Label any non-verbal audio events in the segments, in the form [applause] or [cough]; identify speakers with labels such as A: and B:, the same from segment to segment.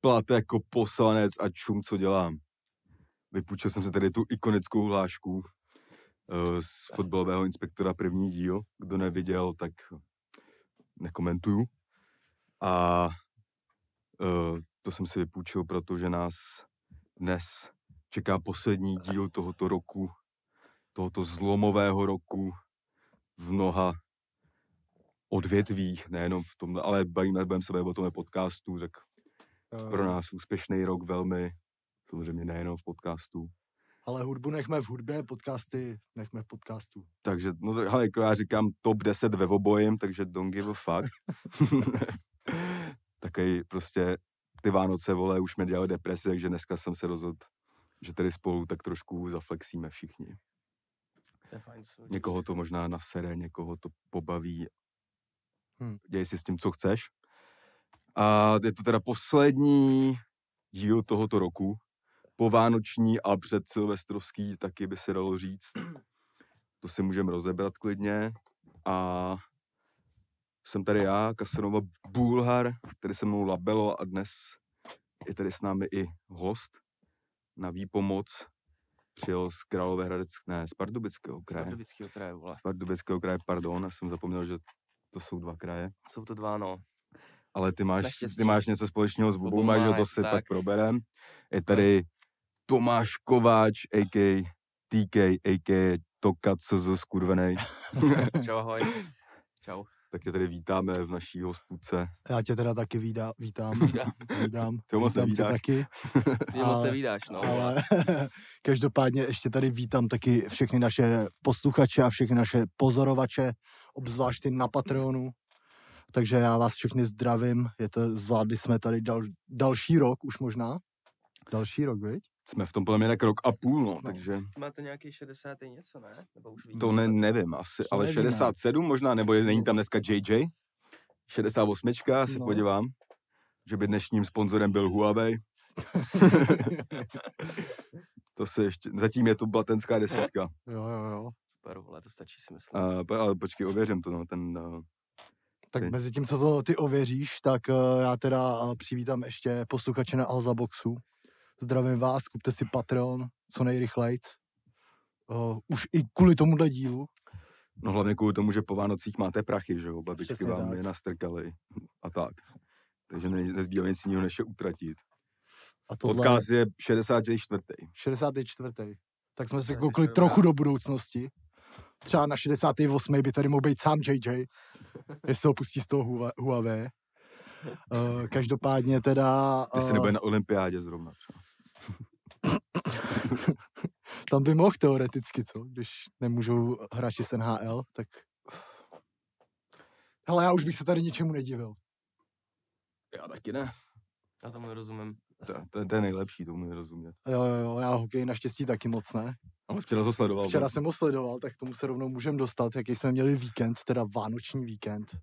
A: plate jako poslanec a čum, co dělám. Vypůjčil jsem se tady tu ikonickou hlášku eh, z fotbalového inspektora první díl. Kdo neviděl, tak nekomentuju. A eh, to jsem si vypůjčil, protože nás dnes čeká poslední díl tohoto roku, tohoto zlomového roku v mnoha odvětvích, nejenom v tomhle, ale bavíme, budeme se bavit o tomhle podcastu, tak
B: Eh,
A: pro nás úspěšný rok velmi, samozřejmě nejenom v podcastu.
B: Ale hudbu nechme v hudbě, podcasty nechme v podcastu.
A: Takže, no tak, hele, jako já říkám top 10 ve obojím, takže don't give a
B: [laughs]
A: fuck. Takový prostě ty Vánoce, vole, už mi dělali depresi, takže dneska jsem se rozhodl, že tady spolu tak trošku zaflexíme všichni.
C: To je fajn, co uděláš.
A: Někoho to možná nasere, někoho to pobaví.
B: Hm.
A: Děj si s tím, co chceš. A je to teda poslední díl tohoto roku. Povánoční a předsilvestrovský taky by se dalo říct. To si můžeme rozebrat klidně. A jsem tady já, Kasanova Bulhar, tady se mnou Labelo a dnes je tady s námi i host na výpomoc. Přijel z Královéhradec, ne, z Pardubického
C: Z
A: kraje.
C: Pardubického kraje, vole.
A: Z Pardubického kraje, pardon, já jsem zapomněl, že to jsou dva kraje.
C: Jsou to dva,
A: [laughs]
C: no. [laughs]
A: Ale ty máš, ty
C: Naštěstí.
A: máš něco společného s Bubuma,
C: Bubuma,
A: že jo,
C: je
A: to
C: to
A: si tak. pak
C: tak.
A: proberem. Je tady Tomáš Kováč, a.k. TK, a.k. Toka, co z skurvenej.
C: Čau, ahoj. Čau.
A: Tak tě tady vítáme v naší hospůdce.
B: Já tě teda taky vídá,
A: [laughs]
B: vítám.
C: Vítám.
B: vítám.
A: Ty ho moc
B: vítám tě
A: nevídáš.
B: taky,
C: Ty moc
B: Ale-
C: nevídáš, no. vole.
B: ale [laughs] každopádně ještě tady vítám taky všechny naše posluchače a všechny naše pozorovače, obzvlášť ty na Patreonu. Takže já vás všechny zdravím. Je to, zvládli jsme tady dal, další rok už možná. Další rok, viď?
A: Jsme v tom podle mě tak rok a půl, no, no. takže
C: Máte nějaký 60. něco, ne? Nebo už víc?
A: to ne, nevím asi,
B: To
A: ale
B: nevíme.
A: 67 možná, nebo je, není tam dneska JJ? 68, se
B: No.
A: no. podívám, že by dnešním sponzorem byl Huawei.
B: [laughs]
A: to se ještě, zatím je to blatenská desítka.
B: Jo, jo, jo.
C: Super, vole, to stačí si myslím.
A: A, po- ale počkej, ověřím to, no, ten, uh,
B: Tak
A: Ty.
B: mezi tím, co to ty ověříš, tak eh, já teda eh, přivítám ještě posluchače na Alza Boxu. Zdravím vás, kupte si Patreon, co nejrychlejc. Uh, už i kvůli tomuhle dílu.
A: no hlavně kvůli tomu, že po Vánocích máte prachy, že jo, babičky
B: Přesně
A: vám
B: tak.
A: je nastrkaly a tak. Takže ne, nezbývá nic jiného, než je utratit.
B: A tohle Podcast.
A: Podcast je 64.
B: 64. Tak jsme se
C: Tak
B: koukli
C: to je
B: trochu do budoucnosti. Třeba na 68. by tady mohl být sám JJ, jestli ho pustí z toho Huwa- Huawei. Uh, každopádně teda...
A: Ty se
B: eh,
A: nebude na olympiádě zrovna třeba.
B: Tam by mohl teoreticky, co? Když nemůžou hráči z NHL, tak... Hele, já už bych se tady ničemu nedivil.
A: Já taky ne.
C: Já tomu nerozumím.
A: To, to, to je nejlepší, tomu nerozumět.
B: Jo, jo, jo, já hokej naštěstí taky moc ne.
A: Ale včera to sledoval.
B: Včera
A: vůbec.
B: jsem ho sledoval, tak k tomu se rovnou můžem dostat, jaký jsme měli víkend, teda vánoční víkend.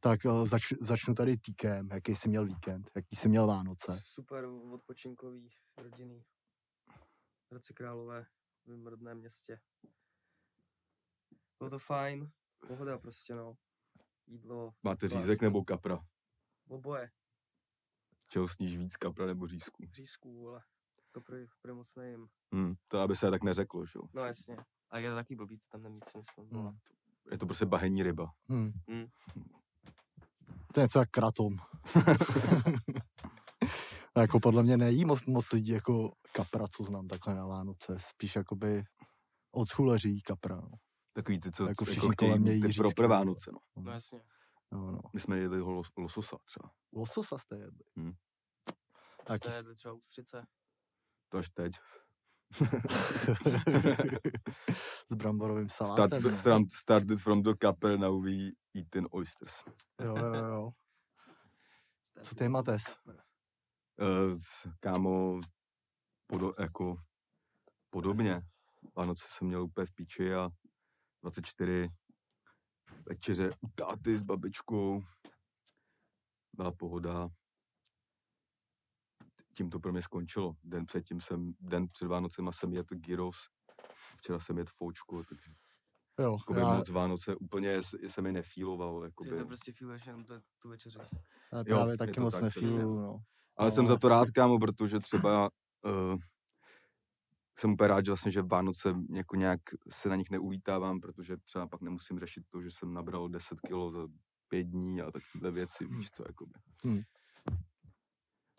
B: Tak eh, zač, začnu tady týkem, jaký jsi měl víkend, jaký jsi měl Vánoce.
C: Super odpočinkový, rodinný. Hradci Králové, v mém rodném městě. Bylo to fajn, pohoda prostě, no. Jídlo,
A: Máte
D: No,
C: Vlast.
A: řízek nebo kapra?
C: oboje,
A: Čeho sníš víc, kapra nebo řízku?
C: řízků, Jako ale kapry, kapry moc nejím.
A: Hmm, to aby se tak neřeklo, že jo.
C: No jasně. A je to taky blbý, to tam nemít, si myslím.
B: Hmm.
C: vole.
A: Je to prostě bahenní ryba.
B: Hmm.
C: Hmm.
B: To je něco jak kratom. [laughs] A jako podle mě nejí moc, moc lidí jako kapra, co znám takhle na Vánoce. Spíš jakoby odschuleří kapra. No.
A: Takový ty, co
B: Jako
A: co
B: všichni kolem
A: mít ty
B: její
A: pro
B: řízky, vole.
A: prvánoce, no.
C: No jasně.
B: No, no.
A: My jsme jedli ho los, lososa třeba.
B: Lososa jste jedli.
A: Hmm.
C: Tak
B: Taky
C: jste jedli třeba ústřice.
A: To až teď.
B: [laughs] s bramborovým
A: Start,
B: salátem. no.
A: start, started from the capper, now we eat in oysters.
B: Jo, jo, jo.
C: Jste
B: Co
C: jedli
B: ty máte?
C: kapra.
A: Uh, kámo, podo, jako podobně. Vánoce jsem měl úplně v píči a 24 večeře u táty s babičkou. Byla pohoda. Tím to pro mě skončilo. Den předtím jsem, den před Vánocema jsem jet gyros. Včera jsem jet foučku, takže
B: Jo,
A: jakoby
B: já,
A: Jako moc Vánoce úplně se, se mi nefíloval.
C: Ty
A: Jakoby.
C: to prostě fíluješ jenom tu- tu večeři.
B: já
A: jo,
B: právě
A: je
B: taky
A: to
B: moc
A: tak,
B: tak,
A: přesně.
B: nefíluju, no.
A: Ale jsem za to rád, kámo, protože třeba uh, jsem úplně rád, že vlastně, že Vánoce jako nějak se na nich neulítávám, protože třeba pak nemusím řešit to, že jsem nabral 10 kilo za pět dní a takové věci,
B: Hm.
A: víš co, jakoby.
B: Hmm.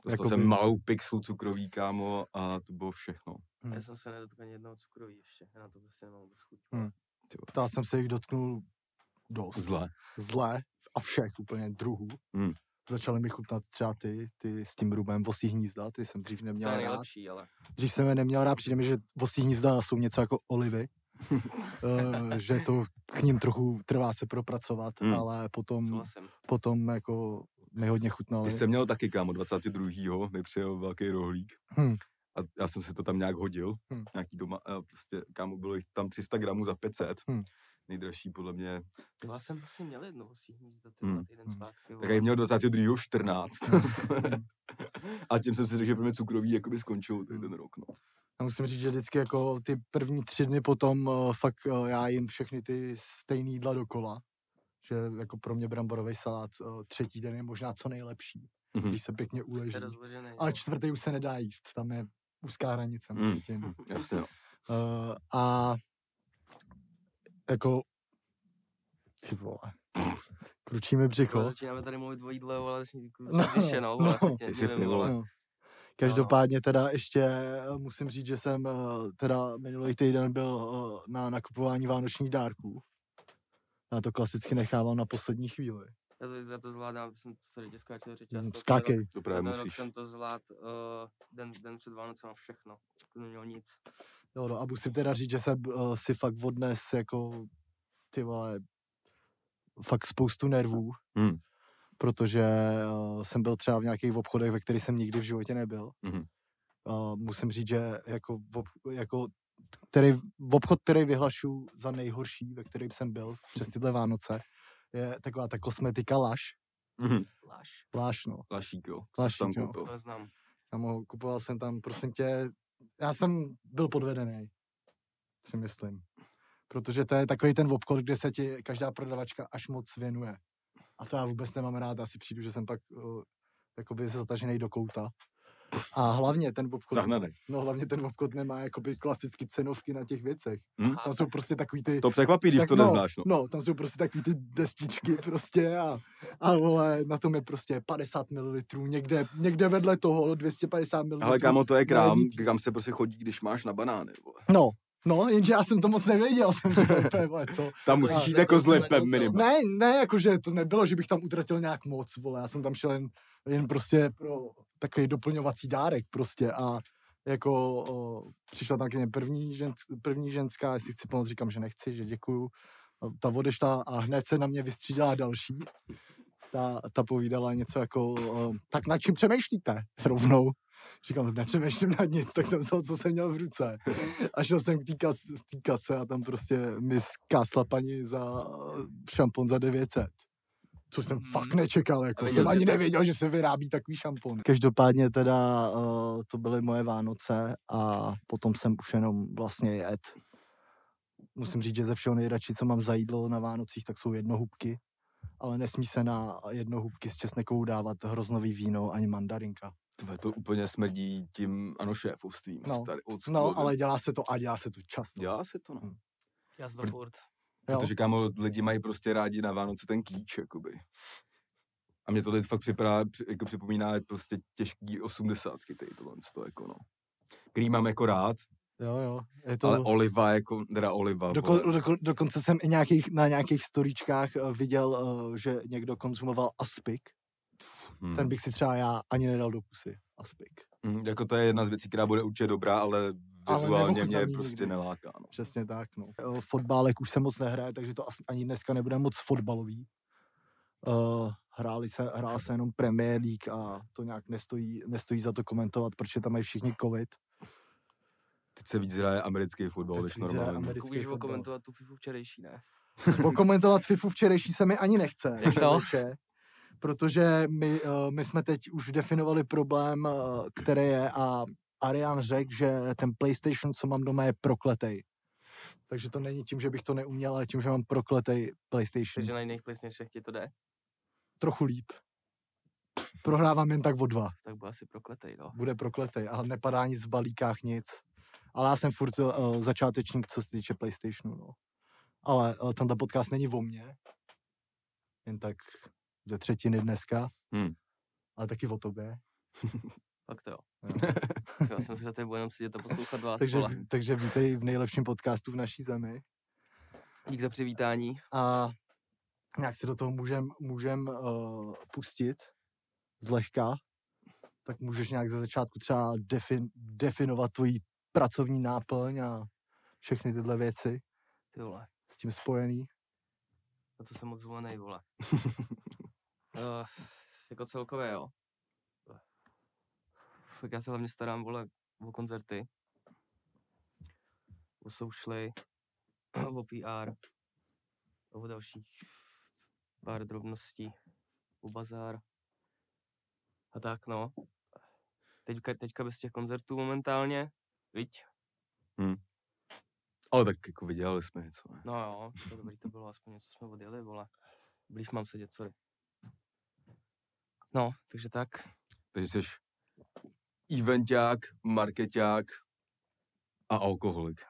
A: Dostal
B: Jakoby-
A: jsem malou pixlu cukroví, kámo, a to bylo všechno.
C: Já jsem se nedotkl ani jednoho cukroví ještě, já na to prostě nemám vůbec chuť.
B: Hmm. Ptal jsem se jich dotknul dost.
A: Zle.
B: Zlé a všech úplně druhů.
A: Hmm.
B: Začaly mi chutnat třeba ty, ty s tím rubem vosí hnízda, ty jsem dřív
C: To
B: neměl
C: je
B: rád.
C: nejlepší, ale
B: Dřív jsem je neměl rád, přijde mi, že vosí hnízda jsou něco jako
A: [laughs]
B: olivy, eh, že to k ním trochu trvá se propracovat,
A: Hmm.
B: ale potom,
C: souhlasím.
B: potom jako mi hodně chutnaly.
A: Ty jsem měl taky, kámo, 22. mi přijel velký rohlík.
B: Hmm.
A: A já jsem si to tam nějak hodil,
B: Hmm.
A: nějaký doma, a prostě, kámo, bylo jich tam 300 gramů za 500.
B: Hmm.
A: Nejdražší podle mě,
C: Ty vole, jsem asi měl jedno vosí hnízdo, ty
A: Hmm.
C: vole, týden
B: Hmm.
C: zpátky.
A: tak
C: vole.
A: já jich měl 22. 14. Hmm. [laughs] a tím jsem si řekl, že pro mě cukroví jakoby skončil tady
B: Hmm.
A: ten rok, no.
B: Já musím říct, že vždycky jako ty první tři dny potom eh, fakt eh, já jim všechny ty stejné jídla dokola. Že jako pro mě bramborový salát eh, třetí den je možná co nejlepší,
A: Mhm.
B: když se pěkně uleží.
C: To je rozložené.
D: Jako
B: Ale
C: jo.
B: čtvrtý už se nedá jíst, tam je úzká hranice
A: Mm.
B: mezi tím.
C: Hm.
A: Jasně, no.
B: Eh, a jako ty vole, kručí mi
C: Vole,
B: břicho.
C: Začínáme tady mluvit o jídle, ale začíná
B: No,
C: no, vole,
B: no.
C: no,
A: Ty si pivo, vole.
B: No. Každopádně teda ještě eh, musím říct, že jsem eh, teda minulý týden byl eh, na nakupování vánočních dárků. Já to klasicky nechávám na poslední chvíli.
C: Já to, já to zvládám, jsem sorry, tě skáčel řeč.
B: Mm, Skákej.
A: To
C: Já
A: právě
C: ten rok
A: musíš.
C: jsem to zvlád uh, den, den před Vánocem všechno. Neměl nic.
B: Jo, no, a musím teda říct, že jsem eh, si fakt odnes jako ty vole, fakt spoustu nervů,
A: Hmm.
B: protože eh, jsem byl třeba v nějakých obchodech, ve kterých jsem nikdy v životě nebyl.
A: Mhm.
B: Eh, musím říct, že jako, ob- jako který, obchod, který vyhlašu za nejhorší, ve kterém jsem byl přes tyhle Vánoce, je taková ta kosmetika Laš.
A: Mhm.
C: Láš.
B: Laš, no.
A: Lašík, jo. Co
B: Lašík,
A: tam
B: jo.
A: koupil?
C: To znám.
B: Kamo, kupoval jsem tam, prosím tě, já jsem byl podvedený, si myslím. Protože to je takový ten obchod, kde se ti každá prodavačka až moc věnuje. A to já vůbec nemám rád, asi přijdu, že jsem pak uh, jakoby zatažený do kouta. A hlavně ten obchod,
A: Zahnanej.
B: no hlavně ten obchod nemá jakoby klasicky cenovky na těch věcech.
A: Hm?
B: Tam jsou prostě takový ty...
A: To překvapí, když
B: tak
A: to neznáš, no.
B: no. tam jsou prostě takový ty destičky [laughs] prostě a, a vole, na tom je prostě 50 ml, někde, někde vedle toho 250 ml.
A: Ale kámo, No, to je krám,
B: nejvíc.
A: kam se prostě chodí, když máš na banány, vole.
B: No, no, jenže já jsem to moc nevěděl, [laughs] jsem říkal, úplně, vole, co.
A: Tam musíš
B: Já-
A: jít jako s
C: Nekoupil,
A: lepem
C: nekoupil.
A: minimálně.
B: Ne, ne, jakože to nebylo, že bych tam utratil nějak moc, vole, já jsem tam šel jen, jen prostě pro takový doplňovací dárek prostě a jako o, přišla tam ke mně první, žen, první ženská, jestli chci pomoct, říkám, že nechci, že děkuju. A Ta odešla a hned se na mě vystřídala další. Ta, ta povídala něco jako, o, tak nad čím přemýšlíte rovnou? Říkám, "No, nepřemýšlím nad nic, tak jsem vzal, co jsem měl v ruce. A šel jsem k té kas, v té kase a tam prostě mi zkásla paní za eh, šampon za 900. Což jsem
C: Mhm.
B: fakt nečekal, jako
A: viděl
B: jsem
A: jsi
B: ani
A: to?
B: nevěděl, že se vyrábí takový šampon. Každopádně teda uh, to byly moje Vánoce a potom jsem už jenom vlastně jet. Musím říct, že ze všeho nejradši, co mám za jídlo na Vánocích, tak jsou jednohubky. Ale nesmí se na jednohubky s česnekou dávat hroznový víno ani mandarinka.
A: Tve, to úplně smrdí tím, ano, šéfovstvím.
B: No.
A: Starý, old
B: No,
A: schoolovým.
B: ale dělá se to a dělá se to často.
A: Dělá se to, no.
C: Já jsem to
A: Pr-
C: furt.
B: Jo.
A: Protože kámo, lidi mají prostě rádi na Vánoce ten kýč, jakoby. A mě to teď fakt připadá, při- jako připomíná prostě těžký osmdesátky, tady tohle, to jako no. Který mám jako rád,
B: Jo, jo. Je
A: to...
B: to...
A: ale Oliva jako, teda Oliva.
B: Doko,
A: vole.
B: doko, dokonce jsem i nějakých, na nějakých storíčkách eh, viděl, eh, že někdo konzumoval aspik.
A: Hmm.
B: Ten bych si třeba já ani nedal do pusy. Aspik.
A: Hmm, jako to je jedna z věcí, která bude určitě dobrá, ale
B: Ale
A: vizuálně
B: neochutná
A: mě
B: mě
A: prostě
B: nikdy.
A: neláká. No.
B: Přesně tak, no. Eh, Fotbálek už se moc nehraje, takže to asi ani dneska nebude moc fotbalový. Uh, hráli se, hrál se jenom Premier League a to nějak nestojí, nestojí za to komentovat, protože tam mají všichni covid.
A: Teď se víc hraje americký fotbal,
B: Teď
A: než
B: se víc hraje
D: Jako
A: normální.
B: americký-
C: Kouvíš
B: fotbal.
C: komentovat tu FIFU včerejší, ne?
B: Pokomentovat FIFU včerejší se mi ani nechce.
C: Jak to?
B: člověče, Protože my, eh, my jsme teď už definovali problém, eh, který je a Arian řekl, že ten PlayStation, co mám doma, je prokletej. Takže to není tím, že bych to neuměl, ale tím, že mám prokletej PlayStation.
C: Takže na jiných PlayStation ti to jde.
B: Trochu líp. Prohrávám jen tak o dva.
D: tak byl asi prokletej, no.
B: Bude prokletej, ale nepadá nic v balíkách, nic. Ale já jsem furt uh, začátečník, co se týče PlayStationu, no. Ale uh, tenhle podcast není o mně. Jen tak ze třetiny dneska.
A: Hmm.
B: Ale taky o tobě.
D: Fakt to jo.
B: Jo.
D: Já jsem si že tady budu jenom sedět a poslouchat
B: No.
D: vás,
B: [laughs] takže,
D: vole.
B: takže vítej v nejlepším podcastu v naší zemi.
D: Dík za přivítání.
B: a nějak se do toho můžem, můžem uh, pustit zlehka, tak můžeš nějak ze začátku třeba defin, definovat tvoji pracovní náplň a všechny tyhle věci
D: Ty vole,
B: s tím spojený.
D: na to jsem moc zvolený, vole. uh, jako celkově, jo. Tak já se hlavně starám, vole, o koncerty. O soušly, [clears throat] o PR, o dalších pár drobností, o bazár. A tak, no. Teďka, teďka bez těch koncertů momentálně, viď?
A: Ale tak jako vydělali jsme něco. Ne?
D: No jo, to dobrý to bylo, aspoň něco jsme odjeli, vole. Blíž mám sedět, sorry. No, takže tak.
A: Takže jsi eventák, marketák a alkoholik.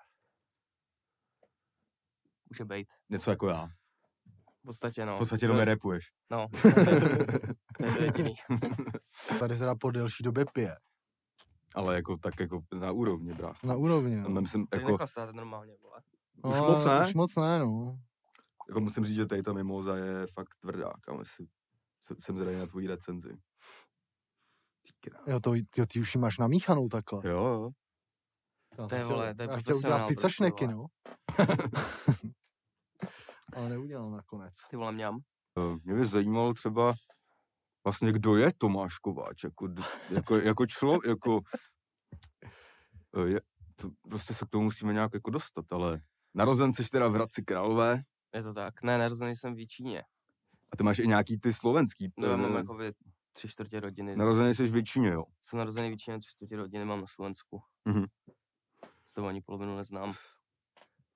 D: Může být.
A: Něco jako já.
D: V podstatě no.
A: V podstatě jenom
D: To-
A: nerepuješ. [laughs]
D: No, to je- to je to jediný.
B: Tady teda po delší době pije.
A: Ale jako tak jako na úrovni, brách.
B: Na úrovni, no.
A: No. Myslím,
D: Tady
A: jako,
D: nechal stát normálně, vole.
A: už
B: No,
A: moc ne?
B: Už moc ne, no.
A: jako musím říct, že tady ta mimoza je fakt tvrdá, kam si, se- jsem zraný na tvojí recenzi. Ty krá-
B: Jo, to, jo, ty už ji máš namíchanou takhle.
A: Jo, jo.
B: Já
D: To
B: jsem
D: je,
B: chtěl-
D: vole, to je
B: já chtěl udělat
D: profesionál
B: pizza
D: prostě,
B: šneky,
D: vole.
B: no. [laughs] Ale neudělal nakonec.
D: Ty vole mňam.
A: Eh, Mě by zajímalo třeba vlastně, kdo je Tomáš Kováč, jako, d- jako, jako člověk, jako eh, je, to, prostě se k tomu musíme nějak jako dostat, ale narozen jsi teda v Hradci Králové
D: Je to tak. Ne, narozený jsem v Číně.
A: a ty máš i nějaký ty slovenský,
D: No, já mám
A: eh,
D: jako tři čtvrtě rodiny.
A: narozený jsi v Číně, jo.
D: Jsem narozený v Číně, tři čtvrtě rodiny mám na Slovensku.
A: Mhm.
D: S toho ani polovinu neznám.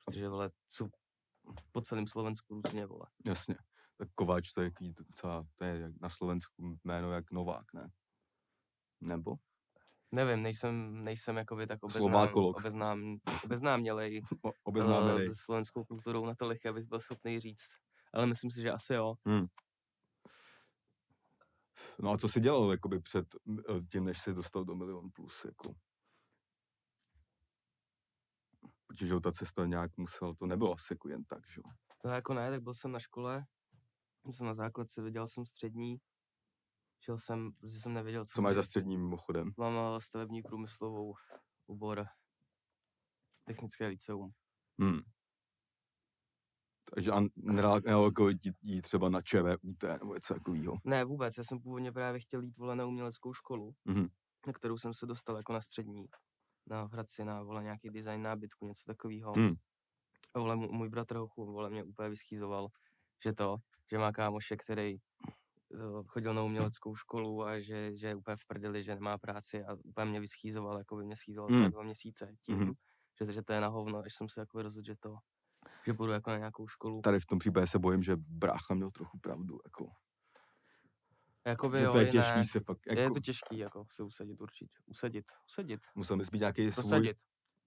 D: Protože, vole, jsou po celém Slovensku různě, vole.
A: Jasně. Tak Kováč to je, jaký docela, to je jak na Slovensku jméno jak Novák, ne? Nebo?
D: Nevím, nejsem, nejsem jakoby tak obeznám,
A: Slovákolog.
D: obeznám,
A: [laughs]
D: obeznámělej
A: O-
D: eh,
A: Obeznámený.
D: se slovenskou kulturou natolik, abych byl schopný říct. Ale myslím si, že asi jo.
A: No a co jsi dělal jakoby před mm, eh, tím, než jsi dostal do Milion Plus? Jako? Protože jo, ta cesta nějak musel, to nebylo asi jako jen tak, že jo?
D: No jako ne, tak byl jsem na škole, byl jsem na základce, viděl jsem střední, šel jsem, protože jsem nevěděl, co,
A: Co máš
D: chci.
A: za střední mimochodem?
D: Mám eh, stavební průmyslovou obor technické liceum.
A: Hmm. Takže a nelakalo ti jít třeba na ČVUT nebo něco takového.
D: Ne, vůbec, já jsem původně právě chtěl jít vole na uměleckou školu,
A: Mhm.
D: na kterou jsem se dostal jako na střední, na Hradci, na vole nějaký design nábytku, něco takového.
A: Hmm.
D: A vole, mu- můj bratr Hochu, vole, mě úplně vyschýzoval, že to, že má kámoše, který eh, chodil na uměleckou školu a že, že je úplně v prdeli, že nemá práci a úplně mě vyschýzoval, jako by mě schýzoval třeba
A: Hmm.
D: dva měsíce tím,
A: Mhm.
D: že, že to je na hovno, až jsem se jako rozhodl, že to, že půjdu jako na nějakou školu.
A: Tady v tom případě se bojím, že brácha měl trochu pravdu. Jako,
D: Jakoby,
A: že
D: Jako
A: to
D: jo,
A: je
D: i
A: těžký
D: ne.
A: se fakt,
D: Jako... Je
A: jako,
D: to těžký, jako se usadit určitě. Usadit, usadit,
A: musel mi být nějaký svůj,
D: prosadit.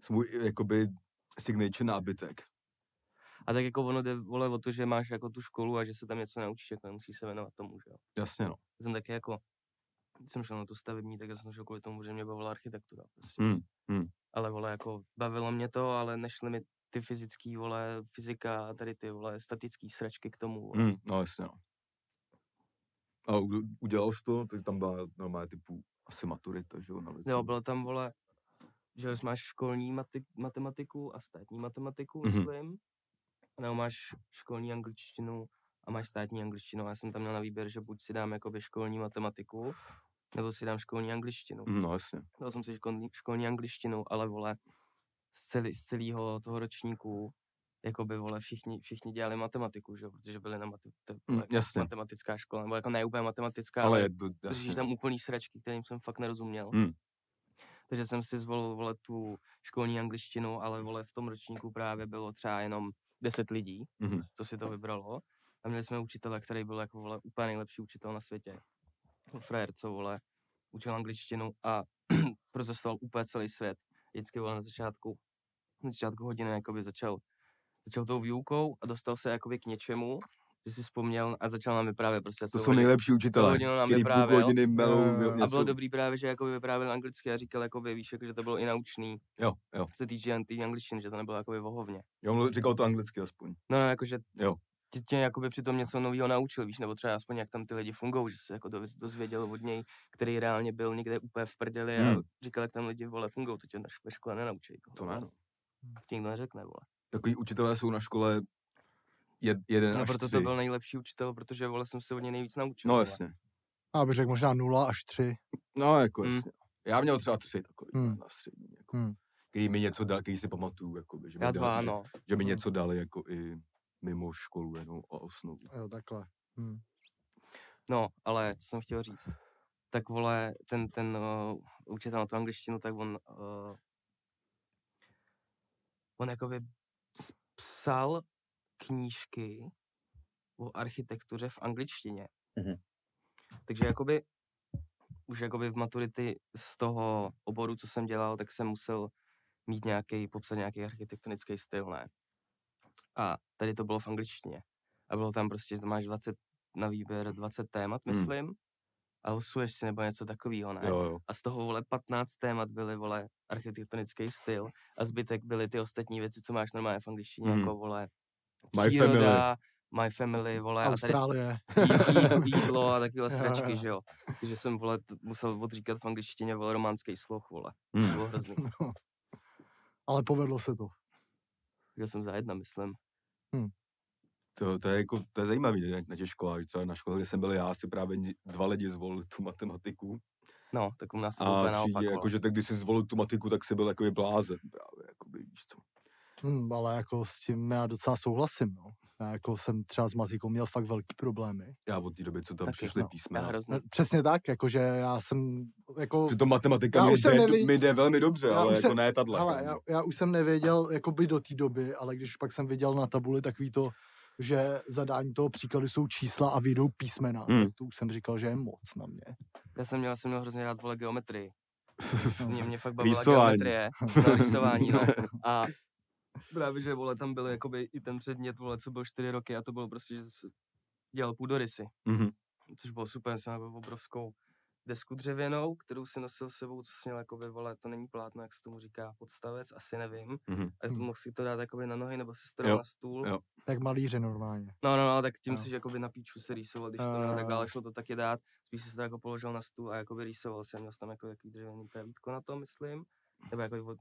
A: svůj jakoby signature nábytek.
D: A tak jako ono jde, vole, o to, že máš jako tu školu a že se tam něco naučíš, jako nemusíš se věnovat tomu, že jo.
A: Jasně no.
D: Já jsem taky jako, když jsem šel na tu stavební, tak já jsem šel kvůli tomu, že mě bavila architektura. Prostě.
A: Hmm, hmm.
D: Ale vole, jako bavilo mě to, ale nešly mi ty fyzický, vole, fyzika a tady ty, vole, statický sračky k tomu, vole.
A: Mm, no jasně, no. A u- udělal jsi to, takže tam byla normálně typu asi maturita, že jo, na věci.
D: Jo, bylo tam, vole, že jsi máš školní mati- matematiku a státní matematiku,
A: Mhm.
D: mm-hmm. myslím. A Nebo máš školní angličtinu a máš státní angličtinu. A já jsem tam měl na výběr, že buď si dám jakoby školní matematiku, nebo si dám školní angličtinu.
A: Mm, No jasně.
D: Dal jsem si školní, školní angličtinu, ale vole, z, celý, z celého toho ročníku, jakoby vole, všichni, všichni dělali matematiku, že jo, protože byli na mati- to, je,
A: Mm,
D: vole, jako
A: jasně.
D: matematická škola, nebo jako ne úplně matematická,
A: Ale je to,
D: držíš
A: jasně.
D: tam úplný sračky, kterým jsem fakt nerozuměl.
A: Hmm.
D: Takže jsem si zvolil vole, tu školní angličtinu, ale vole v tom ročníku právě bylo třeba jenom 10 lidí,
A: Mhm.
D: co si to vybralo. A měli jsme učitele, který byl jako vole, úplně nejlepší učitel na světě. frajer, co vole, učil angličtinu a [clears throat] procestoval úplně celý svět. Vždycky vole na začátku, na začátku hodiny jakoby začal, začal tou výukou a dostal se jakoby k něčemu, že si vzpomněl a začal nám vyprávět prostě.
A: To
D: co
A: jsou
D: hodinu-
A: nejlepší učitelé,
D: hodinu nám
A: který půl
D: vyprávěl.
A: hodiny melou jo,
B: A
A: něco.
D: a bylo dobrý právě, že jakoby vyprávěl anglicky a říkal jakoby, víš, jako, že to bylo i naučný,
A: Jo, jo.
D: co se týče jen té angličtiny, že to nebylo jakoby vohovně.
A: Jo, mluvil- říkal to anglicky aspoň.
D: No, no, jakože
A: Jo.
D: tě, tě jakoby přitom něco nového naučil, víš, nebo třeba aspoň jak tam ty lidi fungují, že se jako dověz- dozvěděl od něj, který reálně byl někde úplně v prdeli
A: Hmm.
D: a říkal, jak tam lidi vole fungují, to tě na š- ve škole nenaučí. tohle,
A: To
D: vole.
A: ne. no.
D: To ti nikdo neřekne, vole.
A: Takový učitelé jsou na škole jed, jeden
D: No,
A: až
D: proto
A: tři.
D: to byl nejlepší učitel, protože vole jsem se od něj nejvíc naučil.
A: No
D: vole.
A: jasně.
B: Já bych řekl možná 0 až 3.
A: No, jako
D: Mm.
A: jasně. Já měl třeba tři takový
B: Mm.
A: na střední, jako,
B: Hmm.
A: který mi něco dal, který si pamatuju, jakoby, že, mi
D: Já
A: dal-
D: dva,
A: že,
D: no.
A: že mi
B: Mm.
A: něco dali jako i mimo školu jenom a osnovu.
B: Jo, takhle. Hm.
D: No, ale co jsem chtěl říct. Tak vole, ten, ten uh, učitel na tu angličtinu, tak on, uh, on jakoby s- psal knížky o architektuře v angličtině.
A: Mhm.
D: Takže jakoby už jakoby v maturity z toho oboru, co jsem dělal, tak jsem musel mít nějaký, popsat nějaký architektonický styl, ne? A tady to bylo v angličtině. A bylo tam prostě, to máš 20 na výběr 20 témat,
A: Hmm.
D: myslím. A losuješ si nebo něco takového, ne?
A: Jo, jo.
D: A z toho, vole, 15 témat byly, vole, architektonický styl a zbytek byly ty ostatní věci, co máš normálně v angličtině,
A: Mhm.
D: jako, vole,
A: My
D: příroda, my family, vole, a tady
B: Austrálie.
D: jí- jí- jídlo a
A: [laughs]
D: takové
B: Jo,
D: sračky,
B: jo.
D: že jo. Takže jsem, vole, t- musel odříkat v angličtině, vole, románský sloh, vole. To
A: Hmm.
D: bylo hrozný.
B: No. Ale povedlo se to.
D: Že jsem za jedna, myslím.
A: To, to, je jako, to je zajímavý ne, na těch školách, že třeba na škole, kde jsem byl já, si právě ni- dva lidi zvolili tu matematiku.
D: No, tak u nás to bylo
A: A
D: úplně
A: v
D: naopak,
A: třídě,
D: jako,
A: jako, že tak, když jsi zvolil tu matiku, tak jsi byl takový blázen právě, jakoby, víš co.
B: Hmm, ale jako s tím já docela souhlasím. No. Já jako jsem třeba s matikou měl fakt velký problémy.
A: Já od té doby, co tam
D: Taky,
A: přišly
B: no.
D: jako, Já
A: písmena.
D: hrozný.
B: Přesně tak, jakože já jsem jako...
A: Přitom matematika
B: Já
A: mi
B: už jsem
A: jde,
B: nevi-
A: mi jde velmi dobře,
B: Já
A: ale
B: už
A: jako
B: jsem-
A: ne tadle.
B: Ale já, já už jsem nevěděl jakoby do té doby, ale když pak jsem viděl na tabuli takový to, že zadání toho příkladu jsou čísla a vyjdou písmena,
A: Hmm.
B: hmm. tak to už jsem říkal, že je moc na mě.
D: Já jsem měl, jsem měl hrozně rád,
A: [laughs]
D: vole, geometrii.
B: No,
D: Mě, mě fakt bavila
A: Rýsování.
D: geometrie, no, rýsování, no. A právě, že vole, tam byl jakoby i ten předmět, vole, co byl čtyři roky a to bylo prostě, že jsi dělal půdorysy,
A: [laughs] Mhm.
D: což bylo super, jsem měl obrovskou desku dřevěnou, kterou si nosil s sebou, co jsem měl jakoby, vole, to není plátno, jak se tomu říká, podstavec, asi nevím.
A: Mhm.
D: A to
B: Hmm.
D: mohl si to dát jakoby na nohy nebo si to
A: Jo,
D: dal na stůl.
A: jo.
B: Jak malíři normálně.
D: No, no, no, tak tím
B: Jo.
D: si jakoby na píču si rýsoval, když to měl tak dále, šlo to taky dát. Spíš si to jako položil na stůl a jakoby rýsoval jsem, měl jsem tam jako takový dřevěný pevítko na to, myslím. Nebo jako od,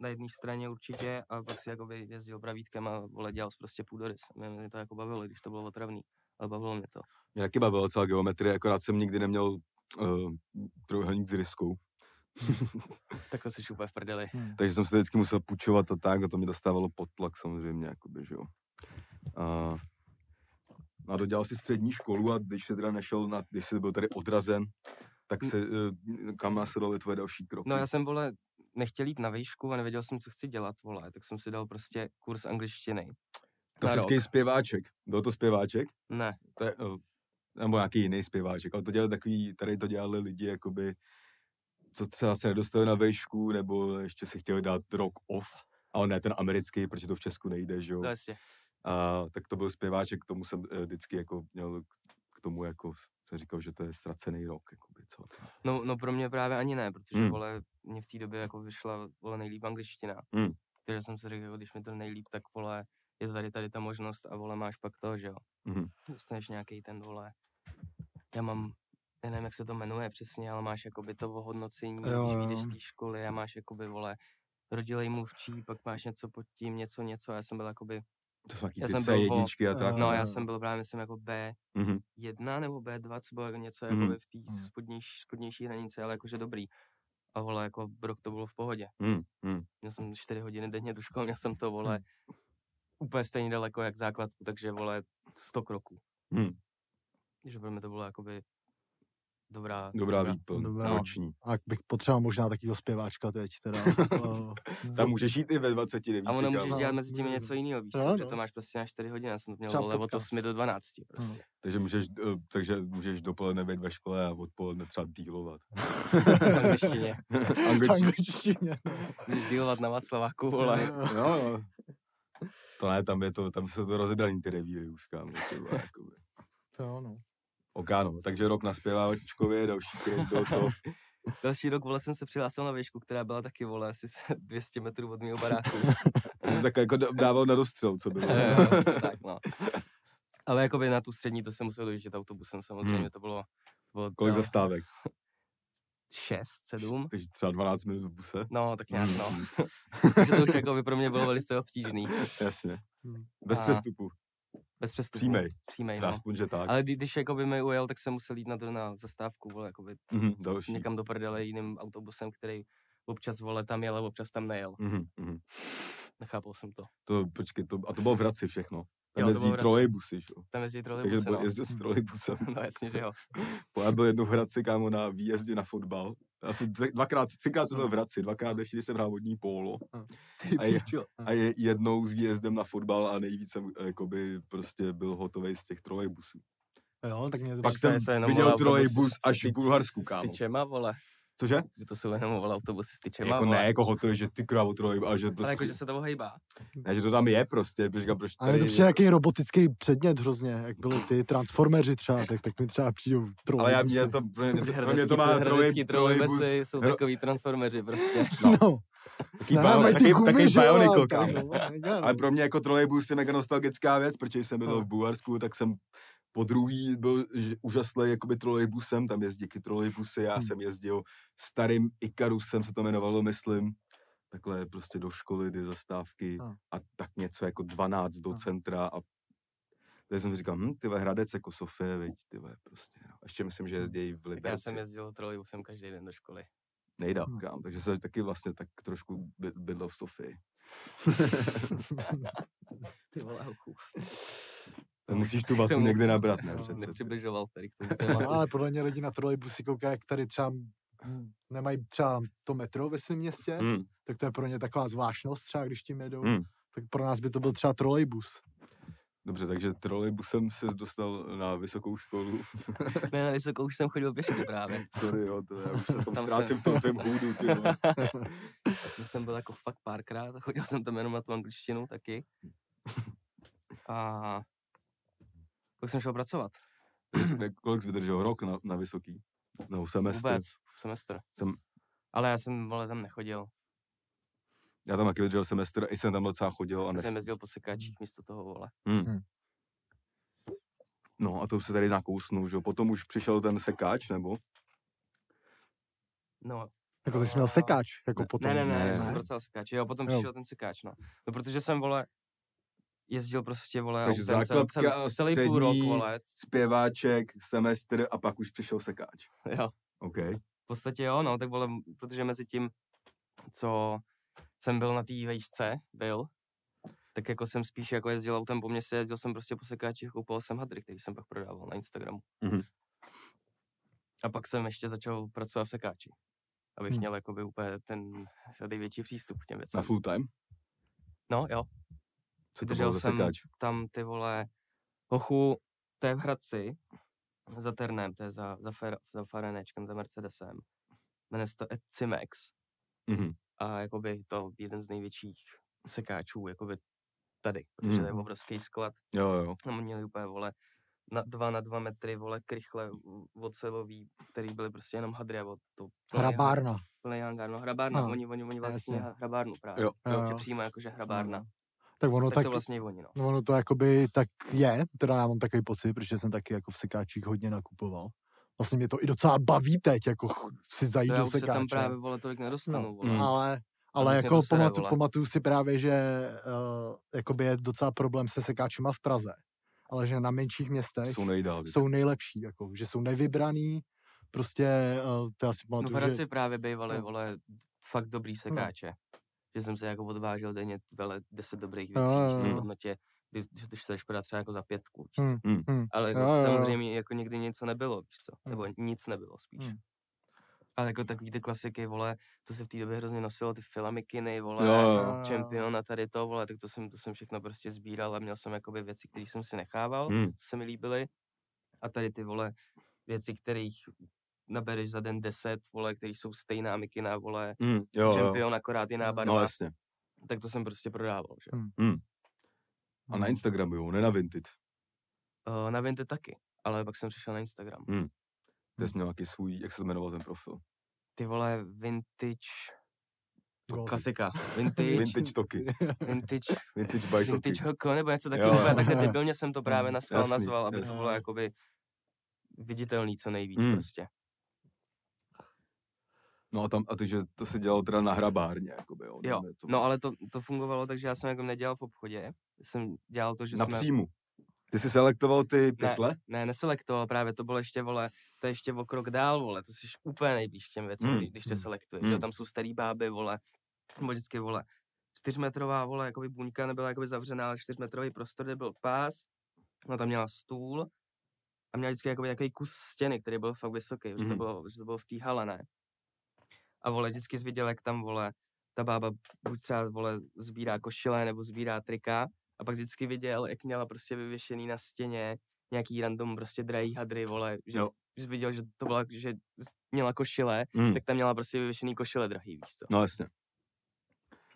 D: na jedné straně určitě a pak si jakoby jezdil pravítkem a vole, dělal jsi prostě půdorys. Mě, mě to jako bavilo, i když to bylo otravný, ale bavilo mě to.
A: Mě taky bavila celá geometrie, akorát jsem nikdy neměl uh, trojuhelník s riskou,
D: Tak to jsi úplně v prdeli.
B: Hmm.
A: takže jsem se vždycky musel půjčovat a tak a to mě dostávalo pod tlak samozřejmě, jakoby, že jo. A, no a dodělal si střední školu a když se teda nešel na, když jsi byl tady odrazen, tak se, uh, kam následovaly tvoje další kroky?
D: No já jsem, vole, nechtěl jít na výšku a nevěděl jsem, co chci dělat, vole, tak jsem si dal prostě kurz angličtiny. na rok.
A: Klasický zpěváček. Byl to zpěváček?
D: Ne,
A: to je, eh, nebo nějaký jiný zpěváček, ale to dělali takový, tady to dělali lidi, jakoby, co třeba se vlastně nedostali na vejšku, nebo ještě si chtěli dát rock off, ale ne ten americký, protože to v Česku nejde, že jo.
D: to jasně.
A: A, tak to byl zpěváček, k tomu jsem eh, vždycky jako měl, k tomu jako jsem říkal, že to je ztracený rok, jakoby, co.
D: No, no pro mě právě ani ne, protože
A: Hmm.
D: hmm. vole, mě v té době jako vyšla vole nejlíp angličtina.
A: Hmm.
D: Takže jsem si řekl, jako, když mi to nejlíp, tak vole, je to tady tady ta možnost a vole máš pak to, že jo.
B: Hmm.
A: Mhm.
D: Dostaneš nějaký ten vole. Já mám, já nevím, jak se to jmenuje přesně, ale máš jakoby to ohodnocení,
B: Jo,
D: když vyjdeš
B: jo.
D: z té školy a máš jakoby vole rodilej mluvčí, pak máš něco pod tím, něco, něco. A já jsem byl jakoby,
A: To jsou nějaký
D: Já
A: ty
D: jsem byl vo-
A: C1 a tak.
D: no
B: Eh.
D: já jsem byl právě, myslím, jako B,
A: Mhm.
D: jedna nebo B2, co bylo jako něco
A: Mhm.
D: jakoby v té
B: Mhm.
D: spodnější, spodnější hranici, ale jakože dobrý. A vole, jako rok to bylo v pohodě.
A: Mhm. Mhm.
D: Měl jsem 4 hodiny denně do školy, měl jsem to, vole,
B: Mhm.
D: úplně stejně daleko jak základku, takže, vole, 100 kroků.
A: Mhm.
D: Že pro mě to bylo jakoby dobrá, No.
A: Dobrá výplň,
B: Dobrá.
A: noční.
B: A bych potřeboval možná takového zpěváčka teď.
A: [laughs]
B: Teda, uh,
A: Tam můžeš jít i ve 29.
D: A ono můžeš
A: kámo.
D: dělat mezi tím i něco jiného, víš,
B: Jo,
D: co, že
B: Mhm. no.
D: to máš prostě na 4 hodiny, já jsem to
B: Třeba
D: měl vole, od
B: podcast.
D: 8 do 12 prostě.
A: Takže můžeš, eh, takže můžeš dopoledne být ve škole a odpoledne třeba
D: [laughs]
A: dílovat.
B: Mhm.
D: V angličtině.
B: [laughs] v
A: Angličtinu.
B: angličtině. Eh,
D: Můžeš dealovat na Václaváku, vole.
B: [laughs] Jo, jo.
A: Jo, jo. To ne, tam je to, tam se to rozedalí ty revíry už, kámo. ty vole, jakoby.
B: To jo, no.
A: Ok, no, takže rok na zpěváčkově, další krok bylo co?
D: Další rok, vole, jsem se přihlásil na výšku, která byla taky, vole, asi [laughs] s- 200 metrů od mého baráku.
A: Jsi tak jako d- dával na dostřel, co bylo.
D: Jo, jo,
A: [laughs]
D: asi tak, no. Ale jako na tu střední, to jsem musel dojíždět autobusem samozřejmě,
A: Hmm.
D: to bylo, to bylo
A: Kolik
D: no,
A: zastávek?
D: 6, 7.
A: Takže třeba 12 minut v buse.
D: No, tak nějak, no.
A: Mm,
D: Takže to už jako by pro mě bylo velice obtížný.
A: [laughs] Jasně. Bez
D: Hmm. A-
A: přestupu.
D: Bez přestupu.
A: Přímej.
D: Přímej,
A: Třeba
D: no.
A: aspoň, že tak.
D: Ale kdy- když jako by mi ujel, tak jsem musel jít na, to, na zastávku, vole, jakoby
A: Mhm, Další.
D: někam do prdele jiným autobusem, který občas, vole, tam jel a občas tam nejel.
A: Mhm, mhm.
D: Nechápal jsem to.
A: To, počkej, to, a to bylo v Hradci všechno.
D: to
A: Tam
D: bylo v
A: jezdí
D: Hradci.
A: trolejbusy, že? jo?
D: Tam jezdí
A: Takže
D: trolejbusy,
A: byl,
D: no.
A: jezdil s trolejbusem.
D: [laughs] no jasně, že jo.
A: [laughs] Já byl jednou v Hradci, kámo, na výjezdě na fotbal. Asi tři- dvakrát, třikrát jsem
D: Hm.
A: byl v Hradci, dvakrát ještě, když jsem hrál vodní pólo. A je-
D: pičo.
A: A je jednou s výjezdem na fotbal a nejvíc jsem eh, jakoby, prostě byl hotový z těch trolejbusů.
B: Jo, tak mě to
A: Pak
B: přijde-
A: jsem viděl trolejbus až v Bulharsku,
D: S
A: kámo.
D: tyčema, vole.
A: Cože?
D: Že to jsou jenom, vole, autobusy s tyčema,
A: jako
D: vole.
A: ne, jako hotový, že ty krávo trolejbus, ale že prostě,
D: Ale jako, že se toho hejbá.
A: ne, že to tam je prostě, protože říkám, proč
B: A je to přijde nějaký robotický předmět hrozně, jak bylo ty transformeři třeba, tak, tak mi třeba přijdou trolejbusy.
A: ale já mě to, pro mě, pro mě to má trolej,
D: hradecký
A: trolejbus,
D: trolejbusy jsou
A: hro-
D: takový
A: [laughs]
D: transformeři prostě.
B: No,
A: taký,
B: ne,
A: bio,
B: mají ty
A: taký,
B: gumy,
A: taký
B: že jo,
A: bionicle,
B: tak,
A: kámo.
B: no, mega, no.
A: Ale pro mě jako trolejbus je mega nostalgická věc, protože jsem byl
B: Ano.
A: v Bulharsku, tak jsem po druhý byl ž- úžaslý jakoby trolejbusem, tam jezdí ty trolejbusy, já
D: Hm.
B: Hmm.
A: jsem jezdil starým Ikarusem, se to jmenovalo, myslím, takhle prostě do školy, ty zastávky
B: Ano.
A: a tak něco jako 12 do
B: Ano.
A: centra a tady jsem si říkal, hm, ty vole, Hradec jako Sofie, viď, ty vole, prostě, no. Ještě myslím, že jezdí v
D: Hm. Tak já
A: Liberci,
D: jsem jezdil trolejbusem každý den do školy.
A: No, nejda,
D: hm.
B: Ano.
A: kam, takže jsem taky vlastně tak trošku by- bydlel v Sofii.
D: [laughs] Ty vole, hochu.
A: Musíš tu vatu
D: jsem-
A: někde nabrat,
D: [laughs]
A: ne?
B: No,
A: přece.
D: Nepřibližoval tady k tomu
A: [laughs]
B: No,
D: tématu.
B: ale podle mě lidi na trolejbusy koukají, jak tady třeba m, nemají třeba to metro ve svém městě,
A: Hm.
B: tak to je pro ně taková zvláštnost třeba, když tím jedou.
A: Hmm.
B: Tak pro nás by to byl třeba trolejbus.
A: Dobře, takže trolejbusem se dostal na vysokou školu. [laughs]
D: Ne, na vysokou už jsem chodil pěšky právě.
A: Sorry, jo, to já už se tam,
D: Tam jsem-
A: ztrácím v tom tvém hůdu, ty vole.
D: [laughs] A Tam jsem byl jako fakt párkrát a chodil jsem tam jenom na tu angličtinu taky. A pak jsem šel pracovat.
A: Takže jsi- ne, Kolik jsi vydržel? Rok na, na vysoký? No, semestr.
D: Vůbec, semestr.
A: Jsem-
D: Ale já jsem, vole, tam nechodil.
A: Já tam taky vydržel semestr, i jsem tam docela chodil. A
D: Já
A: nes...
D: jsem jezdil po sekáčích místo toho, vole.
A: No a to už se tady nakousnu, že jo. Potom už přišel ten sekáč, nebo?
D: No,
B: Jako ty jsi měl sekáč, jako
A: Ne,
B: potom.
D: ne, ne,
A: ne,
D: ne, že
A: ne.
D: jsem pracoval sekáče. Jo, potom
B: Jo.
D: přišel ten sekáč, no. No, protože jsem, vole, jezdil prostě, vole,
A: Takže
D: autem cel,
A: základka,
D: cel, celý půl rok,
A: střední.
D: vole. [laughs]
A: Zpěváček, semestr a pak už přišel sekáč.
D: Jo.
A: OK.
D: V podstatě jo, no, tak vole, m- protože mezi tím, co jsem byl na té vejšce, byl, tak jako jsem spíš jako jezdil autem po městě, jezdil jsem prostě po sekáčích, koupil jsem hadry, který jsem pak prodával na Instagramu.
A: Mhm.
D: A pak jsem ještě začal pracovat v sekáči, abych
B: Hm.
D: měl jakoby úplně ten největší přístup k těm věcem.
A: Mhm. Na full time?
D: No jo,
A: Co to
D: Vydržel
A: bylo za
D: jsem-
A: sekáč?
D: tam ty vole, hochu, to je v Hradci, za Ternem, to je za, za, fer, za Farenečkem, za Mercedesem. Jmenuje se to Cimex.
A: Mhm.
D: a jakoby to jeden z největších sekáčů jakoby tady, protože to je
B: Mm-hmm.
A: Mhm.
D: obrovský sklad,
A: Jo, jo.
D: tam měli úplně vole na dva na dva metry, vole, krychle v- ocelový, v který byly prostě jenom hadry a od- to plný ha-
B: Hrabárna.
D: Plný hangár, no hrabárna,
B: Aha,
D: oni, oni, oni vlastně
B: jasně.
D: ha- hrabárnu právě.
A: Jo,
D: jo.
B: jo,
D: Že
B: jo.
D: přímo jakože hrabárna.
B: Tak ono
D: tak,
B: tak,
D: to vlastně i oni, no.
B: ono to jakoby tak je, teda já mám takový pocit, protože jsem taky jako v sekáčích hodně nakupoval. Vlastně mě to i docela baví teď, jako ch- si zajít
D: To já
B: do
D: už se tam
B: sekáče. No, mm-hmm.
D: právě, vole, tolik nedostanu, vole.
A: Mm.
B: ale,
D: Hmm. to
B: ale
D: se
B: jako
D: rozsere,
B: pamatu,
D: vole.
B: pamatuju si právě, že uh, jakoby je docela problém se sekáčima v Praze, ale že na menších městech
A: Jsou
B: jsou,
A: nejdál.
B: Eh, jsou nejlepší, jako, že jsou nevybraný, prostě uh, to já si
D: No v
B: pamatuju,
D: Hradci
B: že
D: právě bývaly,
B: no.
D: vole, fakt dobrý sekáče. Že jsem se jako odvážel denně vele 10 dobrých
B: Jo,
D: věcí, víš
B: jo,
D: co, v
A: jo.
D: hodnotě když, když se škoda třeba jako za pětku, víš co.
B: Hmm. Hmm.
D: Ale jako,
B: Jo, jo, jo.
D: samozřejmě jako nikdy něco nebylo, víš co?
B: Hmm.
D: Nebo nic nebylo spíš.
B: Hmm.
D: Ale jako takový ty klasiky, vole, to se v té době hrozně nosilo, ty filamikiny, vole,
A: Jo, jo,
B: jo.
D: Champion a tady to, vole, tak to jsem, to jsem všechno prostě sbíral a měl jsem jakoby věci, které jsem si nechával,
A: Hmm.
D: co se mi líbily. A tady ty, vole, věci, kterých nabereš za den 10, vole, které jsou stejná mikina, vole,
A: Mm, jo, jo.
D: Champion, akorát jiná barva,
A: No jasně.
D: tak to jsem prostě prodával, že?
B: Hmm.
A: A
D: Mhm.
A: na Instagramu, jo, ne na Vinted.
D: Uh, na Vinted taky, ale pak jsem přišel na Instagram.
A: Kde
B: Hmm.
A: jsi měl nějaký svůj, jak se jmenoval ten profil?
D: Ty vole, vintage,
B: Goldy.
D: klasika, Jako vintage,
A: Vintage toky.
D: vintage,
A: Vintage bike toky.
D: vintage hoko, nebo něco
A: Jo,
D: takového,
A: jo.
D: takhle debilně jsem to právě
B: Mm,
D: naschvál
A: jasný,
D: nazval, aby to
B: jasný.
D: bylo jakoby viditelný co nejvíc
A: Mm.
D: prostě.
A: No a tam, a takže to se dělalo teda na hrabárně, jakoby, jo.
D: Jo,
A: dejme tomu.
D: no ale to, to fungovalo, takže já jsem jako nedělal v obchodě, jsem dělal to, že
A: na
D: jsme...
A: příjmu. Ty jsi selektoval ty pytle?
D: Ne, neselektoval právě, to bylo ještě, vole, to je ještě o krok dál, vole, to jsi úplně nejblíž k těm věcem,
A: Mm,
D: mm. když tě
B: mm,
D: selektuješ, mm. jo,
A: mm.
D: tam jsou starý báby, vole, nebo vždycky, vole, čtyřmetrová, vole, jakoby buňka nebyla jakoby zavřená, ale čtyřmetrový prostor, kde byl pás, ona tam měla stůl a měla vždycky jakoby takový kus stěny, který byl fakt vysoký, mm. že, to
A: Mhm.
D: bylo, že to bylo v té hale, ne? A vole, vždycky jsi viděl, jak tam, vole, ta bába buď třeba, vole, sbírá košile nebo sbírá trika a pak vždycky viděl, jak měla prostě vyvěšený na stěně nějaký random prostě drahý hadry, vole, že
A: Jo.
D: jsi viděl, že to byla, že měla košile,
A: Mm.
D: tak tam měla prostě vyvěšený košile drahý, víš co.
A: No jasně.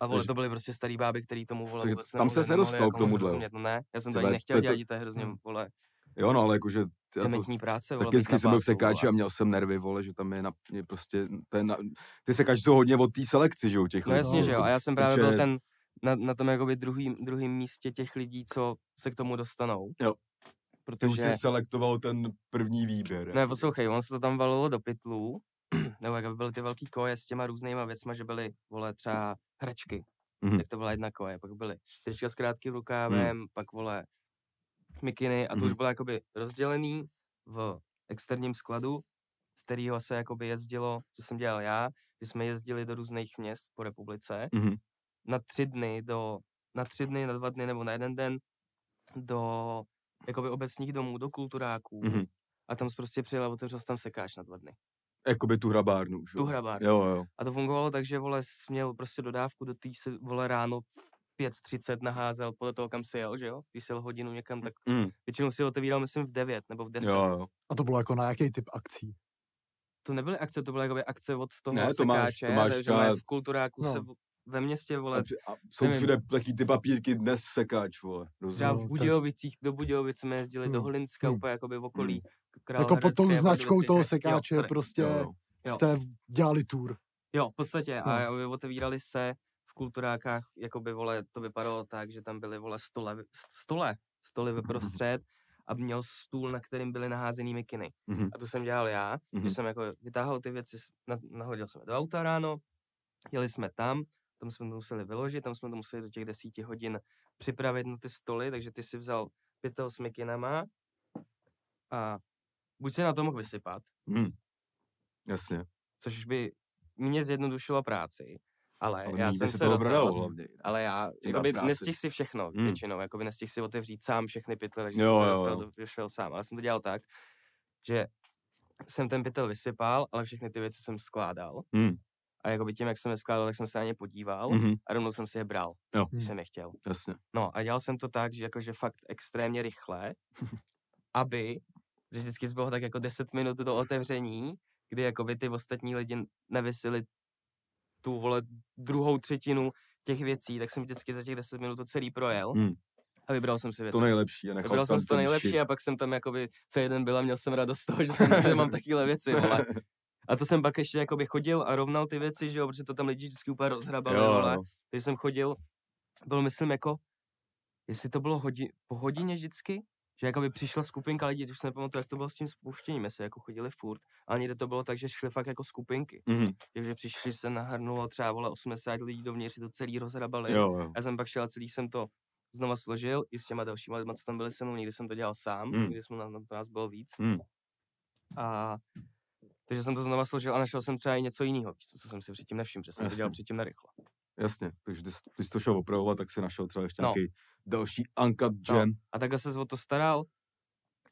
D: A vole,
A: takže-
D: to byly prostě starý báby, který tomu vole
A: Takže
D: vůbec
A: tam ses
D: nemohli- nemohli
A: nedostal k
D: moc
A: tomuhle, jo.
D: rozumět, no ne, já jsem
A: Ty
D: to ani
A: vole,
D: nechtěl
A: to je to- Hm.
D: dělat, to... to je hrozně,
B: Hmm.
D: vole,
A: Jo, no, ale jakože... já to-
D: dementní práce, vole,
A: Tak
D: být
A: vždycky
D: na
A: jsem byl v
D: pásu, vole.
A: sekáči a měl jsem nervy, vole, že tam je, na, je prostě, ten, na, ty sekáči jsou hodně od té selekci, že jo, těch
D: No
A: lidí,
D: jasně, že jo,
A: to-
D: a já jsem právě byl
A: takže-
D: ten, na, na tom jakoby druhým, druhým místě těch lidí, co se k tomu dostanou.
A: Jo. Ty už
D: Protože...
A: jsi selektoval ten první výběr.
D: Ne,
A: jako.
D: poslouchej, on se to tam valilo do pytlů, [clears throat] nebo jak byly ty velký koje s těma různýma věcma, že byly, vole, třeba hračky,
A: Mhm.
D: mm-hmm. tak to byla jedna koje, pak byly trička s krátkým rukávem, mm. pak, vole, mikiny a to mm-hmm. už
A: Mhm.
D: bylo jakoby rozdělený v externím skladu, z kterého se jakoby jezdilo, co jsem dělal já, že jsme jezdili do různých měst po republice,
A: Mhm.
D: na tři dny do, na tři dny, na dva dny nebo na jeden den do jakoby obecních domů, do kulturáků,
A: Mhm.
D: a tam jsi prostě přijel a otevřel jsi tam sekáč na dva dny.
A: Jakoby tu hrabárnu, že
D: Tu hrabárnu.
A: Jo, jo.
D: A to fungovalo tak, že vole jsi měl prostě dodávku do té se vole ráno v 5.30 naházel podle toho, kam se jel, že jo? Když jsi jel hodinu někam, tak
A: Mm.
D: většinou si otevíral, myslím, v 9 nebo v 10.
A: Jo, jo.
B: [laughs] A to bylo jako na jaký typ akcí?
D: To nebyly akce, to byly jakoby akce od toho
A: Ne, to máš- to
D: sekáče,
A: máš
D: takže
A: třeba-
D: mají v kulturáku
B: No.
D: se v- ve městě,
A: A,
D: vole,
A: při- a jsou
D: nevím. no. prostě
A: všude taky ty papírky dnes sekáč, vole.
D: třeba
A: Rozumím.
B: No,
D: v
B: tak-
D: Budějovicích, do Budějovic jsme jezdili, do
B: Hmm,
D: Holinska,
B: hmm,
D: úplně jakoby v okolí.
B: jako pod tou
D: Královéhradecké,
B: značkou
D: Pardubický
B: toho
D: kraj. Jo,
B: sekáče
D: sorry.
B: prostě
A: Jo, jo.
D: Jo.
B: jste dělali tour.
D: Jo, v podstatě.
B: No.
D: A jakoby otevírali se v kulturákách, jako by vole, to vypadalo tak, že tam byly vole stole, vy- stole, stoly vyprostřed a měl stůl, na kterým byly naházený mikiny.
A: Mhm.
D: A to jsem dělal já,
A: Mhm.
D: že jsem jako vytáhl ty věci, s- na- nahodil jsem je do auta ráno, jeli jsme tam, tam jsme to museli vyložit, tam jsme to museli do těch desíti hodin připravit na ty stoly, takže ty si vzal pět toho s mikinama a buď se na to mohl vysypat,
A: Mm. Jasně.
D: což by mě zjednodušilo práci, ale,
A: Ale
D: já
A: míň by
D: jsem
A: se
D: se
A: toho prodalo
D: rozhodl,
A: hlavně.
D: ale já
A: S tím dát
D: jakoby,
A: práci.
D: nestihl si všechno
A: Hmm.
D: hmm. většinou, jakoby nestihl si otevřít sám všechny pytle, takže
A: Jo,
D: jsem
A: jo,
D: se dostal,
A: jo.
D: do, došel sám, ale jsem to dělal tak, že jsem ten pytel vysypal, ale všechny ty věci jsem skládal
A: Mm.
D: a jakoby tím, jak jsem je skládal, tak jsem se na ně podíval
A: Mhm.
D: a rovnou jsem si je bral,
A: Jo.
D: když
B: Hmm.
D: jsem je chtěl.
A: Jasně.
D: No a dělal jsem to tak, že jakože fakt extrémně rychle, aby, že vždycky zbylo tak jako 10 minut do otevření, kdy jakoby ty ostatní lidi nevysili tu vole druhou třetinu těch věcí, tak jsem vždycky za těch 10 minut to celý projel
A: Hmm.
D: a vybral jsem si věci.
A: To nejlepší. A nechal
D: Vybral jsem si to
A: ten
D: nejlepší
A: shit.
D: a pak jsem tam jakoby, co jeden byl a měl jsem radost z toho, že, jsem, že mám takovéhle věci,
A: [laughs]
D: vole. A to jsem pak ještě jakoby chodil a rovnal ty věci, že jo, protože to tam lidi vždycky úplně rozhrabali,
A: jo, no.
D: vole.
A: jo.
D: Takže jsem chodil, byl myslím jako, jestli to bylo hodin, po hodině vždycky, že jakoby přišla skupinka lidí, už se nepamatuju, jak to bylo s tím spouštěním, jestli jako chodili furt, ale někde to bylo tak, že šli fakt jako skupinky.
A: Mhm.
D: Takže přišli se nahrnulo třeba vole 80 lidí dovnitř, si to celý rozhrabali.
A: Jo, jo.
D: Já jsem pak šel a celý jsem to znova složil i s těma dalšíma lidma, co tam byli se mnou, někdy jsem to dělal sám,
A: Mm.
D: mm. někdy jsme na, na to nás bylo víc.
A: Mm.
D: A takže jsem to znova složil a našel jsem třeba i něco jiného, co jsem si předtím nevšiml, že jsem to dělal
A: Jasně.
D: předtím narychlo.
A: Jasně, takže když, jsi- když jsi to šel opravovat, tak si našel třeba ještě
D: No.
A: nějaký další uncut gem.
D: A takhle se o to staral.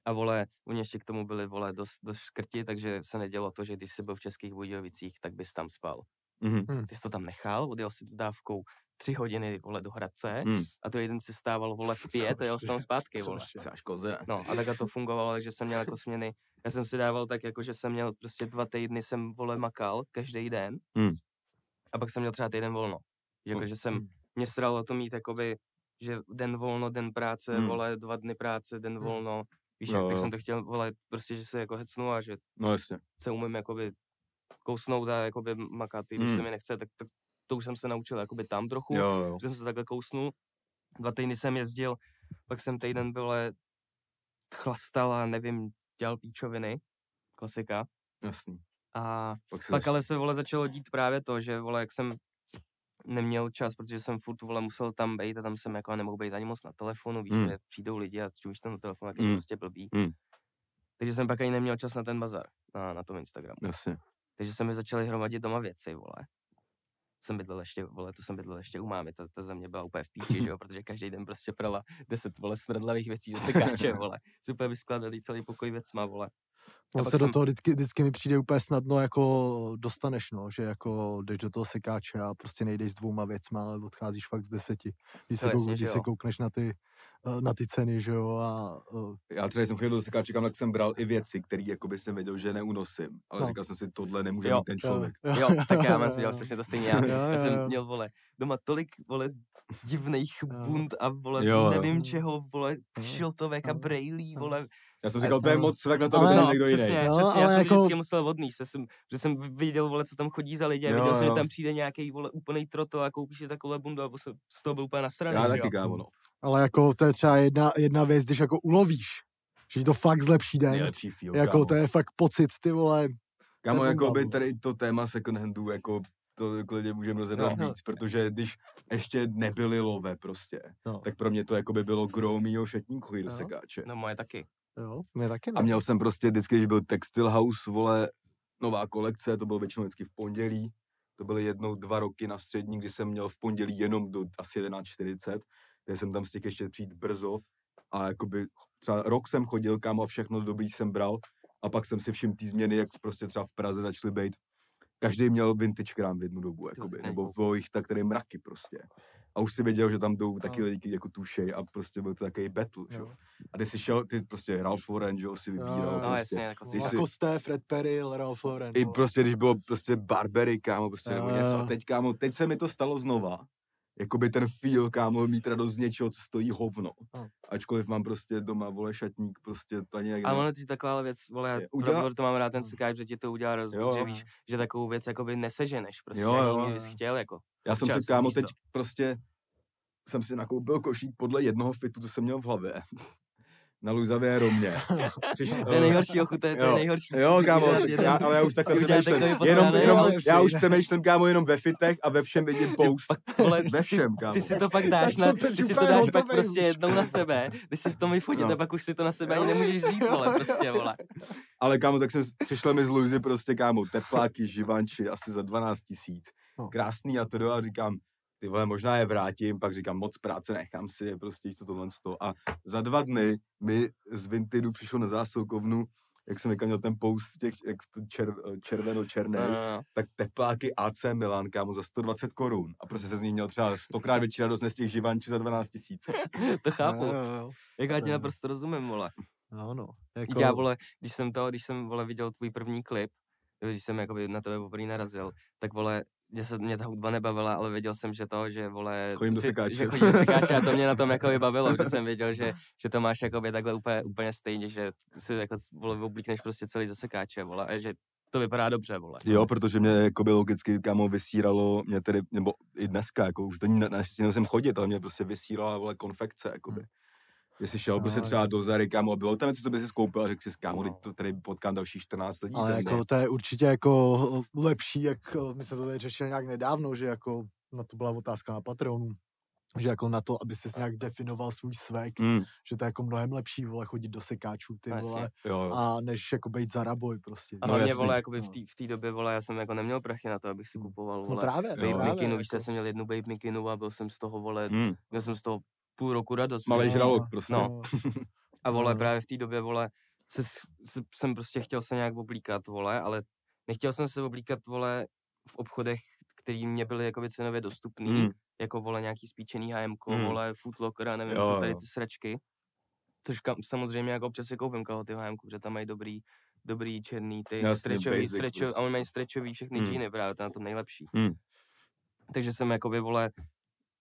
D: A vole, oni ještě k tomu byli, vole, dost, dost škrti, takže se nedělo to, že když jsi byl v Českých Budějovicích, tak bys tam spal.
A: Mhm.
D: Ty jsi to tam nechal, odjel si dávkou tři hodiny, vole, do Hradce
A: Hmm.
D: a druhý den si stával, vole, [laughs] v pět a jel jsi Mhm. tam zpátky, vole.
A: Jsi až koze.
D: No a takhle to fungovalo, takže jsem měl jako směny. Já jsem si dával tak, jako že jsem měl prostě dva týdny jsem vole makal každý den.
A: Hmm.
D: A pak jsem měl třeba týden volno. Že Jako,
A: Hmm.
D: že jsem, mě sralo to mít jakoby, že den volno, den práce,
A: Hmm.
D: vole, dva dny práce, den volno. Víš,
A: Jo,
D: jak, tak
A: jo.
D: jsem to chtěl, vole, prostě, že se jako hecnu a že
A: No jasně.
D: se umím jakoby kousnout a jakoby makat. I když se
A: Hmm.
D: mi nechce, tak, tak to už jsem se naučil jakoby tam trochu
A: Jo, jo.
D: že jsem se takhle kousnul. Dva týdny jsem jezdil, pak jsem týden byl eh, chlastal a nevím, dělal píčoviny, klasika.
A: Jasný.
D: A
A: Pak, se
D: pak
A: zaš-
D: ale se, vole, začalo dít právě to, že, vole, jak jsem neměl čas, protože jsem furt, vole, musel tam být a tam jsem jako nemohl být ani moc na telefonu, víš,
A: Hmm.
D: že přijdou lidi a čumíš tam na telefon, jak je to
A: Hmm.
D: prostě blbý.
A: Hmm.
D: Takže jsem pak ani neměl čas na ten bazar, na, na tom Instagramu.
A: Jasně.
D: Takže se mi začaly hromadit doma věci, vole. Jsem bydlel ještě, vole, to jsem bydlel ještě u mámy, ta, ta země byla úplně v píči,
B: [laughs]
D: že jo, protože každý den prostě prala 10, vole, smrdlavých věcí do
B: [laughs]
D: sekáče, vole. Super vyskladali celý pokoj věcma, vole.
B: On
D: pak
B: se do
D: jsem-
B: toho vždycky, vždycky mi přijde úplně snadno, jako dostaneš, no, že jako jdeš do toho sekáče a prostě nejdeš s dvouma věcma, ale odcházíš fakt z deseti. Když se,
D: No
B: kou,
D: jasně, že
B: když se
D: jo.
B: koukneš na ty, eh, na ty ceny, že jo, a eh,
A: Já třeba, když jsem chodil do sekáček, kam, tak jsem bral i věci, které jakoby jsem věděl, že neunosím. Ale
B: No.
A: říkal jsem si, tohle nemůže
D: Jo,
A: mít ten
B: [laughs]
A: člověk.
D: Jo, tak já mám si dělal přesně to stejně. Já,
B: Jo,
D: já
B: jo,
D: jsem
B: jo.
D: měl, vole, doma tolik, vole, divných
B: Jo.
D: bund a, vole,
A: Jo, jo.
D: nevím
B: Mm.
D: čeho, vole,
B: Jo.
D: šiltovek a
B: Jo.
D: brejlí,
B: Jo.
D: vole,
A: Já jsem
D: Ale-
A: říkal, to je
B: no.
A: moc svek na to, aby
B: Ale-
A: to měl
B: No,
A: někdo
D: přesně,
A: jiný.
B: Jo,
D: přesně, já
B: ale
D: jsem jako...
B: jako-
D: vždycky musel odníst, já jsem, že jsem viděl, vole, co tam chodí za lidi, a
A: Jo,
D: viděl jsem, že
A: jo.
D: tam přijde nějaký vole, úplný trotl a koupí si takovou bundu, a jsem z toho byl úplně nasraný,
A: Já
D: že
A: taky,
D: jo.
A: kámo, no.
B: ale jako to je třeba jedna, jedna věc, když jako ulovíš, že ti to fakt zlepší den.
A: Nejlepší feel,
B: jako
A: kámo.
B: to je fakt pocit, ty vole,
A: Kámo,
B: To je
A: jako by
B: bomba, no.
A: tady to téma second handu, jako to klidně můžeme rozebrat
D: No.
A: víc, protože když ještě nebyly love prostě,
B: No.
A: tak pro mě to jako by bylo gro mýho šatníku chodit do
B: No.
A: sekáče.
D: No moje taky.
B: jo, mě taky no.
A: A
B: ne.
A: měl jsem prostě vždycky, když byl Textil House, vole, nová kolekce, to bylo většinou vždycky v pondělí, to byly jednou dva roky na střední, kdy jsem měl v pondělí jenom do asi 11.40, kde jsem tam stihl ještě přijít brzo a jakoby třeba rok jsem chodil kam a všechno dobrý jsem bral a pak jsem si všiml té změny, jak prostě třeba v Praze začaly být. Každý měl vintage krám v jednu dobu, jakoby,
D: ne,
A: nebo
D: kouk.
A: vojich, tak tady mraky prostě. A už si věděl, že tam jdou taky lidi kteří jako tušej a prostě byl to takový battle, že? jo.
B: Jo.
A: A ty jsi šel, ty prostě Ralph Lauren, že jo, si vybíral.
B: jo.
D: No
A: prostě.
D: jasně, jako
A: Ty jsi,
B: Jako jste Fred Perry, Ralph Lauren.
A: I
B: no.
A: prostě, když bylo prostě Barbery, kámo, prostě nebo něco. A
B: Jo.
A: teď, kámo, teď se mi to stalo znova. Jakoby ten feel, kámo, mít radost z něčeho, co stojí hovno.
D: No.
B: Jo.
A: Ačkoliv mám prostě doma, vole, šatník, prostě to nějak...
D: A
A: ne-
D: ono ti taková věc, vole,
A: Je, udělá- Mm.
D: udělá... to mám rád ten Skype, že ti to udělá rozdíl, že
A: Jo.
D: víš, že takovou věc jakoby neseženeš, prostě,
A: Jo,
D: jo,
A: jo.
D: jo, bys chtěl, jako.
A: Já jsem si,
D: občas,
A: kámo,
D: víš co.
A: teď prostě jsem si nakoupil košík podle jednoho fitu, co jsem měl v hlavě. [laughs] Na Luzavě
D: [laughs]
A: Romě. Přišel-
D: To je nejhorší ochu, to je, to je
A: Jo.
D: nejhorší.
A: Jo,
D: si
A: kámo,
D: udělat jeden-
A: já, ale já už
D: si
A: takhle
D: udělat
A: přemýšlím.
D: takový
A: Jenom,
D: posranej,
A: jenom,
D: ale
A: já už
B: přesně.
A: přemýšlím, kámo, jenom ve fitech a ve všem vidím post.
D: vole,
A: Ve všem, kámo.
D: Ty si to pak dáš,
B: to
D: na,
B: seš
D: ty si to
B: úplně
D: dáš pak
B: hotovej
D: prostě
B: už.
D: jednou na sebe, když jsi v tom vyfotit,
A: No.
D: a pak už si to na sebe ani nemůžeš vzít, vole, prostě, vole.
A: Ale kámo, tak jsem s- přišla mi z Luzy prostě kámo, tepláky, živanči, asi za 12 tisíc.
B: No.
A: Krásný a to a říkám, ty vole, možná je vrátím, pak říkám, moc práce, nechám si je, prostě víš co tohle to. A za dva dny mi z Vintidu přišlo na zásilkovnu, jak jsem říkal, měl ten post těch jak to čer, červeno-černý,
D: No, no, no.
A: tak tepláky AC Milan, kámo, za 120 korun. A prostě se z ní měl třeba stokrát větší radost než těch živanči za 12 tisíc.
D: [laughs] To chápu.
B: Jo, jo, jo.
D: Jak já
B: To
D: ti
B: jo.
D: naprosto rozumím, vole.
B: No, no.
D: Jako... Já, vole, když jsem to, když jsem, vole, viděl tvůj první klip, když jsem jakoby na tebe poprvé narazil, tak vole, mě, se, mě ta hudba nebavila, ale věděl jsem, že to, že vole...
A: Chodím do
D: si-
A: sekáče.
D: Že chodím do sekáče a to mě
B: [laughs]
D: na tom jako bavilo, že jsem věděl, že, že to máš jakoby takhle úplně, úplně stejně, že si jako vole oblíkneš prostě celý ze sekáče, vole, a že to vypadá dobře, vole. No,
A: Jo, protože mě jako by logicky kámo vysíralo, mě tedy, nebo i dneska, jako už do ní na- naštěstí nemusím chodit, ale mě prostě vysírala vole konfekce, jakoby. Když jsi šel
B: No,
A: prostě
B: ale-
A: třeba do Zary, kámo, a bylo tam něco, co by si koupil a řekl si, kámo,
D: No.
A: teď to tady potkám další 14 lidí.
B: Ale
A: zase."
B: jako to je určitě jako no lepší, jak eh, my jsme to tady řešili nějak nedávno, že jako na to byla otázka na Patronu, že jako na to, aby si nějak definoval svůj svek,
A: Mm.
B: že to je jako mnohem lepší, vole, chodit do sekáčů, ty
D: No, jasně.
B: vole,
A: Jo, jo.
B: a než jako být zaraboj prostě.
D: A
A: No,
D: hlavně,
A: jasný,
D: vole, jakoby v
B: no.
D: té v té době, vole, já jsem jako neměl prachy na to, abych si kupoval,
B: No
D: vole,
B: právě,
A: Jo.
D: babe
B: právě.
D: mikinu, víš,
B: jako.
D: já jsem měl jednu babe mikinu a byl jsem z toho, vole,
A: Mm.
D: měl jsem z toho půl roku radost.
A: Malej
D: vole.
B: No,
A: žralok prostě.
D: no. [laughs]
B: jo.
D: A vole,
B: No.
D: právě v té době, vole, se, s- se, jsem prostě chtěl se nějak oblíkat, vole, ale nechtěl jsem se oblíkat, vole, v obchodech, který mě byly jakoby cenově dostupný,
A: Mm.
D: jako, vole, nějaký spíčený H&M,
A: Mm.
D: vole, Foot Locker a nevím
A: Jo,
D: co, tady
A: jo.
D: ty sračky. Což kam, samozřejmě jako občas si koupím kalhoty v H&M, protože tam mají dobrý, dobrý černý, ty
A: No, Jasně,
D: Jasně, stretchový,
A: basic
D: stretchový,
A: prostě.
D: a oni mají stretchový všechny
A: Mm.
D: mm. džíny právě, to je na to nejlepší.
A: Mm.
D: Takže jsem jakoby, vole,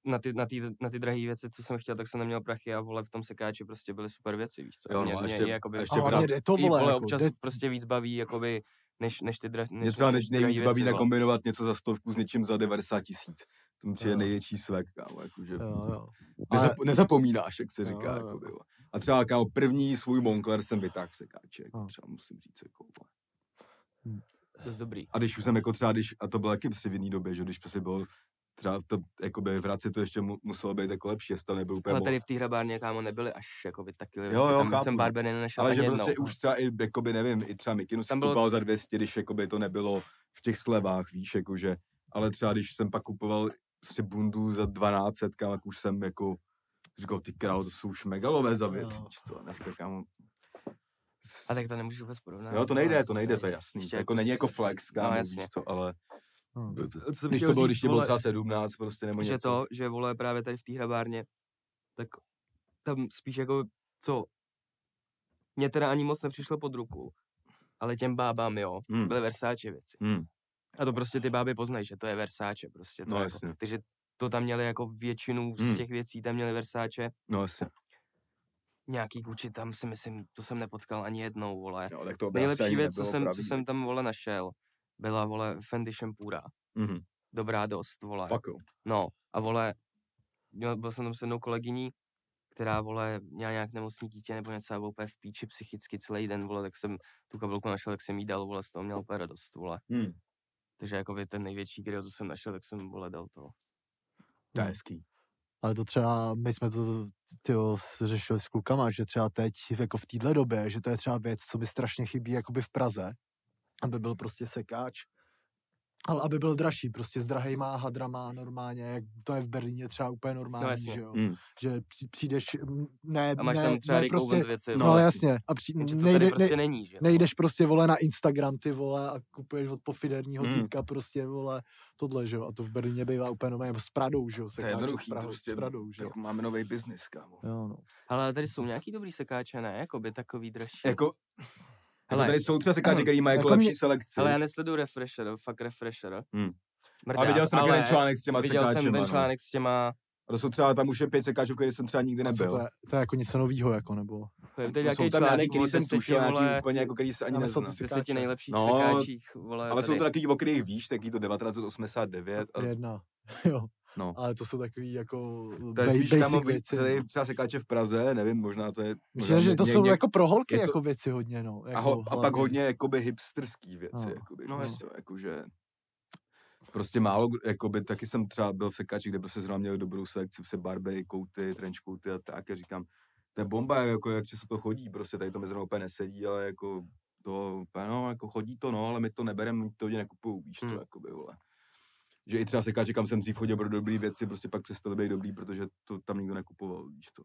D: na ty, na ty, na ty drahé věci, co jsem chtěl, tak jsem neměl prachy a vole v tom sekáči prostě byly super věci, víš co?
A: Jo, no
D: mě,
A: a
D: mě
A: ještě-
D: i jakoby,
A: a ještě
B: A
A: v
B: hlavně
A: rámci-
B: jde to,
D: i, vole,
B: vole, jako,
D: občas
B: jde,
D: prostě víc baví, jakoby, než, než ty dra, než,
A: Mě třeba než,
D: drahý
A: nejvíc
D: věci,
A: baví
D: vole.
A: nakombinovat něco za stovku s něčím za 90 tisíc. To mi přijde
B: Jo.
A: největší svek, kámo, jakože
B: jo, jo. Ale,
A: nezap, nezapomínáš, jak se říká,
B: Jo,
D: No,
B: jo.
A: jakoby, jo. A třeba, kámo, první svůj Moncler jsem vytáhl sekáče, jako
D: No.
B: Jo.
A: třeba musím říct, jako, vole.
D: Dost dobrý.
A: A když už jsem jako třeba, když, a to bylo taky prostě v jiný době, že když prostě bylo třeba to, jakoby v Hradci to ještě mu, muselo být jako lepší, jestli to nebyl úplně
D: Ale
A: mo-
D: tady v té hrabárně, kámo, nebyly až jakoby taky věci,
A: jo,
D: tam
A: chápu,
D: jsem
A: no.
D: barbery nenašel
A: Ale
D: ani
A: že
D: jednou. no.
A: prostě už třeba i, jakoby, nevím, i třeba mikinu jsem
D: Tam bylo-
A: kupoval za 200, když jakoby to nebylo v těch slevách, víš, jakože, ale třeba když jsem pak kupoval si bundu za 12, kam, tak už jsem jako říkal, ty král, to jsou už megalové za věci,
B: Jo.
A: víš co, dneska kam...
D: A tak to nemůžu vůbec porovnat.
A: Jo, to nejde, to nejde, to je jasný.
D: Ještě
A: To jako
D: jako
A: není jako
D: s-
A: flex,
D: no,
A: kámo,
D: jasně.
A: víš co, ale
B: hm.
D: Co
A: když to bylo, když ti bylo třeba 17, prostě nebo
D: že
A: něco.
D: to, že vole právě tady v té hrabárně, tak tam spíš jako, co, mě teda ani moc nepřišlo pod ruku, ale těm bábám, jo,
A: Hmm.
D: byly Versace věci.
A: Hmm.
D: A to prostě ty báby poznají, že to je Versace, prostě to
A: No,
D: jako,
A: jasně.
D: takže to tam měli jako většinu
A: Hmm.
D: z těch věcí, tam měli Versace,
A: No jasně.
D: nějaký Gucci tam si myslím, to jsem nepotkal ani jednou, vole.
A: Jo, tak to by asi
D: Nejlepší
A: ani
D: věc, co
A: nebylo
D: jsem, co
A: pravý,
D: jsem
A: víš
D: tam, vole, našel, byla, vole, Fendi Shampura.
A: Mhm.
D: Dobrá dost, vole.
A: Fakt jo.
D: No a vole, měl, byl jsem tam s jednou kolegyní, která vole, měla nějak nemocný dítě nebo něco a byla úplně v píči psychicky celý den, vole, tak jsem tu kabelku našel, tak jsem jí dal, vole, z toho měl úplně radost, vole.
A: Hm.
D: Takže jako by ten největší grill, co jsem našel, tak jsem, vole, dal to. Hm.
A: To je hezký.
B: ale to třeba, my jsme to tyjo, s- řešili s klukama, že třeba teď, jako v téhle době, že to je třeba věc, co mi strašně chybí jakoby v Praze, aby byl prostě sekáč, ale aby byl dražší, prostě s drahejma hadrama normálně, jak to je v Berlíně třeba úplně normální,
D: No, jasně.
B: že jo.
A: Mm.
B: Že při- přijdeš, m, ne,
D: A máš
B: ne,
D: tam třeba
B: ne,
D: Rick Owens
B: prostě,
D: věci,
B: no,
D: vole,
B: jasně, a při,
D: jenže to
B: nejde,
D: tady
B: ne,
D: prostě není, že? jo.
B: Nejdeš prostě, vole, na Instagram, ty vole, a kupuješ od pofiderního
A: Mm.
B: hmm. týka prostě, vole, tohle, že jo, a to v Berlíně bývá úplně nové, s Pradou, že jo,
A: To
B: se
A: je jednoduchý,
B: s Prahou,
A: prostě
B: s Pradou, že jo.
A: Tak máme nový biznis, kámo.
B: Jo, no.
D: Ale tady jsou nějaký dobrý sekáče, ne? Jakoby takový dražší.
A: Jako, Hele,
D: Hele,
A: Jako tady jsou třeba sekáče, který mají jako,
B: jako mě-
A: lepší selekci.
D: ale já nesleduju Refresher, fakt Refresher.
A: Hmm.
D: Mrdá,
A: a viděl jsem taky
D: ale
A: ten článek s těma
D: viděl
A: sekáčema,
D: jsem ten
A: no.
D: článek s těma,
A: A To jsou třeba, tam už je pět sekáčů, který jsem třeba nikdy
B: A co
A: nebyl.
B: to je, to je jako něco novýho, jako, nebo?
D: to je
A: To No, jsou tam
D: nějaký
A: nějaký,
D: článek o
A: který jsem
D: deseti,
A: tušil, nějaký
D: vole,
A: úplně jako, který se ani
B: Ale jsou
A: neznám.
B: ty se-
D: deseti
B: sekáče.
D: nejlepších
A: No,
D: no, sekáčích, vole,
A: Ale jsou to
D: tady.
A: takový, o kterých víš, taky to 1989. A
B: Jedna, [laughs] jo.
A: No.
B: Ale to jsou takový, jako,
A: to je
B: ba-
A: spíš
B: basic
A: tam
B: věci. no.
A: tady třeba sekáče v Praze, nevím, možná to je... možná
B: Myslím, že to
A: ně-
B: jsou
A: ně-
B: jako pro holky,
A: je to-
B: jako věci hodně, no. Jako
A: a, ho, a pak
B: hlavně.
A: hodně jakoby hipsterský věci,
B: No.
A: jakoby,
D: No,
A: no, prostě, jakože prostě málo, kdo- jakoby taky jsem třeba byl v sekáči, kde prostě zrovna měl dobrou selekci, prostě se barbery, kouty, trench kouty a tak a říkám, to je bomba, jako jak často to chodí, prostě tady to mi zrovna úplně nesedí, ale jako to, úplně, no, jako chodí to, no, ale my to nebereme, my to lidi nekupují, víš co,
D: Hmm.
A: jakoby, vole. Že i třeba sekáče, kam jsem dřív chodil pro dobrý věci, prostě pak přestali být dobrý, protože to tam nikdo nekupoval, víš co.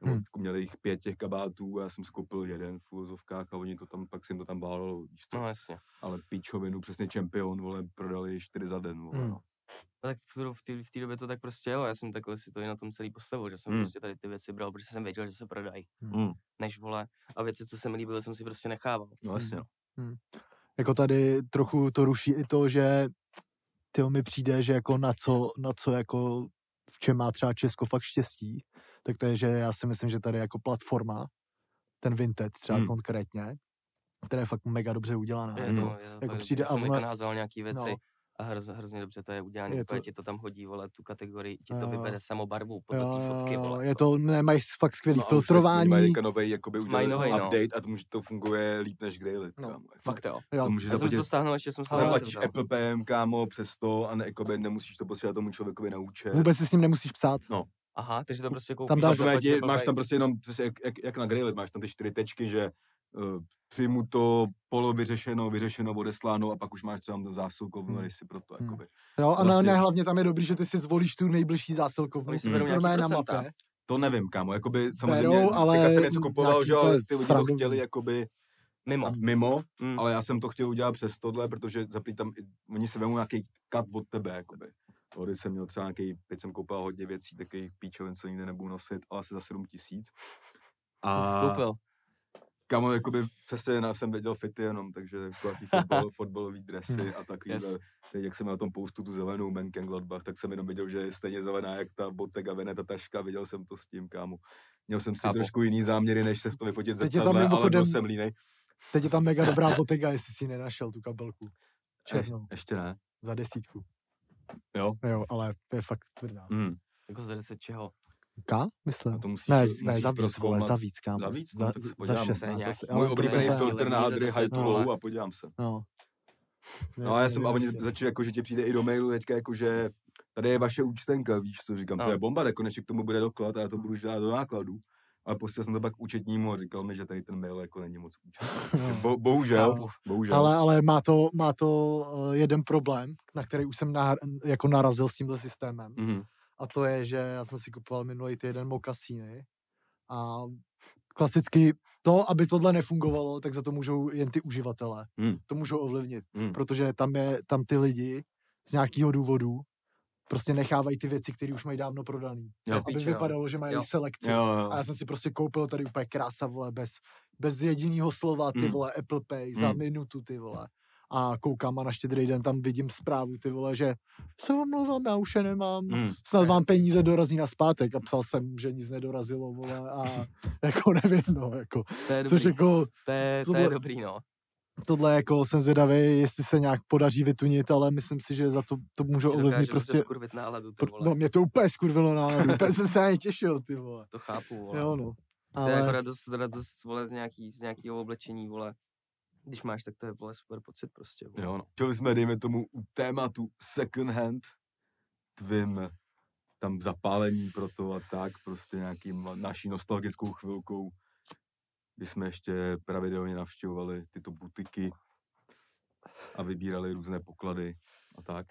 A: Nebo
B: Hmm.
A: hmm. měli jich pět těch kabátů a já jsem si koupil jeden v úvozovkách a oni to tam, pak jsem to tam bálilo, víš co.
D: No jasně.
A: Ale píčovinu, přesně čempion, vole, prodali čtyři za den, vole.
D: Hmm.
B: Mm.
A: no.
D: A tak v tu- v té v té době to tak prostě jelo, já jsem takhle si to i na tom celý postavil, že jsem
A: Hmm.
D: prostě tady ty věci bral, protože jsem věděl, že se prodají,
A: Mm.
D: než vole. A věci, co se mi líbily, jsem si prostě nechával.
A: No jasně,
B: Mm.
A: no.
B: Jako tady trochu to ruší i to, že tyjo, mi přijde, že jako na co, na co jako v čem má třeba Česko fakt štěstí, tak to je, že já si myslím, že tady jako platforma, ten Vinted třeba
A: Hmm.
B: hmm. konkrétně, která je fakt mega dobře udělaná.
D: Je
A: Mm.
D: to, je to fakt dobrý.
B: přijde
D: Já
B: a
D: jsem
B: ono-
D: naházal nějaký věci.
B: No.
D: A hroz, hrozně dobře to je udělané,
B: Je
D: úplně
B: to-
D: ti to tam hodí, vole, tu kategorii, ti to
B: Jo, jo.
D: vybere samo barvu podle
B: Jo,
D: té fotky,
B: jo,
D: vole. jako
B: je to, ne, mají s- fakt skvělý
A: No a
B: no,
A: už taky Mají
B: filtrování.
A: teďka novej, jakoby udělali
D: Mají novej, no.
A: update a to, může, to funguje líp než Greylit,
B: No,
A: kámo. jako.
D: Fakt jo.
A: To
B: Jo,
A: může
D: Já jsem si
A: zaplatit,
D: to stáhnul, ještě jsem se
B: Ale-
A: zaplatíš
D: vrátil.
A: Apple PM, kámo, přes to a ne, jakoby nemusíš to posílat tomu člověkovi na účet.
B: vůbec si s ním nemusíš psát.
A: No.
D: Aha, takže to prostě koupíš.
B: Tam
A: To
B: dáš-
D: a
A: znamená,
D: pak
A: ti-
D: to
A: máš
D: prodají.
A: tam prostě jenom, přesně jak, jak, jak na grilit, máš tam ty čtyři tečky, že uh, přijmu to polo vyřešeno, vyřešeno, odesláno a pak už máš třeba tam zásilkovnu,
B: Hmm.
A: hmm. si pro to,
B: Hmm.
A: jakoby.
B: Jo, a
A: Vlastně-
B: vlastně. ne, hlavně tam je dobrý, že ty si zvolíš tu nejbližší zásilkovnu.
D: Oni si
A: Mm.
D: berou nějaký
B: Normálně na
D: procenta.
B: mapě.
A: To nevím, kámo, jakoby samozřejmě,
B: Berou, ale
A: teďka jsem něco kupoval,
B: nějaký
A: že jo, ale
B: úplně
A: ty lidi to
B: srandovní.
A: chtěli jakoby
D: Mimo.
A: mimo,
D: Mm.
A: ale já jsem to chtěl udělat přes tohle, protože zaprý tam, i- oni si vemou nějaký kat od tebe, jakoby. Tady jsem měl třeba nějaký, teď jsem koupil hodně věcí, takových píčovin, co nikdy nebudu nosit, ale asi za 7 tisíc.
D: Co jsi koupil?
A: Kamo, jakoby přesně na, jsem věděl fity jenom, takže jako jaký
B: [laughs]
A: fotbal, fotbalový dresy a takový.
D: Yes.
A: Yes. Teď, jak jsem na tom poustu tu zelenou Menken Gladbach, tak jsem jenom viděl, že je stejně zelená, jak ta Bottega Veneta taška, viděl jsem to s tím, kámo. Měl jsem s tím
D: Chápu.
A: trošku jiný záměry, než se v tom vyfotit
B: Teď je tam
A: zrcadle, ale byl
B: mimochodem-
A: jsem línej.
B: Teď je tam mega dobrá [laughs] botega, jestli si ji nenašel tu kabelku.
D: Eh,
B: Černou,
A: ještě ne.
B: za desítku.
A: Jo.
B: Jo, ale to je fakt tvrdá.
A: Mm.
D: Jako za 10 čeho?
B: K,
A: A
B: Hm. myslím.
A: to musíš,
B: Hmm. Ne,
A: musíš
B: ne, za víc, vole,
A: prozkoumat.
B: za víc, kámo.
A: Za víc? No,
B: Za,
A: tak se
B: za
A: podívám. To je
B: 16.
D: nějaký
B: asi, ale
A: Můj
B: to
A: oblíbený
B: je-
D: úplně-
A: filtr
D: Za
A: na Adry,
D: 10
A: high to
D: vole.
A: low a podívám se.
B: No.
A: No a já
B: Ne,
A: jsem,
B: ne,
A: a oni
B: jasně.
A: začali jako, že ti přijde i do mailu teďka jako, že tady je vaše účtenka, víš co, říkám,
D: No.
A: to je bomba, ne, konečně k tomu bude doklad a já to budu žádat do nákladů. Ale posílal jsem to pak účetnímu a říkal mi, že tady ten mail jako není moc účetní.
B: No.
A: Bo, bohužel,
B: Chápu.
A: bohužel.
B: Ale, ale má to, má to eh, jeden problém, na který už jsem na, jako narazil s tímhle systémem.
A: Mhm.
B: A to je, že já jsem si kupoval minulý týden mokasíny a klasicky to, aby tohle nefungovalo, tak za to můžou jen ty uživatelé.
A: Hmm.
B: To můžou ovlivnit,
A: Mhm.
B: protože tam, je, tam ty lidi z nějakého důvodu prostě nechávají ty věci, které už mají dávno prodaný.
A: Jo.
B: Aby
D: Píče, no.
B: vypadalo, že mají
D: Jo.
B: selekci.
A: Jo, jo.
B: A já jsem si prostě koupil tady úplně krása, vole, bez, bez jediného slova, ty
A: Mm.
B: vole, Apple Pay za
A: Mm.
B: minutu, ty vole. A koukám a na štědrý den tam vidím zprávu, ty vole, že se omlouvám, já už je nemám,
A: Mhm.
B: snad vám peníze dorazí na zpátek. A psal jsem, že nic nedorazilo, vole,
D: [laughs]
B: a jako nevím, no, jako.
D: To je
B: Což
D: dobrý,
B: jako,
D: to je, to
B: tohle-
D: je dobrý, no.
B: tohle jako jsem zvědavý, jestli se nějak podaří vytunit, ale myslím si, že za to, to může
D: Že dokáže
B: ovlivnit
D: prostě...
B: prostě,
D: skurvit náladu, ty
B: pr-
D: vole.
B: no mě to úplně skurvilo náladu, úplně jsem se na ně těšil, ty vole.
D: To chápu, vole.
B: Jo, no.
D: To je jako
B: Ale,
D: radost, radost, vole, z, nějaký, z nějakého oblečení, vole. Když máš, tak to je, vole, super pocit prostě, vole.
A: Jo, no. Čili jsme, dejme tomu, u tématu second hand, tvým eh, tam zapálení pro to a tak, prostě nějakým mla- naší nostalgickou chvilkou, kdy jsme ještě pravidelně navštěvovali tyto butiky a vybírali různé poklady a tak.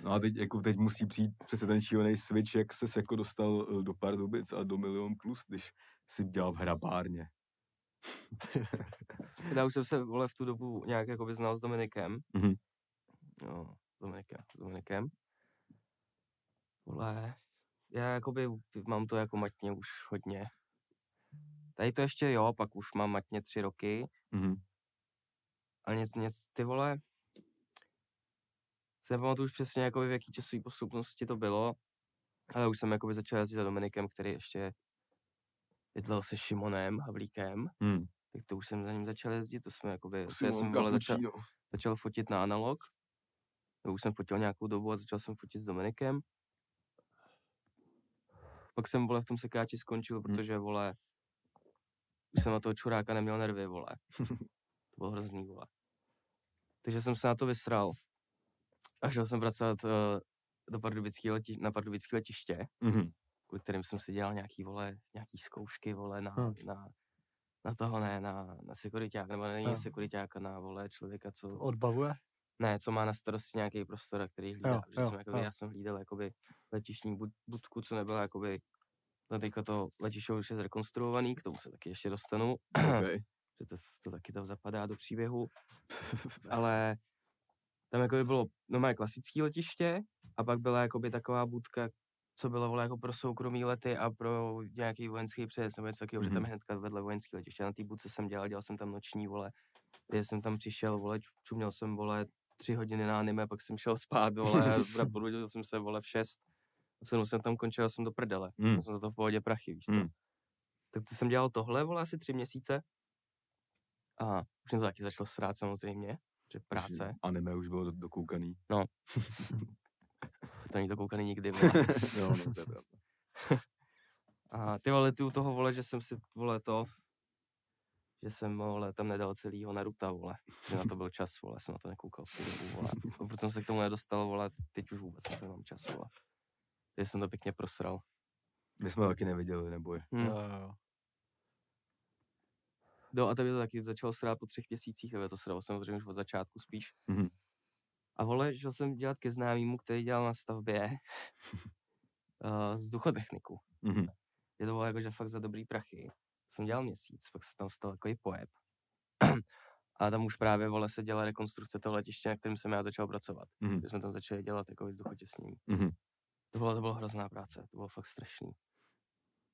A: No a teď, jako teď musí přijít přece ten šílený switch, jak ses jako dostal eh, do Pardubic a do Milion Plus, když si dělal v hrabárně.
D: Já už jsem se, vole, v tu dobu nějak jako vyznal s Dominikem.
A: Mhm.
D: No, s Dominikem, s Dominikem. Vole, já jakoby mám to jako matně už hodně. Tady to ještě jo, pak už mám matně tři roky.
A: Mhm.
D: A nic, nic, ty vole, se nepamatuju už přesně, jakoby v jaký časový postupnosti to bylo, ale už jsem jakoby začal jezdit za Dominikem, který ještě bydlel se Šimonem Havlíkem,
A: Hmm.
D: tak to už jsem za ním začal jezdit, to jsme jakoby, to já jsem vole, začal,
A: Cappuccino.
D: začal fotit na analog, to už jsem fotil nějakou dobu a začal jsem fotit s Dominikem. Pak jsem, vole, v tom sekáči skončil, protože, vole, už jsem na toho čuráka neměl nervy, vole. To bylo hrozný, vole. Takže jsem se na to vysral. A šel jsem pracovat uh, do pardubický leti- na pardubické letiště,
A: Mhm.
D: kvůli kterým jsem si dělal nějaký, vole, nějaký zkoušky, vole, na,
B: Hm.
D: na, na toho, ne, na, na sekuriták, nebo není
B: Jo.
D: sekuritáka, na, vole, člověka, co...
B: odbavuje?
D: Ne, co má na starosti nějaký prostor, a který hlídá. že
B: jo,
D: jsem, jakoby,
B: jo.
D: já jsem hlídal jakoby letišní bud- budku, co nebyla jakoby, no teďka to letiště už je zrekonstruovaný, k tomu se taky ještě dostanu,
A: Okay.
D: že to, to taky tam zapadá do příběhu,
A: [laughs]
D: ale tam jakoby bylo normálně klasické letiště a pak byla jakoby taková budka, co bylo vole, jako pro soukromý lety a pro nějaký vojenský přejezd nebo něco takového, že tam
A: Mhm.
D: je hnedka vedle vojenský letiště. Na té budce jsem dělal, dělal jsem tam noční vole, kde jsem tam přišel, vole, ču- čuměl jsem, vole, tři hodiny na anime, pak jsem šel spát, vole, a probudil jsem se, vole, v šest. V sedm jsem tam končil, já jsem do prdele.
A: Mm.
D: Já jsem za to v pohodě prachy, víš co.
A: Hmm.
D: Tak to jsem dělal tohle, vole, asi tři měsíce. A už mě to taky začalo srát samozřejmě, že
A: Takže
D: práce,
A: Anime už bylo do-
D: [laughs]
A: dokoukaný.
D: to není to koukaný nikdy,
A: [laughs]
D: vole.
A: jo, no, to je pravda.
D: A ty vole, ty u toho, vole, že jsem si, vole, to, že jsem, vole, tam nedal celýho Naruta, vole. Že na to byl čas, vole, jsem na No, to nekoukal v tu dobu, vole. A Proč jsem se k tomu nedostal, vole, teď už vůbec na to nemám čas, vole. že jsem to pěkně prosral.
A: My jsme ho taky neviděli, neboj.
D: Hm.
B: Jo, jo.
D: No a tebe to taky začalo srát po třech měsících, nebo to sralo samozřejmě už od začátku spíš.
A: Mhm.
D: A vole, šel jsem dělat ke známému, který dělal na stavbě [laughs] uh, vzduchotechniku.
A: Mhm.
D: Je to bylo jakože fakt za dobrý prachy. Jsem dělal měsíc, pak se tam stal takový pojeb. [clears throat] a tam už právě, vole, se dělala rekonstrukce toho letiště, na kterém jsem já začal pracovat.
A: Mhm.
D: Že jsme tam začali dělat jako vzduchotěsnění.
A: Mhm.
D: To bylo, to bylo hrozná práce, to bylo fakt strašný.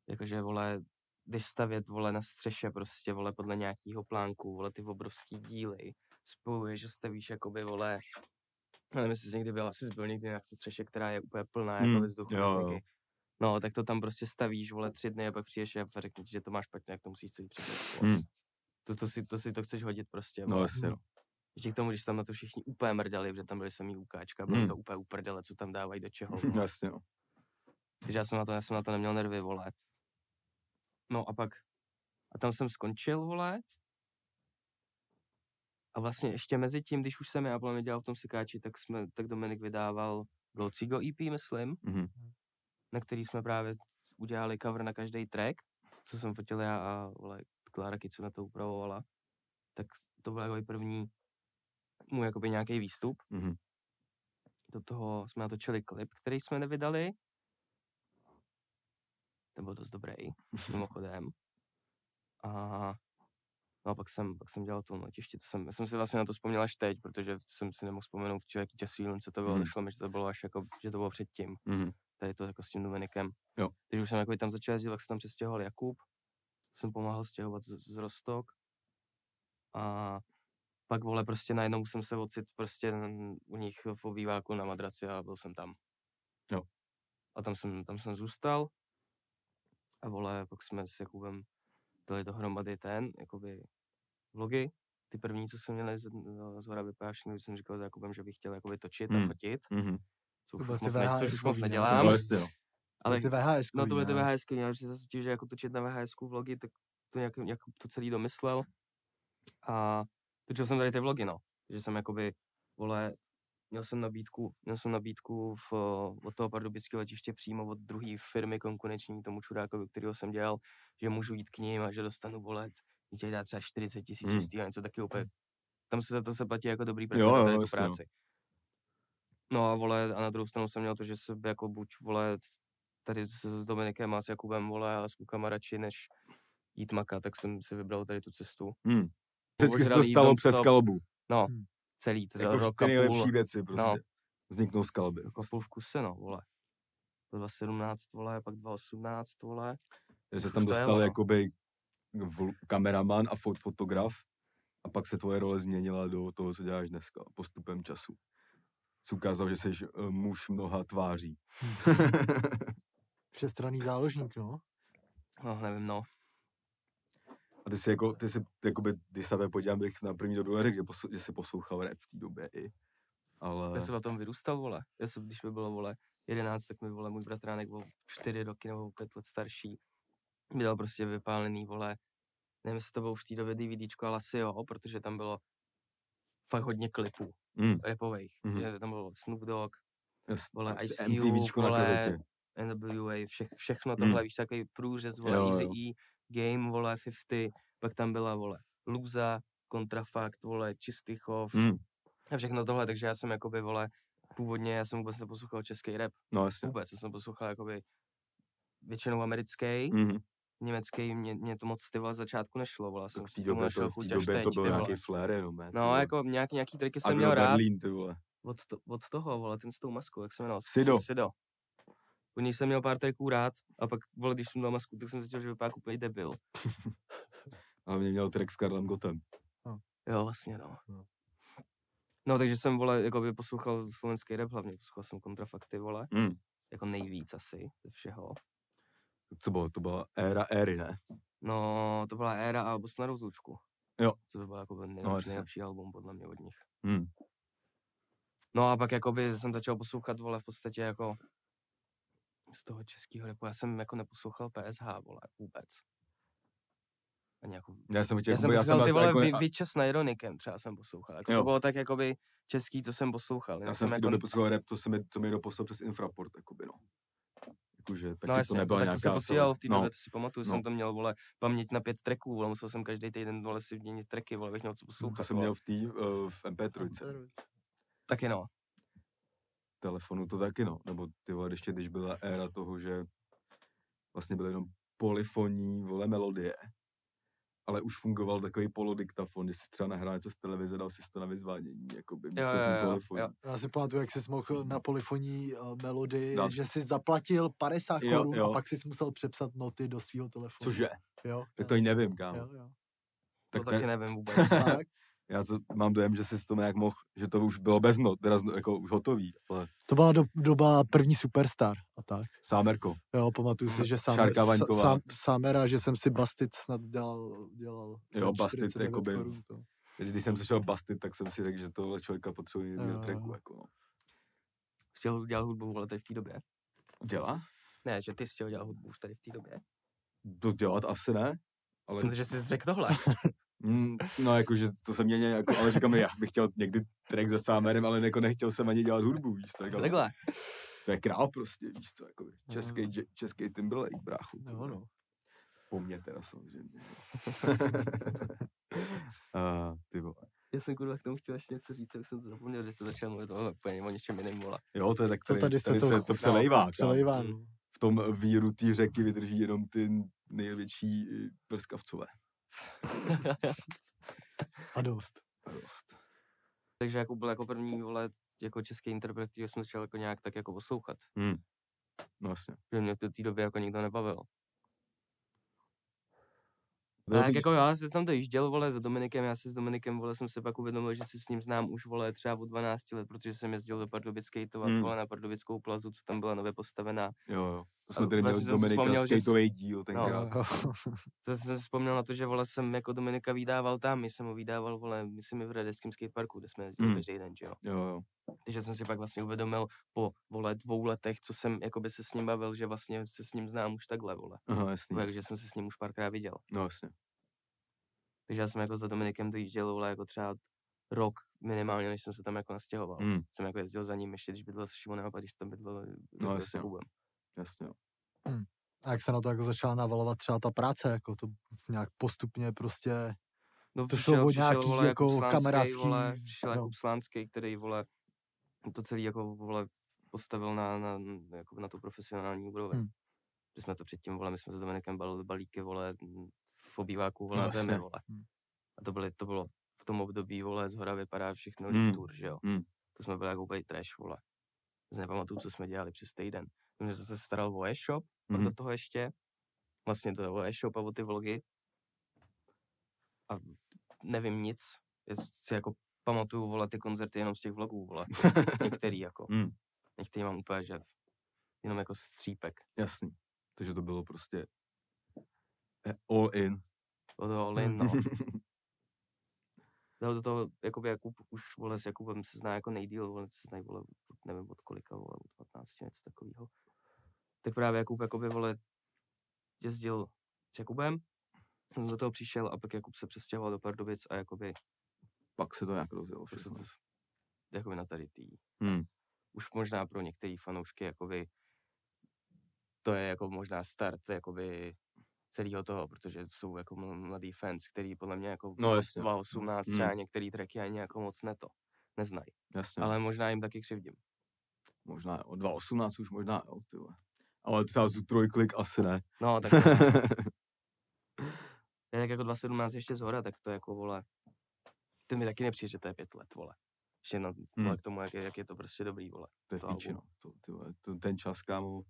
D: Jakože, vole, jdeš stavět, vole, na střeše prostě, vole, podle nějakého plánku, vole, ty obrovský díly, spojuješ, že stavíš, jakoby, vole, já nevím, jestli jsi někdy byl, asi jsi byl někdy na střeše, která je úplně plná,
A: Hmm,
D: jako ve vzduchu.
A: jo, jo.
D: techniky. No, tak to tam prostě stavíš, vole, tři dny a pak přijdeš a řekneš, že to máš špatně, jak to musíš celý předělat. vole.
A: Hmm.
D: To, to, si, to si to chceš hodit prostě.
A: No
D: vole.
A: jasně, no.
D: Ještě k tomu, že tam na to všichni úplně mrdali, protože tam byli samý ukáčka, bylo
A: Hmm.
D: to úplně uprdele, co tam dávají do čeho. vole.
A: [laughs] Jasně, no.
D: Takže já jsem na to, já jsem na to neměl nervy, vole. No a pak, a tam jsem skončil, vole. A vlastně ještě mezi tím, když už jsem já podle mě dělal v tom sekáči, tak, jsme, tak Dominik vydával Golcigo EP, myslím,
A: Mhm.
D: na který jsme právě udělali cover na každý track, co jsem fotil já a vole, Klára Kicu na to upravovala. Tak to byl jako první můj jakoby nějaký výstup
A: Mhm.
D: do toho jsme natočili klip, který jsme nevydali. Ten byl dost dobrý, mimochodem. A, no a pak jsem, pak jsem dělal to letiště, to jsem, já jsem si vlastně na to vzpomněl až teď, protože jsem si nemohl vzpomenout, v jaký časový lince to bylo,
A: Mhm.
D: došlo mi, že to bylo až jako, že to bylo předtím,
A: Mhm.
D: tady to jako s tím Dominikem.
A: Jo.
D: Takže už jsem jako tam začal jezdit, pak se tam přestěhoval Jakub, jsem pomáhal stěhovat z, z Rostok. A pak vole, prostě najednou jsem se ocit prostě n- u nich v obýváku na madraci a byl jsem tam.
A: Jo.
D: A tam jsem, tam jsem zůstal. A vole, pak jsme s Jakubem dali dohromady ten, jakoby vlogy, ty první, co jsme měli z, no, z Hora Vypášný, jsem říkal s Jakubem, že bych chtěl jakoby točit
A: Hmm.
D: a fotit,
A: Mhm.
D: což
B: To
D: už
B: byly ty
D: moc, ne, což
B: VHS
D: už moc
B: kový, ne? To
D: nedělám.
A: No jasně, no.
D: Ale
B: ty VHS.
D: No to byly ty
B: ne?
D: VHS, já jsem zase tím, že jako točit na VHS vlogy, tak to nějak, nějak to celý domyslel. A točil jsem tady ty vlogy, no. Takže jsem jakoby, vole, měl jsem nabídku, měl jsem nabídku v, eh, od toho pardubického letiště přímo od druhé firmy konkurenční tomu čurákovi, kterého jsem dělal, že můžu jít k ním a že dostanu volet. Že dá třeba 40 tisíc
A: Hmm.
D: hmm. a něco taky úplně. Tam se za to se platí jako dobrý
A: Jo,
D: prachy,
A: jo,
D: za tady tu
A: jasně, no.
D: práci. No a vole, a na druhou stranu jsem měl to, že se jako buď vole tady s, s Dominikem a s Jakubem vole a s klukama radši, než jít maka, tak jsem si vybral tady tu cestu.
A: Hmm. Vždycky se to
D: Ožralý
A: stalo
D: non-stop,
A: přes kalbu.
D: No,
B: Hmm.
D: celý t-
A: Jako
D: rok
A: ty
D: a půl.
A: nejlepší věci prostě.
D: No.
A: Vzniknou z jako. kalby.
D: Rok a půl v kuse, no, vole. To 2017, vole, pak 2018, vole.
A: Že se
D: Už
A: tam
D: to jelo,
A: dostal
D: no.
A: jakoby vl- kameraman a fot- fotograf a pak se tvoje role změnila do toho, co děláš dneska postupem času. Jsi ukázal, že jsi eh, muž mnoha tváří.
B: Všestranný záložník, no.
D: No, nevím, no.
A: a ty si jako, ty si, jakoby, když se na tebe podívám, bych na první dobu neřekl, že, posou, že jsi poslouchal rap v té době i. Ale
D: Já jsem na tom vyrůstal, vole. Já jsem, když mi bylo, vole, 11, tak mi, vole, můj bratránek byl 4 roky nebo 5 let starší. Mi dal prostě vypálený, vole, nevím, jestli to bylo už v té době DVDčko, ale asi jo, protože tam bylo fakt hodně klipů
A: mm,
D: rapových.
A: Mhm.
D: Mm-hmm. Tam bylo Snoop Dogg,
A: jas-
D: vole,
A: prostě
D: Ice Cube,
A: MTVčko na
D: vole,
A: kazetě.
D: NWA, vše, všechno
A: Mm.
D: tohle, víš, takový průřez, vole,
A: Jo,
D: Easy
A: jo.
D: E, Game, vole, 50, pak tam byla, vole, Luza, Kontrafakt, vole, Čistý chov
A: Mm,
D: a všechno tohle, takže já jsem jakoby, vole, původně já jsem vůbec neposlouchal český rap,
A: no jasně.
D: vůbec, já jsem poslouchal jakoby většinou americký,
A: Mhm.
D: německý, mě, mě to moc ty vole z začátku nešlo, vole, já jsem
A: Tak v
D: si
A: té
D: k tomu
A: době,
D: našel
A: to, v
D: chuť
A: té
D: až
A: době to
D: teď,
A: byl
D: ty
A: nějaký
D: vole.
A: flair jenom, ne? ty
D: No,
A: vole.
D: jako nějaký, nějaký triky
A: Agro
D: jsem měl rád,
A: Berlín, ty vole.
D: od, to, od toho, vole, ten s tou maskou, jak se jmenoval? S-
A: Sido.
D: Sido. U něj jsem měl pár tracků rád a pak, vole, když jsem dal masku, tak jsem zjistil, že vypadá jako úplný debil.
A: A mě měl track s Karlem Gotem.
D: Jo, vlastně, no.
B: No.
D: No, takže jsem, vole, jako by poslouchal slovenský rap hlavně, poslouchal jsem kontrafakty, vole,
A: Mm.
D: jako nejvíc asi ze všeho.
A: Co bylo? To byla éra éry, ne?
D: No, to byla éra a na rozlučku.
A: Jo. No,
D: Co to byl jako byl nejlepší,
A: jasně.
D: nejlepší album podle mě od nich.
A: Mm.
D: No a pak jakoby jsem začal poslouchat, vole, v podstatě jako z toho českého repu. Já jsem jako neposlouchal PSH, vole, vůbec. Ani jako,
A: Já jsem chtěl,
D: já jsem
A: jakoby-
D: poslouchal ty
A: asi
D: vole
A: jako-
D: vy,
A: a-
D: Vyčas na Ironikem třeba jsem poslouchal. Jako
A: Jo.
D: to bylo tak jakoby český, co jsem
A: já
D: poslouchal. jinak
A: jsem v té
D: jako,
A: době poslouchal rap, co se mi, co mi doposlal přes Infraport, jakoby, no. Jakože, tak
D: no
A: no, to
D: jasně,
A: nebyla
D: tak to
A: nějaká...
D: jsem posílal v té
A: no.
D: době, to si pamatuju,
A: no.
D: jsem to měl, vole, paměť na pět tracků, vole, musel jsem každý týden, vole, si měnit tracky, vole, bych měl co poslouchat,
A: Hmm, To jsem
D: vole.
A: měl v, tý, eh, v MP3
D: Taky no,
A: telefonu, to taky no. Nebo ty vole, ještě když byla éra toho, že vlastně byly jenom polifonní, vole, melodie. Ale už fungoval takový polodiktafon, když jsi třeba nahrál něco z televize, dal si to na vyzvánění, jako by místo
D: jo,
A: tý
D: jo, jo.
A: polifoní.
B: Já si pamatuju, jak jsi mohl na polifonní eh, melodii,
A: Dát-
B: že jsi zaplatil 50
A: No. Jo,
B: korun
A: jo.
B: a pak jsi musel přepsat noty do svého telefonu.
A: Cože?
B: Jo,
A: Tak
B: jo,
A: to ani nevím, kámo.
B: jo, jo.
D: tak
A: Tak
D: to
A: ne,
D: taky
A: [laughs]
D: nevím vůbec.
B: Tak,
A: já to, mám dojem, že jsi to nějak mohl, že to už bylo bez not, teda zno- jako už hotový, ale
B: to byla do, doba první Superstar a tak.
A: sámerko.
B: Jo, pamatuju si, že sám,
A: Šárka
B: sa-
A: Vaňková.
B: sám, sámera, že jsem si Bastit snad dělal, dělal za
A: Jo, Bastit jako
B: 49
A: jakoby-
B: korun to.
A: Tedy Když jsem sešel Bastit, tak jsem si řekl, že tohle člověka potřebuje
B: Jo,
A: do
B: jo,
A: tracku,
B: jo.
A: jako no.
D: Chtěl dělat hudbu, vole, tady v té době.
A: Dělá?
D: Ne, že ty jsi chtěl dělat hudbu už tady v té době.
A: To dělat asi ne, ale...
D: Ale... Jsem si, že jsi
A: [laughs]
D: řekl tohle.
A: Mm, no, jakože to se mění, jako, ale říkám, já bych chtěl někdy track za sámerem, ale jako nechtěl jsem ani dělat hudbu, víš co, jako,
D: Takhle.
A: to je král prostě, víš co, jako, český,
B: Jo.
A: dž- český Timberlake, bráchu. ty
B: Jo,
A: vole.
B: no.
A: Po mně teda samozřejmě. [laughs] uh, ty vole.
D: Já jsem kurva k tomu chtěl ještě něco říct, já už jsem to zapomněl, že jsem začal mluvit o úplně o něčem jiném, vole.
A: Jo, to je tak,
B: To
A: tady,
B: tady
A: tady,
B: se to
A: se to
B: chutná,
A: přelejvá. kámo.
B: Přelejván.
D: Mm.
A: v tom víru té řeky vydrží jenom ty největší eh, prskavcové.
B: A dost.
A: A dost.
D: Takže jako byl jako první, vole, jako český interpret, který jsem začal jako nějak tak jako poslouchat.
A: No jasně.
D: Že mě to té době jako nikdo nebavil.
A: To
D: No,
A: je
D: tak
A: vidíš-
D: jako já jsem tam to jížděl, vole, za Dominikem, já si s Dominikem, vole, jsem se pak uvědomil, že si s ním znám už, vole, třeba od 12 let, protože jsem jezdil do Pardubic skateovat,
A: Hmm.
D: vole, na Pardubickou plazu, co tam byla nově postavená.
A: Jo, jo. To
D: A
A: jsme tady
D: vlastně
A: měli
D: jsem si vzpomněl,
A: Dominika
D: že s-
A: skateový díl tenkrát.
B: Jo, jako-
A: No.
B: jo.
D: Zase jsem si vzpomněl na to, že, vole, jsem jako Dominika vydával tam, my jsem ho vydával, vole, myslím, i v Hradeckém skateparku, kde jsme jezdili
A: Hmm.
D: každý den, že jo.
A: Jo, jo.
D: Takže jsem si pak vlastně uvědomil po, vole, dvou letech, co jsem, jakoby se s ním bavil, že vlastně se s ním znám už takhle, vole.
A: Aha, jasný.
D: Takže jsem se s ním už párkrát viděl.
A: No jasně.
D: Takže já jsem jako za Dominikem to jížděl, vole, jako třeba rok minimálně, než jsem se tam jako nastěhoval.
A: Mm,
D: Jsem jako jezdil za ním ještě, když bydlel se Šimonem a pak když tam bydlel,
B: No,
D: bydlel
A: jasně.
D: se Kubem.
A: jasně. jo.
B: [laughs] A jak se na to jako začala navalovat třeba ta práce, jako to nějak postupně prostě,
D: No,
B: To šlo o nějaký jako
D: Slánskej,
B: kamarádský,
D: Vole, přišel
B: no.
D: jako Slánský, který vole, to celý jako vole, postavil na, na, na- jako na tu profesionální úroveň.
B: Hmm.
D: Že jsme to předtím, vole, my jsme s Dominikem balili balíky, vole, m, v obýváku, vole,
A: No
D: na zemi,
A: jasně.
D: vole.
B: Hmm.
D: A to, byly, to bylo v tom období, vole, z hora vypadá všechno
A: Hmm.
B: Hm.
D: hmm. tour, že jo.
A: Hmm.
D: To jsme byli jako úplně trash, vole. Já si nepamatuju, co jsme dělali přes týden. Vím, že jsem se staral o e-shop, mm-hmm. do
A: Mhm.
D: toho ještě. Vlastně to je o e-shop a o ty vlogy. A nevím nic. Já si jako pamatuju, vole, ty koncerty jenom z těch vlogů, vole. Některý jako.
A: Mm.
D: Některý mám úplně, že jenom jako střípek.
A: [laughs] Jasný. Takže to bylo prostě eh, all in.
D: Od toho Lin, no. Dal do toho, jakoby Jakub, už vole s Jakubem se zná jako nejdíl, vole se znají, vole, od- nevím od kolika, vole, od 15, něco takového. Tak právě Jakub, jakoby, vole, jezdil s Jakubem, on do toho přišel a pak Jakub se přestěhoval do Pardubic a jakoby,
A: Pak se to nějak rozjelo
D: prostě
A: všechno.
D: to s- jakoby jako na tady tý.
A: Hmm.
D: Už možná pro některé fanoušky, jakoby, to je jako možná start, jakoby, celého toho, protože jsou jako ml- mladý fans, který podle mě jako
A: No jasně.
D: 2018
A: Mm.
D: třeba některé tracky ani jako moc ne to, neznají.
A: Jasně.
D: Ale možná jim taky křivdím.
A: Možná jo. 2018 už možná jo, ty vole. Ale třeba z trojklik asi ne.
D: No,
A: [laughs]
D: tak, to- ne, tak jako 2017 ještě zhora, tak to jako, vole, to mi taky nepřijde, že to je pět let, vole. Ještě na, vole,
A: Mm.
D: k tomu, jak je, jak je to prostě dobrý, vole.
A: To je
D: To
A: to,
D: album.
A: píči, no. to, ty vole, to, ten čas, kámo,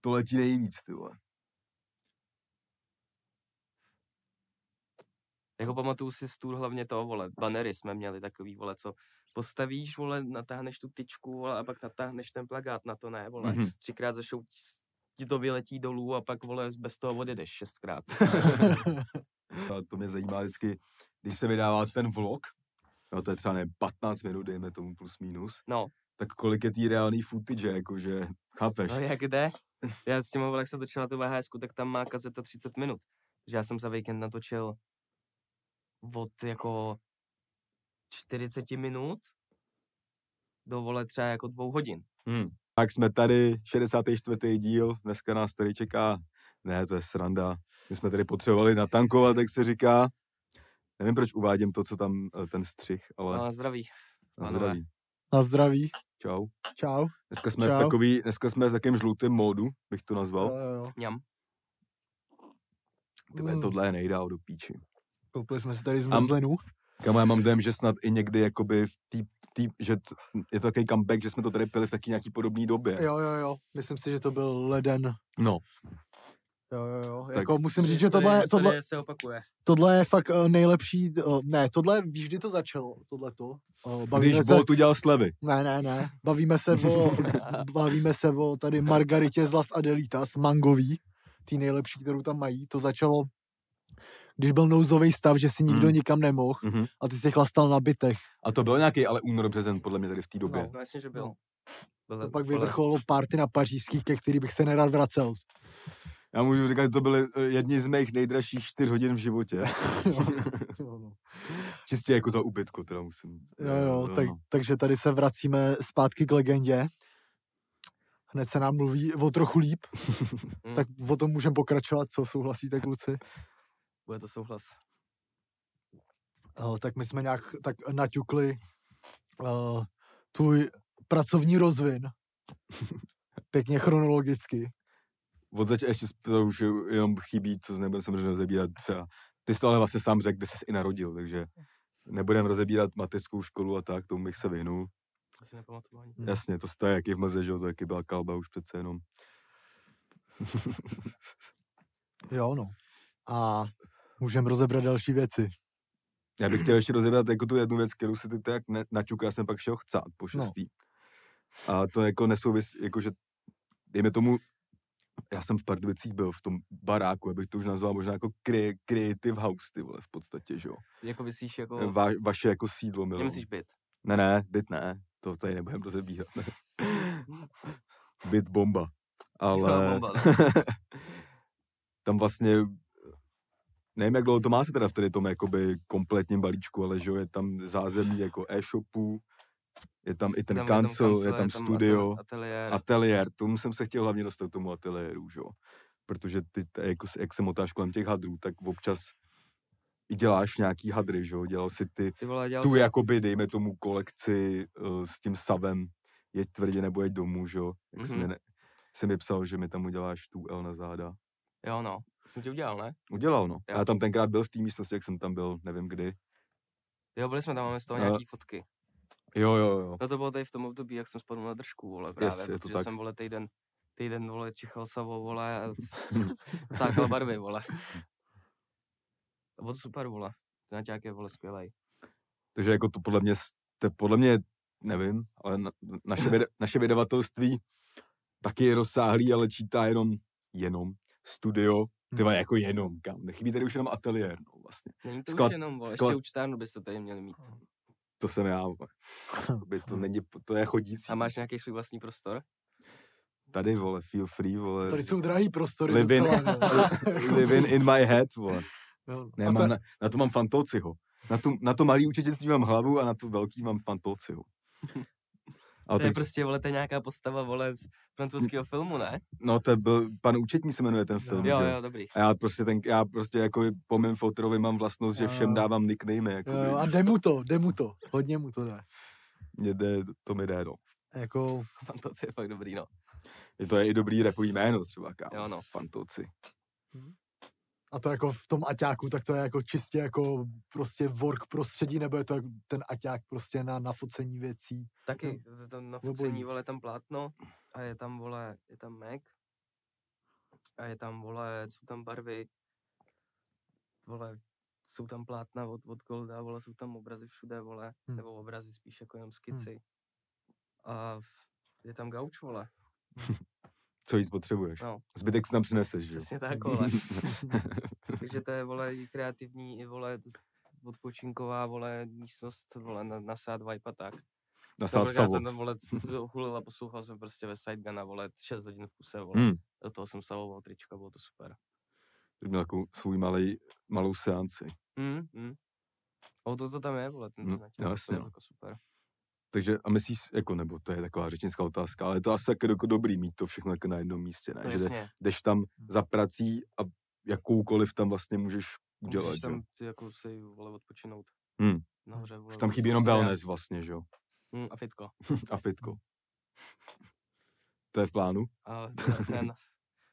A: to letí nejvíc, ty
D: [laughs]
A: vole.
D: Jako pamatuju si z tour hlavně to, vole, banery jsme měli takový, vole, co postavíš, vole, natáhneš tu tyčku, vole, a pak natáhneš ten plagát na to, ne, vole.
A: Mhm.
D: Třikrát zašoutíš, ti to vyletí dolů a pak, vole, bez toho odjedeš šestkrát.
A: A to mě zajímá vždycky, když se vydává ten vlog, jo, to je třeba nevím, 15 minut, dejme tomu plus minus,
D: No.
A: tak kolik je tý reálný footage, jakože, chápeš?
D: No jak jde? Já s tím, vole, jak jsem točil na tu VHS, tak tam má kazeta 30 minut. Takže já jsem za víkend natočil od jako 40 minut do vole třeba jako dvou hodin.
A: Hmm. Tak jsme tady, 64. díl, dneska nás tady čeká, ne, to je sranda, my jsme tady potřebovali natankovat, jak se říká. Nevím, proč uvádím to, co tam, eh, ten střih, ale
D: No, Na zdraví.
A: na
D: pánové.
A: zdraví.
B: Na zdraví.
A: Čau.
B: Čau.
A: Dneska jsme,
B: Čau.
A: v takový, dneska jsme v takém žlutém módu, bych to
B: Jo,
A: nazval.
B: jo, jo.
D: Mňam.
A: Tebe
B: Mm.
A: tohle nejdá do píči.
B: Koupili jsme si tady zmrzlinu.
A: Kamo, já mám dojem, že snad i někdy jakoby v tý, tý, že t, je to takový comeback, že jsme to tady pili v taky nějaký podobný době.
B: Jo, jo, jo. Myslím si, že to byl leden.
A: No,
B: Jo, jo, jo.
A: Tak-
B: Jako musím říct, že
D: Historie-
B: tohle,
D: historie
B: tohle,
D: se opakuje.
B: tohle je fakt eh, nejlepší, eh, ne, tohle vždy to začalo, tohle to.
A: když
B: Bavíme se,
A: Bolt udělal slevy.
B: ne, ne, ne, bavíme se o,
D: [laughs]
B: bavíme se o tady Margaritě z Las Adelitas, mangový, tý nejlepší, kterou tam mají, to začalo, když byl nouzový stav, že si nikdo
A: Mm.
B: nikam nemohl
A: Mhm.
B: a ty jsi chlastal na bytech.
A: A to byl nějaký ale únor březen podle mě tady v té době.
B: No.
A: No.
D: No jasně, že byl.
B: No.
D: Byl
B: To
D: let-
B: pak
D: byl let-
B: vyvrcholilo party na pařížský, ke který bych se nerad vracel. [laughs]
A: Já můžu říkat, že to byly eh, jedni z mých nejdražších 4 hodin v životě.
B: [laughs]
A: [laughs]
B: Jo, jo, no.
A: Čistě jako za ubytku, teda musím.
B: Jo, jo, tak,
A: no.
B: takže tady se vracíme zpátky k legendě. Hned se nám mluví o
A: [laughs]
B: trochu líp,
D: Mm.
B: tak o tom můžeme pokračovat, co souhlasíte kluci.
D: Bude to souhlas.
B: O, Eh, tak my jsme nějak tak naťukli o, tvůj pracovní rozvin.
A: [laughs]
B: Pěkně chronologicky.
A: Od zač- ještě sp- to už je- jenom chybí, co nebudeme samozřejmě rozebírat třeba. Ty jsi to ale vlastně sám řekl, kde jsi i narodil, takže nebudeme rozebírat mateřskou školu a tak, tomu bych se vyhnul.
D: To si nepamatuju ani.
B: Hmm.
A: Jasně, to jste jaký v mlze, že jo, to taky byla kalba už přece jenom.
B: Jo, no. A můžeme rozebrat další věci.
A: Já bych chtěl ještě rozebrat jako tu jednu věc, kterou si ty tak ne- naťukal, já jsem pak šel chcát po šestý. No. A to jako nesouvisí, jako že, dejme tomu, já jsem v Pardubicích byl v tom baráku, abych to už nazval možná jako cre- creative house, ty vole, v podstatě, že jo.
D: Jako myslíš, jako...
A: Va- vaše jako sídlo,
D: Kde
A: milo. [laughs]
D: myslíš byt?
A: Ne, ne, byt ne, to tady nebudem rozebíhat. [laughs] byt bomba. Ale... [laughs]
D: Jo, bomba, no.
A: tam vlastně, nevím, jak dlouho to má se teda v tady tom jakoby kompletním balíčku, ale že jo, je tam zázemí jako e-shopů, je tam i ten
D: Tam je tam
A: kancel, je tam,
D: kancel,
A: atel- studio,
D: atel- ateliér.
A: ateliér, tomu jsem se chtěl hlavně dostat, k tomu ateliéru, že jo. Protože ty, t- jako, s- jak se motáš kolem těch hadrů, tak občas i děláš nějaký hadry, že jo, dělal si ty,
D: Ty vole, dělal
A: tu
D: jsem-
A: jakoby, dejme tomu, kolekci uh, s tím savem, jeď tvrdě nebo jeď domů, že jo, jak mm-hmm. jsi,
D: Mhm.
A: mi, ne- jsi mi psal, že mi tam uděláš tu L na záda.
D: Jo, no. Jsem tě udělal, ne?
A: Udělal, no.
D: Jo.
A: Já tam tenkrát byl v té místnosti, jak jsem tam byl, nevím kdy.
D: Jo, byli jsme tam, máme z toho
A: Ale-
D: nějaký fotky.
A: Jo, jo, jo.
D: No to bylo tady v tom období, jak jsem spadl na držku, vole, právě,
A: je
D: yes,
A: to
D: protože
A: tak.
D: jsem, vole, týden, týden, vole, čichal savo,
A: [laughs]
D: vole, a c- [laughs] cákal barvy, vole. To bylo super, vole. Ten naťák je, vole, skvělej.
A: Takže jako to podle mě, to podle mě, nevím, ale na, naše, věde, naše vydavatelství taky je rozsáhlý, ale čítá jenom, jenom studio, ty vole, jako jenom, kam. Nechybí tady už jenom ateliér, no vlastně.
D: Není to
A: Skla-
D: už jenom, vole,
A: skla-
D: ještě učtárnu byste tady měli mít.
A: To jsem já, vole. Jakoby to není, to je chodící.
D: A máš nějaký svůj vlastní prostor?
A: Tady, vole, feel free, vole.
B: Tady jsou drahý prostory
A: Livin.
B: docela, no.
A: [laughs] Living in my head, vole.
B: [laughs] Jo, no.
A: Ne,
D: No.
B: a
A: mám
B: ta-
A: na, na, to mám fantociho. Na, tu, na to malý účetnictví mám hlavu a na tu velký mám
D: [laughs]
A: fantociho. A
D: to je
A: teď,
D: prostě, vole, to je nějaká postava, vole, z francouzského filmu, ne?
A: no to byl, pan účetní se jmenuje ten film,
D: Jo,
A: že?
D: jo, dobrý. [laughs]
A: A já prostě, ten, já prostě jako po mém fotrovi mám vlastnost, že
B: Jo,
A: všem
B: jo.
A: dávám nickname, jako
B: Jo, jo, a jde mu to, jde mu to, hodně mu to jde.
A: mě jde, to mi jde, no.
B: Jako,
D: Fantazie je fakt dobrý, no.
A: Je to je i dobrý repový jméno třeba, kámo.
D: Jo, no.
A: Fantoci.
B: a to jako v tom aťáku, tak to je jako čistě jako prostě work prostředí, nebo je to jako ten aťák prostě na nafocení věcí.
D: Taky, to, to, to na
B: obojí.
D: focení, vole, tam plátno a je tam, vole, je tam Mac a je tam, vole, jsou tam barvy, vole, jsou tam plátna od, od Golda, vole, jsou tam obrazy všude, vole,
B: Hmm.
D: hmm. nebo obrazy spíš jako jenom skici. A v- je tam gauč, vole,
A: Co víc potřebuješ?
D: no,
A: Zbytek si tam přineseš, že jo? [laughs]
D: přesně tak, vole. Takže to je, vole, i kreativní, i, vole, odpočinková, vole, místnost, vole, na, na sád vibe a tak.
A: Nasát
D: Kolikrát
A: savo.
D: jsem
A: [laughs]
D: tam, vole, c- c- hulil a poslouchal jsem prostě ve Sideguna, vole, 6 hodin v kuse, vole.
A: Hmm.
D: Do toho jsem savoval trička, bylo to super.
A: Teď Měl takovou svůj malej, malou seanci.
D: Hmm, hmm. O, to, to tam je, vole, ten
A: Hmm,
D: mm,
A: no jasně,
D: to bylo
A: no.
D: jako super.
A: Takže a myslíš, jako, nebo to je taková řečnická otázka, ale je to asi tak jako dobrý mít to všechno jako na jednom místě, ne?
D: No,
A: že jde-
D: jasně,
A: jdeš tam za prací a jakoukoliv tam vlastně můžeš udělat,
D: můžeš
A: tam, jo?
D: tam si jako si vole odpočinout.
A: Hmm.
D: Nahoře, vole,
A: Už tam chybí
D: prostě
A: jenom
D: nějak-
A: wellness vlastně, že jo? [laughs]
D: Hmm, a fitko.
A: A fitko. To je v plánu?
D: A
A: [laughs]
D: ten- ten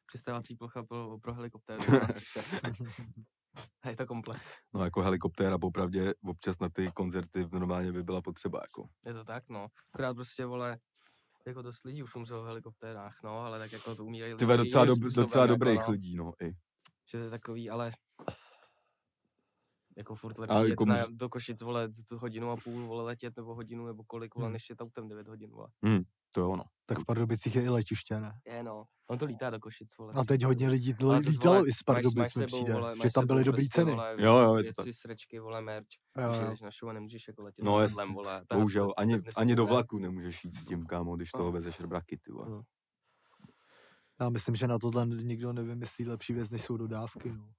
D: přistávací plocha pro, pro helikoptéru. u nás
A: [laughs]
D: ještě. A je to komplet.
A: No jako helikoptéra popravdě občas na ty koncerty normálně by byla potřeba, jako.
D: Je to tak, no. Akorát prostě, vole, jako dost lidí už umřelo v helikoptérách, no, ale tak jako to umírají
A: Ty vole,
D: lidi
A: docela,
D: jiným
A: dob,
D: způsobem,
A: docela
D: jako,
A: dobrých
D: no.
A: lidí, no, i.
D: Že to je takový, ale jako furt lepší
A: Ale
D: jet
A: jako
D: na,
A: může-
D: do Košic, vole, tu hodinu a půl, vole, letět nebo hodinu nebo kolik, vole,
B: Hmm.
D: než je autem 9 hodin, vole.
A: To no. je ono.
B: Tak v Pardubicích je i letiště, ne?
D: Je, no. On to lítá do Košic, vole.
B: A teď hodně lidí
D: Ale
B: l-
D: to, vole,
B: lítalo i z
D: máš- máš
B: Pardubic, mi
D: sebou,
B: přijde,
D: vole,
B: že
D: máš
B: tam byly
D: sebou
B: dobrý
D: prostě,
B: ceny.
D: Vole,
A: Jo, jo, je to
D: věci, sračky, vole, merch.
B: Jo,
D: Když
B: jo.
D: jedeš na show a nemůžeš jako letět
A: No,
D: no,
A: jasně.
D: letadlem, vole. tak No.
A: Bohužel ani,
D: dnes
A: ani do
D: vole.
A: vlaku nemůžeš jít s tím, kámo, když toho vezeš rbraky, ty vole.
D: Mm.
B: Já myslím, že na tohle nikdo nevymyslí lepší věc, než jsou dodávky. No.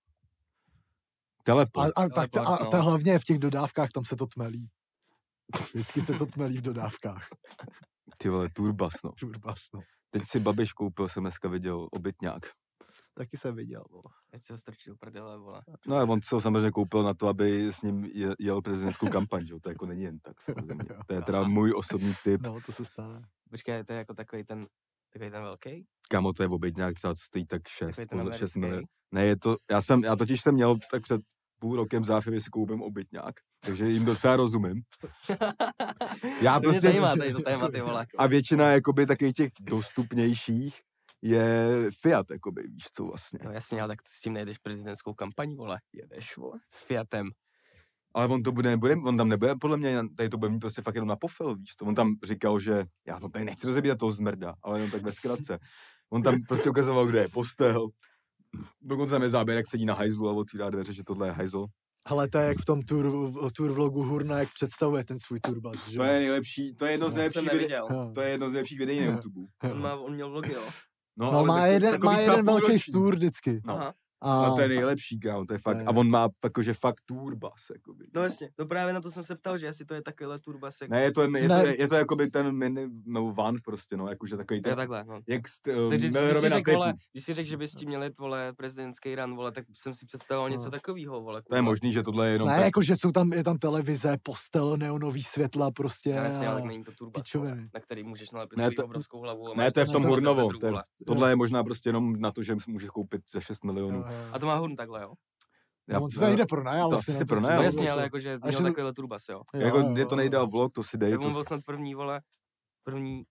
A: Teleport.
B: A, a, tak,
D: teleport,
B: a,
D: no.
B: ta hlavně v těch dodávkách, tam se to tmelí. Vždycky se to tmelí v dodávkách. [laughs]
A: Ty vole, turbas, no.
B: Turbas, no.
A: Teď si babiš koupil, jsem dneska viděl obytňák.
B: Taky jsem viděl. No.
D: Ať se ho strčí do prdele, vole.
A: No a on si ho samozřejmě koupil na to, aby s ním je- jel prezidentskou kampaň, že jo? To jako není jen tak
D: [laughs]
A: samozřejmě. To je teda můj osobní tip.
B: no, to se stane.
D: Počkej, to je jako takový ten, takový ten velký?
A: Kamo, to je obědňák třeba, co stojí tak 6,
D: Takový ten
A: 6
D: americký?
A: miliard. Ne, je to, já jsem, já totiž jsem měl tak před půl rokem záfěvě si koupím obytňák, takže jim docela rozumím.
D: [laughs]
A: Já
D: to mě
A: prostě,
D: zajímá tady to téma,
A: [laughs]
D: ty vole.
A: a většina jakoby takových těch dostupnějších je Fiat, jakoby, víš co vlastně.
D: No jasně, ale tak s tím nejdeš prezidentskou kampaň, vole. Jedeš,
A: vole.
D: S
A: No,
D: Fiatem.
A: Ale on to bude, nebude, on tam nebude, podle mě, tady to bude mít prostě fakt jenom na pofel, víš to. On tam říkal, že já to tady nechci rozebírat toho zmrda, ale jenom tak ve zkratce. On tam prostě ukazoval, kde je postel. Dokonce tam je záběr, jak sedí na hajzlu a otvírá dveře, že tohle je hajzl.
B: Hele, to je jak v tom tour, tour vlogu Hurna, jak představuje ten svůj turbas, že?
A: To je nejlepší, to je
D: No,
A: jedno z
B: Já jsem
A: nejlepších videí.
B: Jo,
A: To je jedno z nejlepších videí na
B: Jo.
A: YouTube.
B: jo.
D: On, má, on měl vlogy, jo.
B: No,
A: ale
B: má
A: taky-
B: jeden,
A: takový
B: má
A: třeba
B: jeden velký
A: půlroční.
B: tour vždycky.
A: No.
D: Aha.
B: A,
A: No, to je nejlepší, kámo, to je fakt.
B: je-
A: A on má jakože fakt turbas, jakoby.
D: No jasně, no právě na to jsem se ptal, že jestli to je takovýhle turbasek.
A: Ne, je to, je, to,
B: Ne.
A: je, je to jakoby ten mini, no van prostě, no, jakože takový
D: Jo,
A: ten,
D: takhle, no.
A: jak st, uh,
D: Takže když si,
A: na
D: řek,
A: teku.
D: vole, když si řek, že by s tím měli vole, prezidentský ran, vole, tak jsem si představoval něco
B: No.
D: takového, vole.
A: To je
D: kurva.
A: možný, že tohle je jenom
B: ne,
A: no,
B: jako-
A: tak-
B: jakože jsou tam, je tam televize, postel, neonový světla prostě.
D: Já jasně, ale
B: a-
D: tak není to turbas, vole,
B: pičoviny.
D: na který můžeš nalepit
A: Ne,
D: svou
A: to-
D: obrovskou hlavu. a
A: Ne,
D: máš
A: to je v
D: tam
A: tom
D: 20
A: Hurnovo,
D: metrů,
A: to je-
D: vole.
A: Tohle je možná prostě jenom na to, že můžeš koupit za 6 milionů.
B: Jo, jo, jo.
D: A to má Hurn takhle, jo?
A: Já-
B: On se no, to nejde pronajal.
A: to
B: asi
A: asi
B: na
A: se
B: to,
A: pronajal,
D: No
A: jo,
D: jasně,
A: jo,
D: ale
A: jo.
D: jakože
B: že
D: měl
B: to-
D: takovýhle turbas, jo?
B: Jo,
A: Jako,
B: jo,
A: je to
B: jo,
A: nejdál
B: jo.
A: vlog, to si dej,
D: Tak
A: to
D: on
A: si-
D: byl snad první, vole, první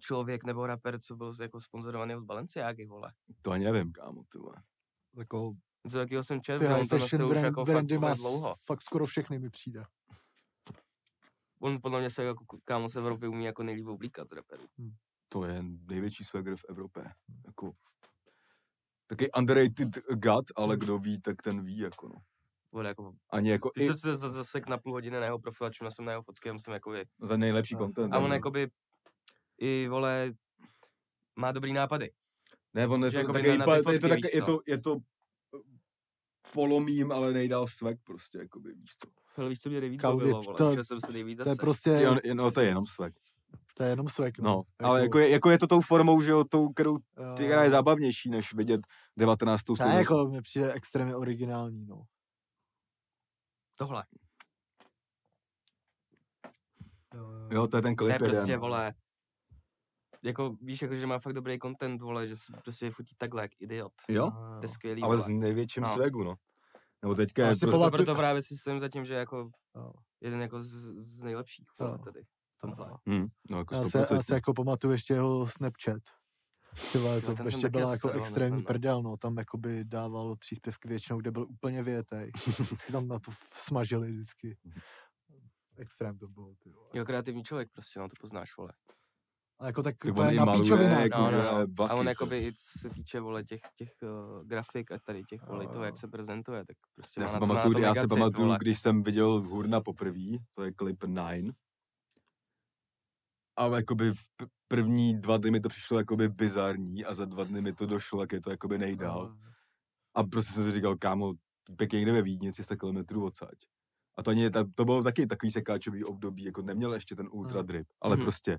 D: člověk nebo rapper, co byl jako sponzorovaný od Balenciágy, vole.
A: to ani nevím, kámo, ty vole.
B: Jako,
D: Něco takového jsem četl,
B: ty
D: že
B: high
D: on to nosil
B: fashion
D: už
B: brand,
D: jako fakt
B: brandy
D: vole,
B: má
D: dlouho.
B: fakt skoro všechny mi přijde.
D: On podle mě se jako ku- kámo z Evropy umí jako nejlíp oblíkat z rapperů.
A: To je největší swagger v Evropě, jako. Taky underrated god, ale kdo ví, tak ten ví, jako no.
D: Vole, jako,
A: Ani jako
D: ty
A: i
D: jsem se za- zasek na půl hodiny na jeho profil, a čuměl jsem na jeho fotky, já jsem jako
A: za nejlepší
B: A-
A: content.
D: A
A: jako.
D: on jakoby i vole má dobrý nápady.
A: Ne, on je
D: že
A: to
D: jakoby
A: takový
D: na- na
A: pa-
D: ty
A: je to
D: fotky,
A: tak-
D: víš
A: je
D: co.
A: to- je to eh, polomím, ale nejdál swag prostě, jakoby, víš co.
D: Hele, víš, co mě nejvíc
B: Kaudy,
D: bavilo, vole,
B: to-
D: to, jsem se nejvíc
B: To je
D: zase.
A: Ty,
B: prostě,
A: on- no, to je jenom swag.
B: to je jenom svek.
A: No, ale jako je, jako je to tou formou, že jo, tou, kterou Ty hra je zábavnější, než vidět 19.
B: Ne,
A: století.
B: jako mi přijde extrémně originální, no.
D: Tohle.
A: Jo, to je no. ten
D: jako-
A: klip.
D: To je prostě,
A: jeden.
D: vole, jako víš, jako, že má fakt dobrý content, vole, že se prostě fotí takhle jak idiot.
A: Jo,
B: No.
D: To je skvělý,
A: ale
D: vole.
A: s největším
D: No.
A: swagu, no. Nebo teďka je
B: Já si
A: prostě...
B: pamatuju-
D: Prostě
B: tu-
D: proto právě si stojím za tím, že jako
B: Jo.
D: jeden jako z, z nejlepších, vole,
B: Jo.
D: tady. Tomhle.
A: Hm, no, jako
B: Já se, já se
A: 100%.
B: jako pamatuju ještě jeho Snapchat. Tyhle, to
D: ten jsem
B: ještě
D: taky
B: byla
D: asi
B: jako
D: sledoval,
B: extrémní
D: myslím, no.
B: prdel, no. Tam jakoby dával příspěvky většinou, kde byl úplně větej. Vždycky tam na to f- smažili vždycky. Extrém to bylo, ty vole.
D: Jo, kreativní člověk prostě, no to poznáš, vole.
B: A jako tak,
A: Tak
B: to
A: on
B: je
A: i
B: na
A: maluje,
B: píčovinu.
A: jako,
D: No, no,
A: že
D: no.
A: ale
D: A on
A: vlaky,
D: jakoby i co se týče, vole, těch, těch uh, grafik a tady těch, vole, i toho, jak
B: Jo.
D: se prezentuje, tak prostě
A: Já
D: má
A: si
D: na to, má na to
A: pamatuju, já si
D: megacit,
A: pamatuju
D: vole.
A: když jsem viděl Hurna poprvé, to je klip Nine. A jakoby v p- první dva dny mi to přišlo jakoby bizarní a za dva dny mi to došlo, jak je to jakoby nejdál.
B: No.
A: A prostě jsem si říkal, kámo, pěkně někde ve Vídni, 300 km odsaď. A A to, ani, ta- to bylo taky takový sekáčový období, jako neměl ještě ten ultra
B: Ano.
A: drip, ale
D: Mhm.
A: prostě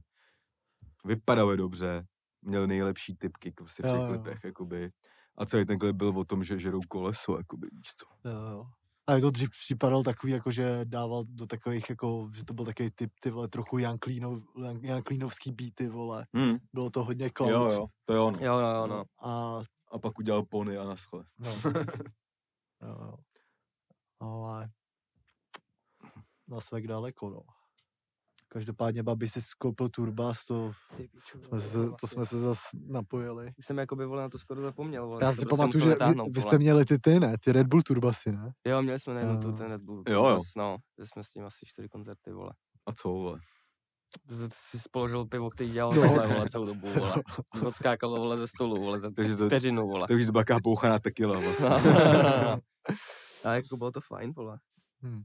A: vypadali dobře, měl nejlepší typky prostě v
B: Jo,
A: těch
B: jo.
A: klipech, jakoby. A celý ten klip byl o tom, že žerou koleso, jakoby, víš co.
B: Jo, jo. A je to dřív připadalo takový, jako že dával do takových, jako, že to byl takový typ, ty vole, trochu Jan, Klínov, Jan, Jan Klínovský beaty, vole.
A: Hmm.
B: Bylo to hodně cloud.
A: Jo, jo, to je ono.
D: Jo, jo, jo, no.
B: A
A: A pak udělal pony a naschle.
B: No. [laughs] jo, jo. Ale na svek daleko, no. Každopádně babi si skoupil turbas, to
D: Ty piču, vole,
B: jsme se,
D: jo,
B: to
D: vlastně.
B: jsme se zase napojili.
D: Jsem jakoby, vole, na to skoro zapomněl, vole.
B: Já
D: to
B: si
D: prostě
B: pamatuju, že
D: musel vytáhnout,
B: vy, vy
D: vole.
B: jste měli ty, ty ne, ty Red Bull turbasy, ne?
D: Jo, měli jsme nejenom tu
B: Jo.
D: ten Red Bull.
A: Jo, jo.
D: Plus, no, že jsme s tím asi čtyři koncerty, vole.
A: A co, vole?
D: To, to, to si spoložil pivo, který dělal
B: No.
D: tohle, vole, celou dobu,
B: [laughs]
D: vole. Odskákalo, vole, ze stolu, vole, za
A: Takže to-
D: vteřinu, vole.
A: To už to byla taková pouchaná tekila vlastně.
B: [laughs]
D: Ale jako bylo to fajn, vole.
B: Hmm.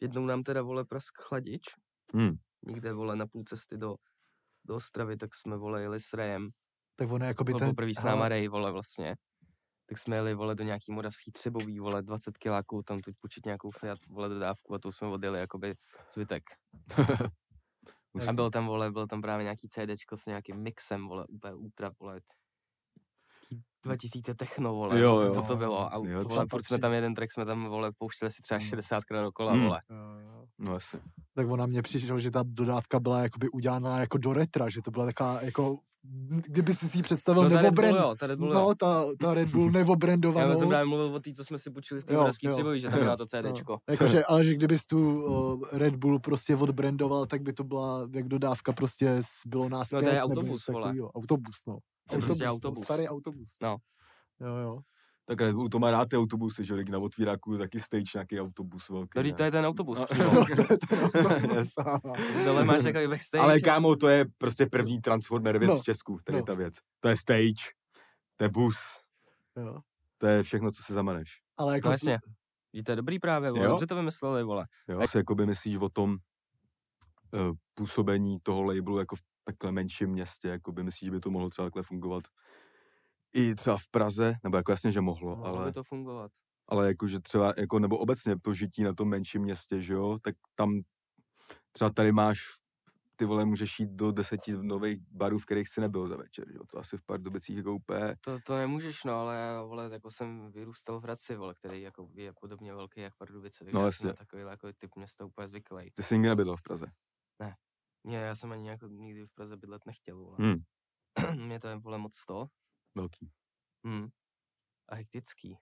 D: Jednou nám teda, vole, prask chladič.
A: [laughs] Hmm.
D: Někde, vole, na půl cesty do, do Ostravy, tak jsme, vole, jeli s Rejem.
B: Tak ono jako by
D: Byl
B: ten...
D: poprvý s náma Rej, vole, vlastně. Tak jsme jeli, vole, do nějaký moravský třebový, vole, 20 kiláků, tam tu počít nějakou Fiat, vole, dodávku a to jsme odjeli, jakoby zbytek.
A: Hustý.
D: a byl tam, vole, byl tam právě nějaký CDčko s nějakým mixem, vole, úplně ultra, vole, jaký 2000 techno, vole,
A: Jo,
D: jo, jo. co
B: Hm. jo.
D: to bylo. A
A: Jo,
D: jo,
A: to
D: vole,
B: tam
D: furt jsme
B: patří.
D: tam jeden track, jsme tam, vole, pouštěli si třeba
B: Mm.
D: 60krát dokola,
A: Mm.
D: vole.
B: Jo, jo.
A: No jasně.
B: Tak ona mě přišlo, že ta dodávka byla jakoby udělaná jako do retra, že to byla taková jako, kdyby si si ji představil
D: No, ta Red Bull,
B: neobrand,
D: jo, ta Red Bull, jo.
B: no, ta, ta Red Bull
D: [laughs] Já
B: neobrandovanou.
D: jsem právě mluvil o té, co jsme si půjčili v té
B: No, Jo,
D: moravský
B: jo.
D: třebový, že tam
B: [laughs]
D: měla to CDčko.
B: Jakože, ale Jako, že kdybys tu o, Red Bull prostě odbrandoval, tak by to byla jak dodávka prostě z- bylo nás
D: No, to
B: pět,
D: je
B: nebo
D: autobus,
B: něco
D: vole.
B: takovýho. Autobus, no.
D: To je
B: Autobus,
D: prostě
B: No,
D: autobus.
B: starý autobus.
D: No.
B: Jo,
D: [laughs]
B: jo.
A: Tak Red Bull to má rád ty autobusy, že lidi na otvíráku taky stage nějaký autobus velký.
D: No,
A: ne?
D: teď to je ten autobus
A: A- [laughs]
D: přímo.
B: No, [laughs] to je
D: [laughs]
B: ten autobus.
D: Dole máš takový backstage.
A: Ale kámo, to je prostě první Transformer věc
B: No,
A: v Česku, tady
B: no.
A: ta věc. To je stage, to je bus,
B: jo.
A: to je všechno, co si zamaneš.
B: Ale jako
D: No jasně. Že to je dobrý právě, vole.
A: Jo.
D: Dobře to vymysleli, vole.
A: Jo? A co jakoby myslíš o tom eh, působení toho labelu jako v takhle menším městě? Jakoby myslíš, že by to mohlo třeba takhle fungovat i třeba v Praze? Nebo jako jasně, že mohlo,
B: No,
D: Mohlo
A: ale...
D: by to fungovat.
A: ale jakože třeba, jako, nebo obecně to žití na tom menším městě, že jo, tak tam třeba tady máš, ty vole, můžeš jít do deseti nových barů, v kterých si nebyl za večer, že jo, to asi v Pardubicích jako úplně,
D: To, to nemůžeš, no, ale já, vole, jako jsem vyrůstal v Hradci, vole, který jako je podobně velký jak Pardubice, takže
A: No
D: já jsem na
A: jasně.
D: takový jako typ města úplně zvyklý.
A: ty jsi nikdy nebyl v Praze.
D: Mě, já jsem ani jako nikdy v Praze bydlet nechtěl, vole.
A: Hmm.
D: [clears throat] Mě to je, vole, moc to.
A: Velký.
D: Hmm. A hektický.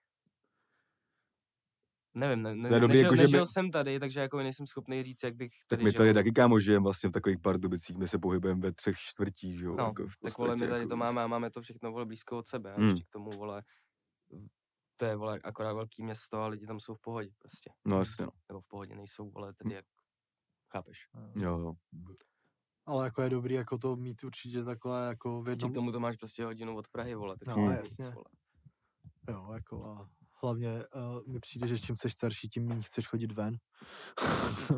D: Nevím, ne, ne,
A: To je dobrý,
D: nežil,
A: jako, že
D: nežil
A: by-
D: jsem tady, takže jako nejsem schopný říct, jak bych
A: Tak
D: tady
A: my
D: žil.
A: tady taky kámo žijeme vlastně v takových Pardubicích, my se pohybujeme ve třech čtvrtích, že jo.
D: No,
A: jako v
D: Tak vole, my
A: podstatě
D: tady
A: jako
D: to máme a máme to všechno vole blízko od sebe. A
A: Hmm.
D: ještě k tomu vole, to je vole akorát velký město a lidi tam jsou v pohodě prostě.
A: No Hm. jasně, no.
D: Nebo v pohodě nejsou, vole, tedy jak, chápeš.
A: Jo,
D: [laughs]
A: jo.
B: Ale jako je dobrý jako to mít určitě takhle jako v
D: Ještě
B: jednom,
D: k tomu to máš prostě hodinu od Prahy, vole, tak
B: No,
D: to je
B: jasně.
D: vole.
B: jo, jako a hlavně uh, mi přijde, že čím seš starší, tím méně chceš chodit ven. [laughs]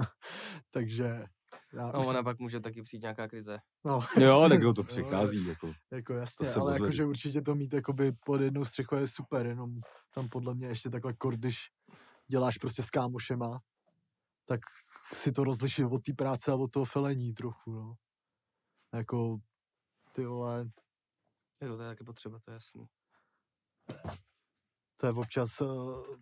B: Takže já
D: No,
B: už-
D: ona pak může taky přijít nějaká krize.
B: [laughs] no,
A: Jo,
B: jasně.
A: tak jo, to
B: Jo, jo.
A: přichází, jako.
B: Jako jasně,
A: se
B: ale
A: moc
B: jakože
A: neví.
B: určitě to mít jakoby pod jednou střechou je super, jenom tam podle mě ještě takhle kor, když děláš prostě s kámošema, tak si to rozlišit od té práce a od toho felení trochu, no. Jako, ty vole,
D: Jo, to je taky potřeba, to je jasný.
B: to je občas, eh,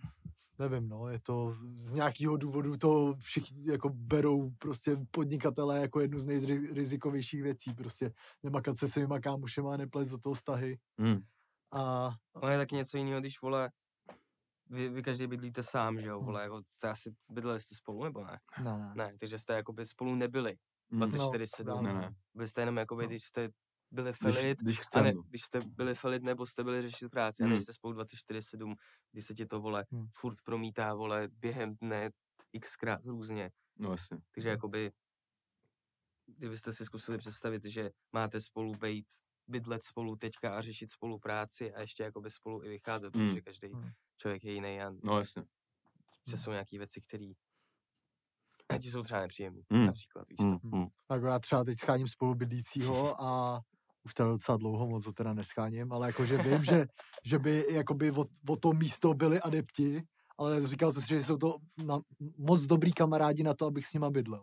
B: nevím, no, je to z nějakého důvodu to všichni jako berou prostě podnikatele jako jednu z nejrizikovějších věcí, prostě nemakat se svýma kámošema, neplést do toho vztahy
A: Hm.
B: a
D: Ono je taky něco jiného, když vole, vy, vy každý bydlíte sám, že jo,
B: Hmm.
D: vole, jako jste asi bydleli jste spolu nebo ne?
B: ne, ne.
D: Ne, takže jste jakoby spolu nebyli.
A: Hm.
D: 24/7.
A: Ne, ne.
D: Byli jste jenom jakoby,
B: No.
D: když jste byli
A: Když,
D: No, felit,
A: když
D: A ne,
A: chcem, no.
D: když jste byli felit nebo jste byli řešit práci, a
A: Hmm.
D: nejste spolu 24-7, kdy se ti to vole
B: Hmm.
D: furt promítá, vole, během dne xkrát různě.
A: no jasně.
D: Takže jakoby, kdybyste si zkusili představit, že máte spolu být, bydlet spolu teďka a řešit spolu práci a ještě jakoby spolu i vycházet,
A: Hmm.
D: protože každý
B: Hmm.
D: člověk je jiný a
A: No jasně. Hmm.
D: že jsou nějaký věci, které ti jsou třeba nepříjemné,
A: Hmm.
D: například, víš co.
A: Hm,
B: co?
A: hm.
B: Tak já třeba teď scháním spolubydlícího a už teda docela dlouho moc ho teda nescháním, ale jakože vím, že, že by jakoby o, o to místo byli adepti ale říkal jsem si, že jsou to na, moc dobrý kamarádi na to, abych s nima bydlel.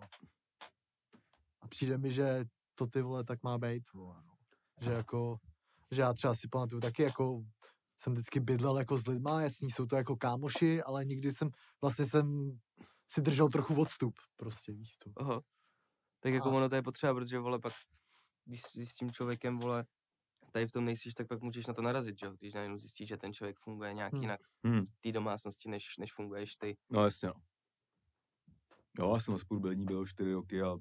B: A přijde mi, že to ty vole tak má být. Vole, no. Že jako, že já třeba si pamatuju taky jako jsem vždycky bydlel jako s lidma, jasný, jsou to jako kámoši, ale nikdy jsem, vlastně jsem si držel trochu odstup, prostě, víš to.
D: Oho. Tak jako
B: A-
D: ono to je potřeba, protože vole pak, když jsi s tím člověkem vole, tady v tom nejsiš, tak pak můžeš na to narazit, že jo? Když najednou zjistíš, že ten člověk funguje nějak
B: Hmm.
D: jinak
A: Hmm.
D: v té domácnosti, než, než funguješ ty.
A: No jasně, no. Jo, já jsem na spolubydlení byl čtyři roky a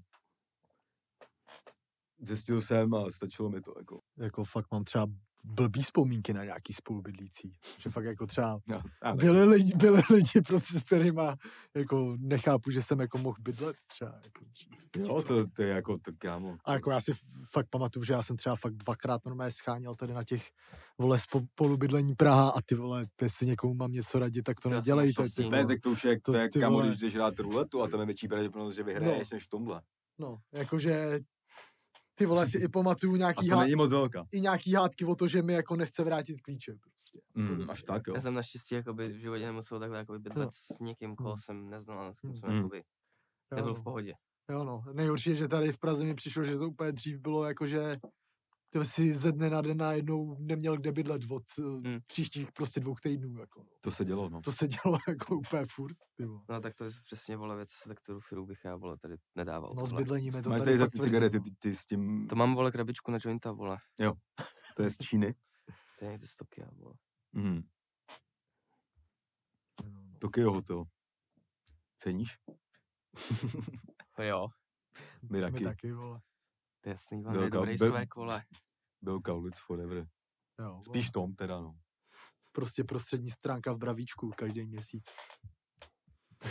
A: zjistil jsem a stačilo mi to, jako.
B: Jako fakt mám třeba blbý vzpomínky na nějaký spolubydlící. Že fakt jako třeba
A: Já, já taky.
B: byly lidi, byly lidi prostě s kterýma jako nechápu, že jsem jako mohl bydlet třeba. Jako, dřív, víš
A: jo,
B: co.
A: to, to je jako, to kámo.
B: A jako já si fakt pamatuju, že já jsem třeba fakt dvakrát normálně scháněl tady na těch vole spolubydlení Praha a ty vole, jestli někomu mám něco radit, tak to
D: To já jsem
B: nedělejte.
D: našel
B: Ty
D: sníh.
A: Bez
B: vole.
A: jak to už je,
B: To
A: to je
B: ty
A: kámo,
B: vole.
A: když jdeš hrát ruletu a tam je větší pravděpodobnost, že vyhraješ než v tomhle.
B: No, jakože ty vole si i pamatuju
A: A
B: nějaký,
A: to
B: há...
A: není moc velká.
B: i nějaký hádky o to, že mi jako nechce vrátit klíče. Prostě.
A: Mm, až tak, jo.
D: Já jsem naštěstí jakoby, v životě nemusel takhle jakoby bydlet
B: Jo.
D: s někým, koho
B: Hmm.
D: jsem neznal, s
B: Hmm.
D: kým jsem
A: Hmm.
D: jakoby nebyl v
B: no.
D: pohodě.
B: Jo no, nejhorší je, že tady v Praze mi přišlo, že to úplně dřív bylo jako, že ty si ze dne na den najednou neměl kde bydlet od hmm.
D: Hmm.
B: příštích prostě dvou týdnů. Jako.
A: To se dělo, no.
B: To se dělo [laughs] jako úplně furt. Ty vole.
D: No tak to je přesně vole věc, tak kterou, kterou bych já vole tady nedával.
B: No s
D: tohle.
B: bydlením je to
A: Máš
B: tady
A: tady za
B: fakt
A: ty
B: tvrdý,
A: cigarety,
B: no.
A: ty, ty s tím,
D: To mám vole krabičku na jointa vole,
A: to je z Číny.
D: to je někde z Tokia vole.
A: Mm.
B: No,
A: Tokyo Hotel. Ceníš?
D: Jo,
A: My
B: My
A: taky.
B: taky, vole.
D: to je jasný, vole,
A: Velká-
D: je dobrý
A: be-
D: svek vole.
A: Byl Kaulitz forever.
B: Jo, vole.
A: Spíš Tom teda, no.
B: Prostě prostřední stránka v Bravíčku každý měsíc. [laughs]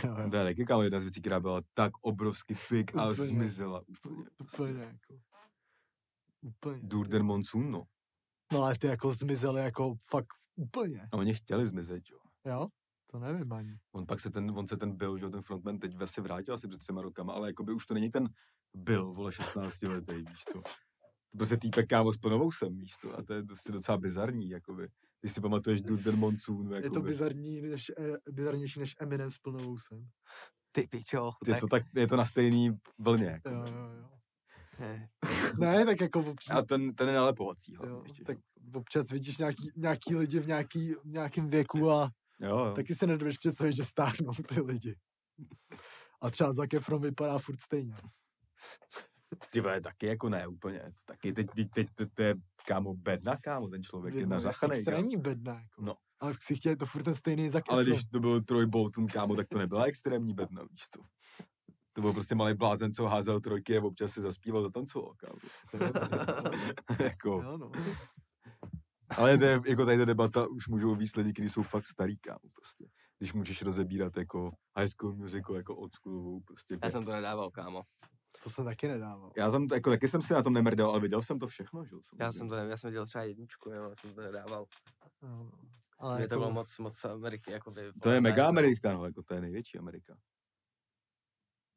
B: Jo, jo.
A: To je taky kámo jedna z věcí, která byla tak obrovsky pik a
B: Úplně.
A: zmizela úplně.
B: Úplně jako. Úplně.
A: Durden Monsoon, no.
B: No ale ty jako zmizely jako fakt úplně,
A: A oni chtěli zmizet, jo.
B: jo? To nevím ani.
A: On pak se ten, on se ten byl, že jo, ten frontman teď se vrátil asi před třema rokama, ale jakoby už to není ten byl, vole, 16 letý, víš to. To prostě týpek kámo s plnovou sem, víš to. A to je dosti docela bizarní, jakoby. Když si pamatuješ Durden Monsoon, jakoby.
B: Je to bizarní než, eh, bizarnější než Eminem s plnovou sem.
D: Ty pičo,
A: je
D: tak,
A: to, tak, je to na stejný vlně.
B: Jo,
A: jakoby.
B: jo, jo.
D: to je-
B: Ne, tak jako občas,
A: A ten, ten je nalepovací. hlavně
B: jo,
A: ještě, že
B: tak občas vidíš nějaký, nějaký lidi v, nějaký, v nějakém věku a
A: Jo, jo.
B: taky si nedovedeš představit, že stárnou ty lidi. A třeba Zac Efron vypadá furt stejně.
A: Ty vole, taky jako ne úplně. To Taky teď, teď, teď, teď to je kámo bedna, kámo, ten člověk No, je
B: Jednou
A: nařachanej. kámo.
B: Extrémní jako bedna, jako.
A: No.
B: Ale v ksichtě je to furt ten stejný Zac
A: Ale
B: Efron.
A: když to byl Troy Bolton, kámo, tak to nebyla extrémní bedna, víš co. To byl prostě malý blázen, co házel trojky a občas si zaspíval, zatancoval, kámo. [laughs] To je
B: [laughs]
A: bedna. jako,
B: Jo, no.
A: ale to je, jako tady ta debata už můžou víc lidi, kteří jsou fakt starý, kámo, prostě. Když můžeš rozebírat jako High School Musical, jako old schoolovou, prostě.
D: já jsem to nedával, kámo.
B: To se taky nedával.
A: já tam, jako, taky jsem si na tom nemrdal, ale viděl jsem to všechno, že? jo,
B: Mhm.
D: Já
A: samozřejmě.
D: jsem to ne, já jsem dělal třeba jedničku, jo, já jsem to nedával.
B: Jo, no. Ale
D: Mě to
B: jako,
D: bylo moc, moc Ameriky, jako by.
A: To je mega americká, no, jako to je největší Amerika.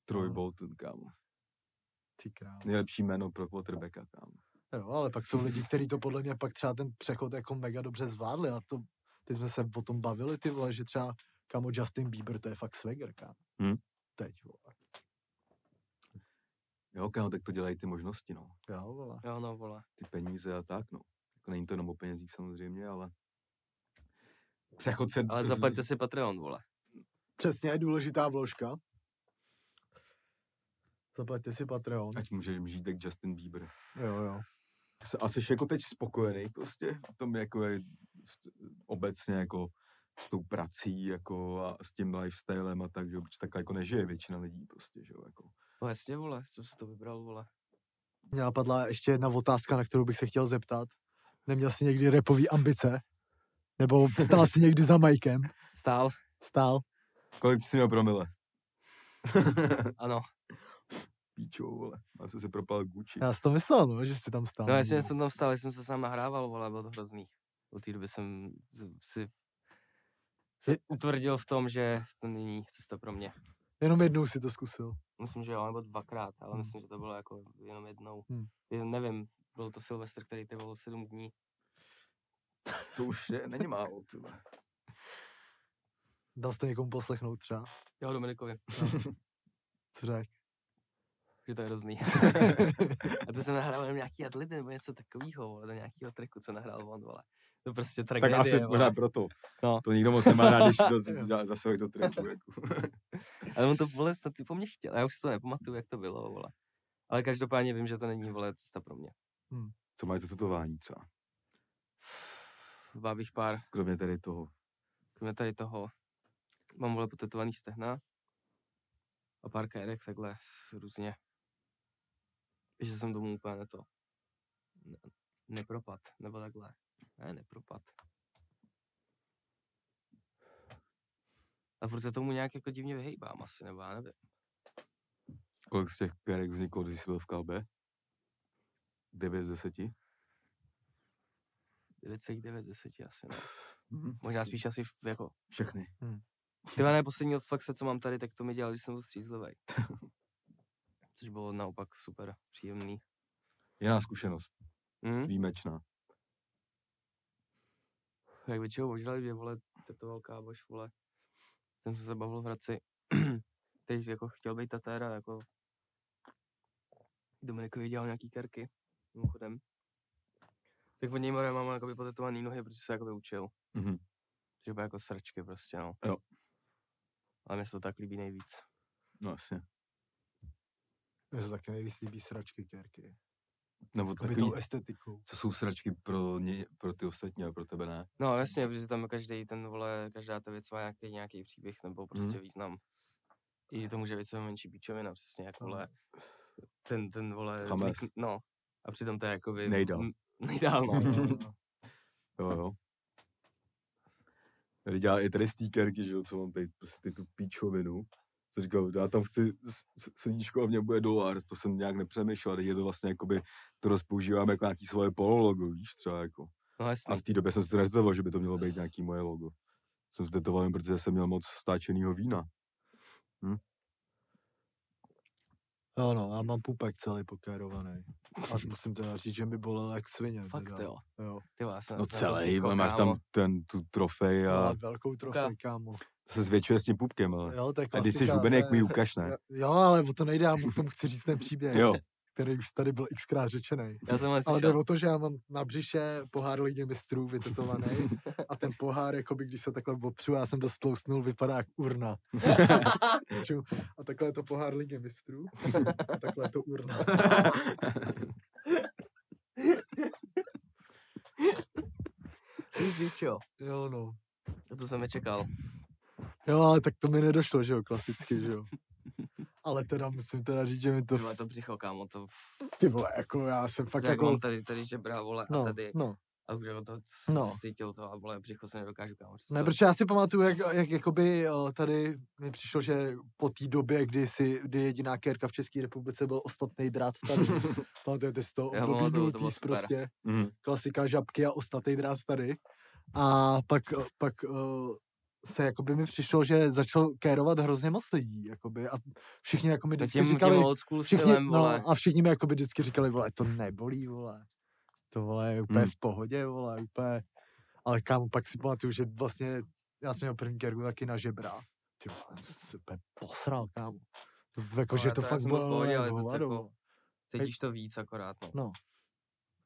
A: Troy
B: No.
A: Bolton, kámo.
B: Ty krávo.
A: Nejlepší jméno pro quarterbacka, kámo.
B: Jo, ale pak jsou lidi, kteří to podle mě pak třeba ten přechod jako mega dobře zvládli a to, teď jsme se o tom bavili, ty vole, že třeba kamo Justin Bieber, to je fakt swagger, kámo.
A: Hm.
B: Teď, vole.
A: Jo, kámo, tak to dělají ty možnosti, no.
B: Jo, vole.
D: Jo, no, vole.
A: Ty peníze a tak, no. Jako není to jenom o penězích samozřejmě, ale... Přechod se...
D: Ale
A: z-
D: zaplaťte
A: z-
D: si Patreon, vole.
B: Přesně je důležitá vložka. Zaplaťte si Patreon.
A: Ať můžeš žít jak Justin Bieber.
B: Jo, jo.
A: S- A jsi jako teď spokojený prostě v tom jako je v- obecně jako s tou prací jako a s tím lifestylem a tak, že jo, protože takhle jako nežije většina lidí prostě, že jo, jako.
D: No jasně, vole, jsem si to vybral, vole.
B: Mě napadla ještě jedna otázka, na kterou bych se chtěl zeptat. Neměl jsi někdy repový ambice? Nebo stál jsi někdy za Mikem?
D: Stál,
B: Stál?
A: Kolik jsi měl promile?
D: ano.
A: píčou, vole. Já jsem se propal Gucci.
B: Já jsem to myslel, no, že jsi tam stál.
D: No jasně, jsem tam stál, jsem se sám nahrával, vole, bylo to hrozný. Od té doby jsem z- si se
B: Je-
D: utvrdil v tom, že to není cesta pro mě.
B: Jenom jednou si to zkusil.
D: Myslím, že jo, nebo dvakrát, ale
B: Hmm.
D: myslím, že to bylo jako jenom jednou.
B: Hmm.
D: Jen nevím, byl to Silvestr, který trval sedm dní. [laughs]
A: To už je, není málo, tyhle.
B: Dal jsi to někomu poslechnout třeba?
D: Jo, Dominikovi,
B: No. Co řek?
D: [laughs] že to
B: [laughs]
D: je hrozný. a to jsem nahrál jenom nějaký adlib nebo něco takového, vole, do nějakého tracku, co nahrál on, vole. To prostě
A: Tak
D: tragédie,
A: asi
D: vole.
A: možná proto.
D: No.
A: To nikdo moc nemá rád, když to z- dá- zasahuje do tracku. [laughs] Jako.
D: Ale on to, vole, snad ty po mně chtěl, já už si to nepamatuju, jak to bylo, vole. Ale každopádně vím, že to není, vole, cesta pro mě.
A: Co máš za tetování třeba?
D: Bábích pár,
A: Kromě tady toho.
D: kromě tady toho, mám, vole, potetovaný stehna a pár kérek takhle, různě. Že jsem domů úplně na to ne, nepropad, nebo takhle. Ne, nepropad. A furt se tomu nějak jako divně vyhejbám asi, nebo já nevím.
A: Kolik z těch kerek vzniklo, když jsi byl v KB? 9 z 10?
D: 9,9 z 10 asi, no.
A: Mhm.
D: Možná spíš asi v- jako
A: Všechny.
D: Ty vole, ne, poslední odflexe, co mám tady, tak to mi dělal, když jsem byl střízlivý. Což bylo naopak super příjemný.
A: Jiná zkušenost. Mhm.
D: Mm?
A: Výjimečná.
D: Jak většinou ožrali dvě vole, tetoval káboš, vole. Jsem se zabavil v Hradci. [clears throat] Teď jako chtěl být tatéra, jako... Dominikovi dělal nějaký karky, mimochodem. Tak od něj mám mám jakoby potetovaný nohy, protože se jakoby učil.
A: Mhm.
D: Že jako sračky prostě, no.
A: Jo.
D: Ale mně se to tak líbí nejvíc.
A: No jasně.
B: Mně se taky nejvíc líbí sračky kérky.
A: Nebo
B: Jakoby
A: takový,
B: tou estetikou.
A: co jsou sračky pro, ně, pro ty ostatní a pro tebe ne.
D: No jasně, protože tam každý ten vole, každá ta věc má nějaký, nějaký příběh nebo prostě hmm. význam. I to může být co menší píčovina, přesně jak vole, ten, ten vole,
A: Chames.
D: vznikn- no. A přitom to je jakoby...
A: Nejdál.
D: m- Nejdál, no.
B: [laughs] No,
A: Mhm.
B: no, no.
A: Jo, jo. Tady dělá i tady stýkerky, že jo, co mám tady, prostě ty tu píčovinu. Co říkal, já tam chci s- s- srdíčko a v něm bude dolar, to jsem nějak nepřemýšlel, teď je to vlastně jakoby, to rozpoužívám jako nějaký svoje pologo, víš, třeba jako.
D: no jasný.
A: A v té době jsem si to netetoval, že by to mělo být nějaký moje logo. Jsem si tetoval jen, protože jsem měl moc stáčenýho vína.
B: Jo, no, já mám pupek celý pokérovaný. A musím teda říct, že mi bolel jak svině.
D: Fakt
B: teda.
D: jo.
B: jo.
D: Ty vás
A: No celý, vole, máš tam ten, tu trofej
B: Já.
A: a
B: velkou trofej, kámo.
A: se zvětšuje s tím pupkem, ale.
B: No. Jo, to je
A: A když jsi
B: klasika,
A: žubený,
B: to
A: jak mi
B: je-
A: ukaž,
B: [laughs]
A: ne?
B: Jo, ale o to nejde, já mu k tomu chci říct ten příběh,
A: Jo,
B: který už tady byl xkrát řečený.
D: Já jsem ale
B: Ale jde
D: slyšel.
B: o to, že já mám na břiše pohár ligy mistrů vytetovaný a ten pohár, jakoby, když se takhle opřu, já jsem dost tlousnul, vypadá jak urna. Ču. a takhle je to pohár ligy mistrů a takhle je to urna.
D: jo.
B: Jo, no.
D: To jsem nečekal.
B: Jo, ale tak to mi nedošlo, že jo, klasicky, že jo. Ale teda musím teda říct, že mi to,
D: Ty vole, to břicho, kámo, to...
B: ty vole, jako já jsem fakt
D: Tak jako...
B: jako,
D: mám tady, tady žebra, vole, a
B: no,
D: tady.
B: no.
D: A už jako to
B: No.
D: no. cítil to a vole, břicho se nedokážu, kámo.
B: Ne,
D: představit.
B: protože já si pamatuju, jak, jak jakoby o, tady mi přišlo, že po té době, kdy, si, kdy jediná kérka v České republice byl ostatný drát
D: [laughs]
B: tady. Pamatujete si to?
D: Jo,
B: Období
D: pamatuju, to bylo
B: nultýs
D: super.
B: prostě.
A: mhm.
B: Klasika žabky a ostatný drát tady. A pak, eh, pak eh, se jakoby mi přišlo, že začal kérovat hrozně moc lidí. Jakoby, a všichni jako mi
D: To
B: vždycky
D: tím,
B: říkali,
D: tím old school
B: všichni,
D: stylem,
B: no,
D: vole.
B: a všichni mi jakoby vždycky říkali, vole, to nebolí, vole. To vole, je úplně
A: Hmm.
B: v pohodě, vole, úplně. Ale kámo, pak si pamatuju, že vlastně já jsem měl první kerku taky na žebra. Ty vole, já jsem se úplně posral, kámo. To, jako,
D: No,
B: že
D: já
B: to
D: to- já
B: fakt
D: jsem byl v
B: bylo
D: pohodě,
B: jak
D: ale to
B: hovado,
D: jako-
B: vole.
D: Cítíš to víc akorát, no.
B: No,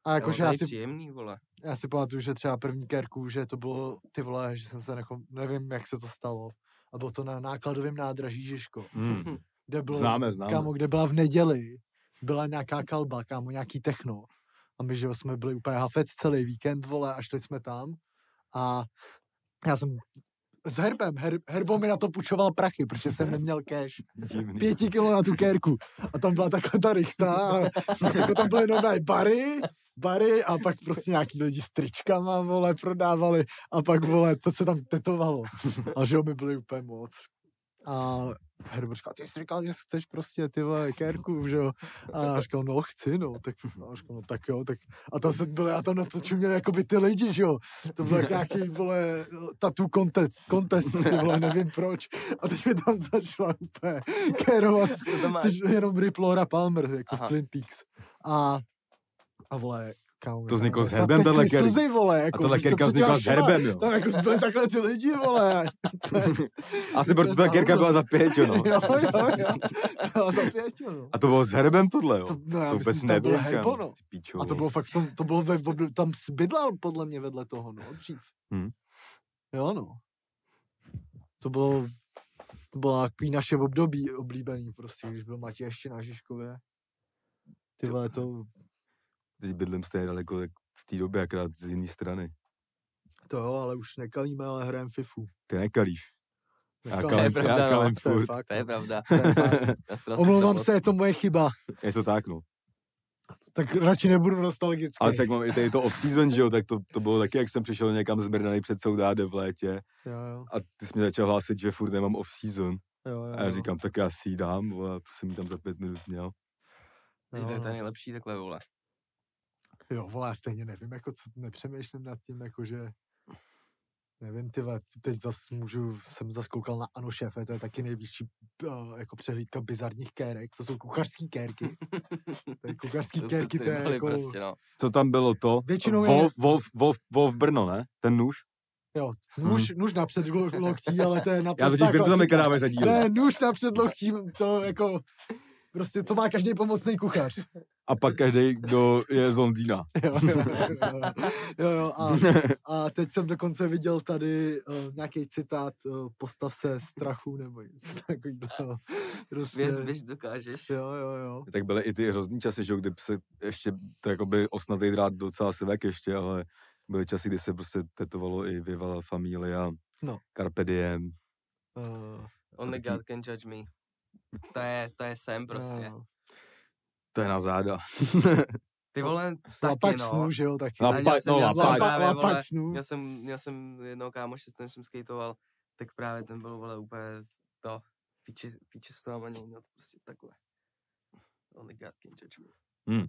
B: A jakože já si,
D: příjemný, vole.
B: já si pamatuju, že třeba první kerku, že to bylo, ty vole, že jsem se nechom, nevím, jak se to stalo. A bylo to na nákladovém nádraží Žižko,
A: Hmm.
B: kde bylo
A: Známe, známe.
B: kámo, kde byla v neděli, byla nějaká kalba, kámo, nějaký techno. A my, že jo, jsme byli úplně hafec celý víkend, vole, a šli jsme tam. A já jsem s Herbem, Her, Herbo mi na to půjčoval prachy, protože jsem neměl cash.
A: Divný.
B: Pěti kilo na tu kérku. A tam byla takhle ta rychta a, a takhle tam byly jenom bary, bary a pak prostě nějaký lidi s tričkama, vole, prodávali a pak, vole, to se tam tetovalo. A že jo, my byli úplně moc. A Herbert říkal, ty jsi říkal, že chceš prostě ty vole kérku, že jo. A já říkal, no chci, no. Tak, a já říkal, no tak jo, tak. A tam jsem byl, já tam natočil měl jakoby ty lidi, že jo. To byl jak nějaký, vole, tattoo contest, contest, ty vole, nevím proč. A teď mi tam začala úplně kérovat,
D: [laughs] Co to máš?
B: což jenom rip Laura Palmer, jako z
D: Aha.
B: Twin Peaks. A, a vole, Kámo,
A: To vzniklo
B: já
A: s
B: nevím,
A: herbem,
B: snad
A: tahle
B: ty
A: kerry.
B: slzy, vole, jako,
A: A tahle
B: víš co,
A: kerka
B: co
A: vznikla
B: děláš
A: s
B: doma?
A: herbem, no. jo.
B: Tam jako byly takhle ty lidi,
A: [laughs]
B: vole. To je-
A: Asi proto ta kerka byla za pět, jo, no.
B: [laughs] jo, jo, jo. Byla za pět, jo. no.
A: A to bylo s herbem tohle, jo.
B: To, no, já
A: To
B: myslím,
A: vůbec
B: že tam bylo
A: nebyl,
B: herbo, no.
A: kámo. ty píčo,
B: A to
A: vole.
B: bylo fakt, v tom, to bylo ve, v období- tam jsi bydlel podle mě vedle toho, no, dřív.
A: Hm.
B: Jo, no. To bylo, to bylo takový naše období oblíbený prostě, když byl Matěj ještě na Žižkově. Ty
A: Jo.
B: vole, to,
A: Teď bydlím stejně daleko, tak v té době, akorát z jiné strany.
B: to jo, ale už nekalíme, ale hrajeme FIFU.
A: Ty nekalíš. Já
B: Nekalím,
A: kalem-
D: To je pravda,
A: já
D: no,
A: kalem
B: to je
A: furt.
B: fakt.
D: To je pravda.
B: to je fakt.
D: Nasral si
B: Omlouvám
D: to
B: se, je to moje chyba.
A: Je to tak, no.
B: Tak radši nebudu nostalgický.
A: Ale jak mám i tady to off-season, že jo, tak to, to bylo taky, jak jsem přišel někam zmrdaný před soudáde v létě
B: Jo, jo,
A: a ty jsi mi začal hlásit, že furt nemám off-season.
B: jo, jo,
A: A já
B: jo.
A: říkám, tak já si ji dám, vole, a jsem ji tam za pět minut měl.
D: Vždyť To je
B: Jo,
D: to
B: no.
D: nejlepší takhle, vole.
B: Jo, vole, já stejně nevím, jako co, nepřemýšlím nad tím, jakože, nevím, ty vole, teď zas můžu, jsem zas koukal na Ano šéfe, to je taky největší uh, jako přehlídka bizarních kérek, to jsou kuchařský kérky, to je kuchařský
D: To- to-
B: kérky,
D: ty
B: to je
D: byly
B: jako,
D: Prostě, no.
A: Co tam bylo to?
B: Většinou je-
A: Wolf, Wolf, Wolf, Wolf Brno, ne? Ten nůž?
B: jo, nůž, nůž na předloktí, ale to je
A: Já
B: naprosto
A: totiž vím, co tam jaká dávají za díl.
B: Ne, nůž na předloktí, to jako, prostě to má každý pomocný kuchař.
A: A pak každý, kdo je z Londýna.
B: Jo, jo, jo, jo, jo a, a teď jsem dokonce viděl tady uh, nějaký citát uh, postav se strachu nebo něco takového. Prostě,
D: Věř, běž, dokážeš.
B: Jo, jo, jo.
A: tak byly i ty hrozný časy, že jo, kdy se ještě, to jakoby osnatý drát docela svek ještě, ale byly časy, kdy se prostě tetovalo i Viva la Familia,
B: No.
A: Carpe Diem.
B: Uh,
D: Only
A: Taky-
D: God can judge me. To je, to je sem prostě.
B: No.
A: To je na záda.
D: Ty vole,
B: Lapač
D: taky
B: no.
D: no.
B: snů, že jo, taky.
A: No,
D: A měl
A: Lapač,
D: jsem-
A: no,
D: měl jsem
A: lapač.
D: právě,
B: lapač,
D: vole,
B: lapač snů.
D: Měl jsem, měl jsem jednoho kámoše, s kterým jsem skateoval, tak právě ten byl, vole, úplně to, píči, píči z toho ani měl to prostě takhle. Only God can judge me.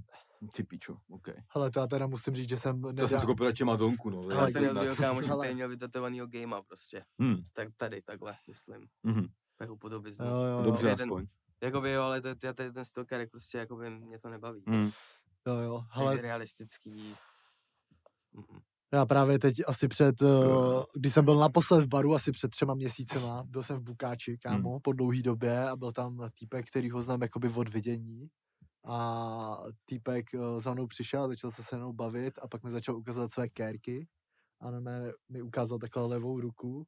A: Ty píčo, OK.
B: Hele, to já teda musím říct, že jsem
A: To jsem
B: nedá...
A: si koupil radši Madonku, no.
B: To jako
D: Já
B: Ale
D: jsem
B: kdy-
D: měl druhého kámoše,
B: hele.
D: který měl vytatovanýho gamea prostě.
A: Hmm.
D: Tak tady, takhle, myslím.
A: mhm,
D: Takovou
B: Jo,
D: podobiznu.
B: jo, jo,
A: Dobře,
D: jeden-
A: aspoň.
D: Jakoby jo, ale to, to, to, ten stalkerek prostě, jakoby mě to nebaví.
A: Mm.
B: jo, jo.
D: Ale...
B: Hele,
D: realistický. Mm,
B: já právě teď asi před, uh, když jsem byl naposled v baru, asi před třema měsícema, byl jsem v Bukáči, kámo, po dlouhý době a byl tam týpek, který ho znám jakoby od vidění. A týpek eh, za mnou přišel, začal se se mnou bavit a pak mi začal ukazovat své kérky. A on mi- mi ukázal takhle levou ruku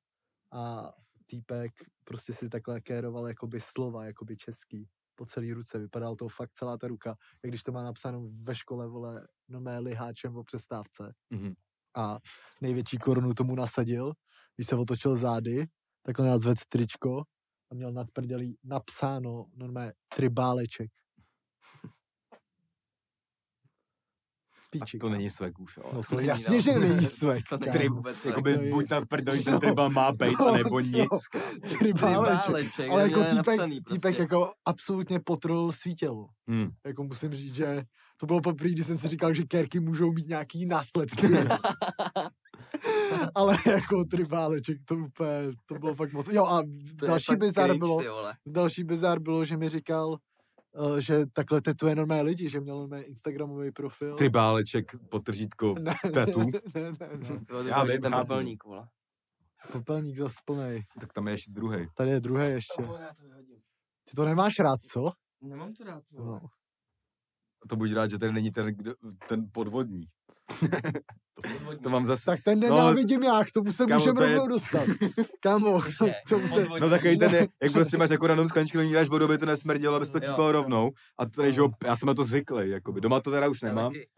B: a týpek prostě si takhle kéroval jakoby slova, jakoby český po celý ruce. Vypadal to fakt celá ta ruka, jak když to má napsáno ve škole, vole, no mé liháčem o přestávce.
A: Mhm.
B: A největší korunu tomu nasadil, když se otočil zády, takhle nadzved tričko a měl nad prdelí napsáno normálně tribáleček. Píči,
A: To není svek už, ale.
B: No to
D: není,
B: jasně,
D: no.
B: že není svek.
D: [laughs] To není
A: Trib-
B: kámo.
D: vůbec tak.
A: Jakoby
B: to je-
A: buď nad prdolí
B: No,
A: ten tribal má být,
B: no,
A: nebo
B: no.
A: nic.
B: Tribáleček.
D: Tribáleček,
B: Ale
D: kde
B: jako
D: měli
B: týpek,
D: napsaný
B: týpek
D: prostě.
B: jako absolutně potrol svítělo.
A: Hmm.
B: Jako musím říct, že to bylo poprvé, když jsem si říkal, že kerky můžou mít nějaký
D: [laughs]
B: následky. Ale jako tribáleček, to úplně, to bylo fakt moc. Jo a
D: To je
B: další
D: fakt
B: bizar
D: cringe,
B: bylo,
D: ty vole.
B: další bizar bylo, že mi říkal, eh, že takhle tetuje normé lidi, že měl normé Instagramový profil.
A: Tribáleček, potržítko,
B: [laughs] Ne,
A: tetu.
B: ne, ne, ne, ne.
D: To
A: Já
D: já
A: vím,
D: vím, ten
A: chápu.
D: popelník, vole.
B: Popelník zas plnej.
A: tak tam je ještě druhý.
B: Tady je druhé ještě.
D: já to vyhodím.
B: Ty to nemáš rád, co?
D: Nemám to rád, vole.
B: No.
A: To buď rád, že tady není ten, kdo- ten podvodní.
D: Podvodník.
A: To mám zase.
B: Tak ten nenávidím já, k tomu se
A: kámo,
B: můžeme
A: No, to je-
B: rovnou dostat.
D: [laughs]
B: Kámo, k tomu-
D: Cože?
B: k tomu se...
D: Podvodník.
A: No takový ten, je, jak prostě máš jako ranou skleničku, není dáš vodu, aby to nesmrdilo, aby se to
D: Jo.
A: típalo rovnou. A tady, že jo, já jsem na to zvyklý, jakoby. Doma to teda už
D: Já
A: nemám,
D: taky.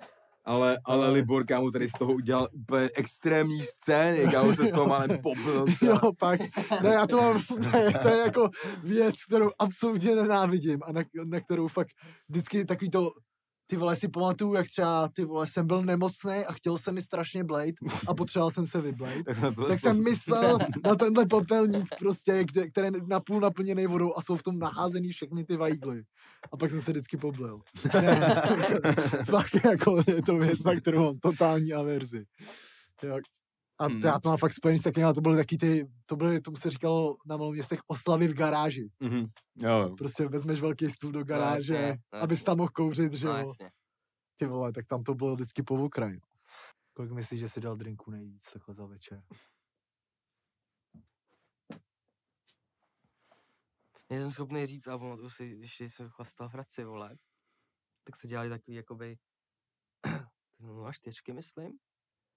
A: ale, ale Libor, kámo, tady z toho udělal úplně extrémní scény, kámo, se z toho málem pobil.
B: Jo, pak. Ne, já to mám, ne, to je jako věc, kterou absolutně nenávidím a na, na kterou fakt vždycky takový to, ty vole si pamatuju, jak třeba ty vole jsem byl nemocný a chtěl jsem mi strašně blade a potřeboval jsem se vyblade.
A: Tak, jsem na to
B: Tak jsem myslel na tenhle popelník prostě, kde, který je napůl naplněný vodou a jsou v tom naházený všechny ty vajígly. A pak jsem se vždycky poblil.
D: [laughs]
B: Ne, fakt jako je to věc, na kterou mám totální averzi. Jo. A
A: Hmm.
B: to, já to mám fakt spojený s takovým, to byly taky ty, to byly, tomu se říkalo na malou městech oslavy v garáži.
A: Mhm. Jo, jo.
B: Prostě vezmeš velký stůl do garáže,
D: jasně, no
B: abys
D: jasně.
B: tam mohl kouřit, že
D: No
B: jo.
D: jasně.
B: Ty vole, tak tam to bylo vždycky po okraji. Kolik myslíš, že si dal drinku nejvíc takhle za večer?
D: Nejsem schopný říct, ale pamatuju si, když jsem chlastal v Hradci, vole, tak se dělali takový, jakoby, [clears throat] no a čtyřky, myslím.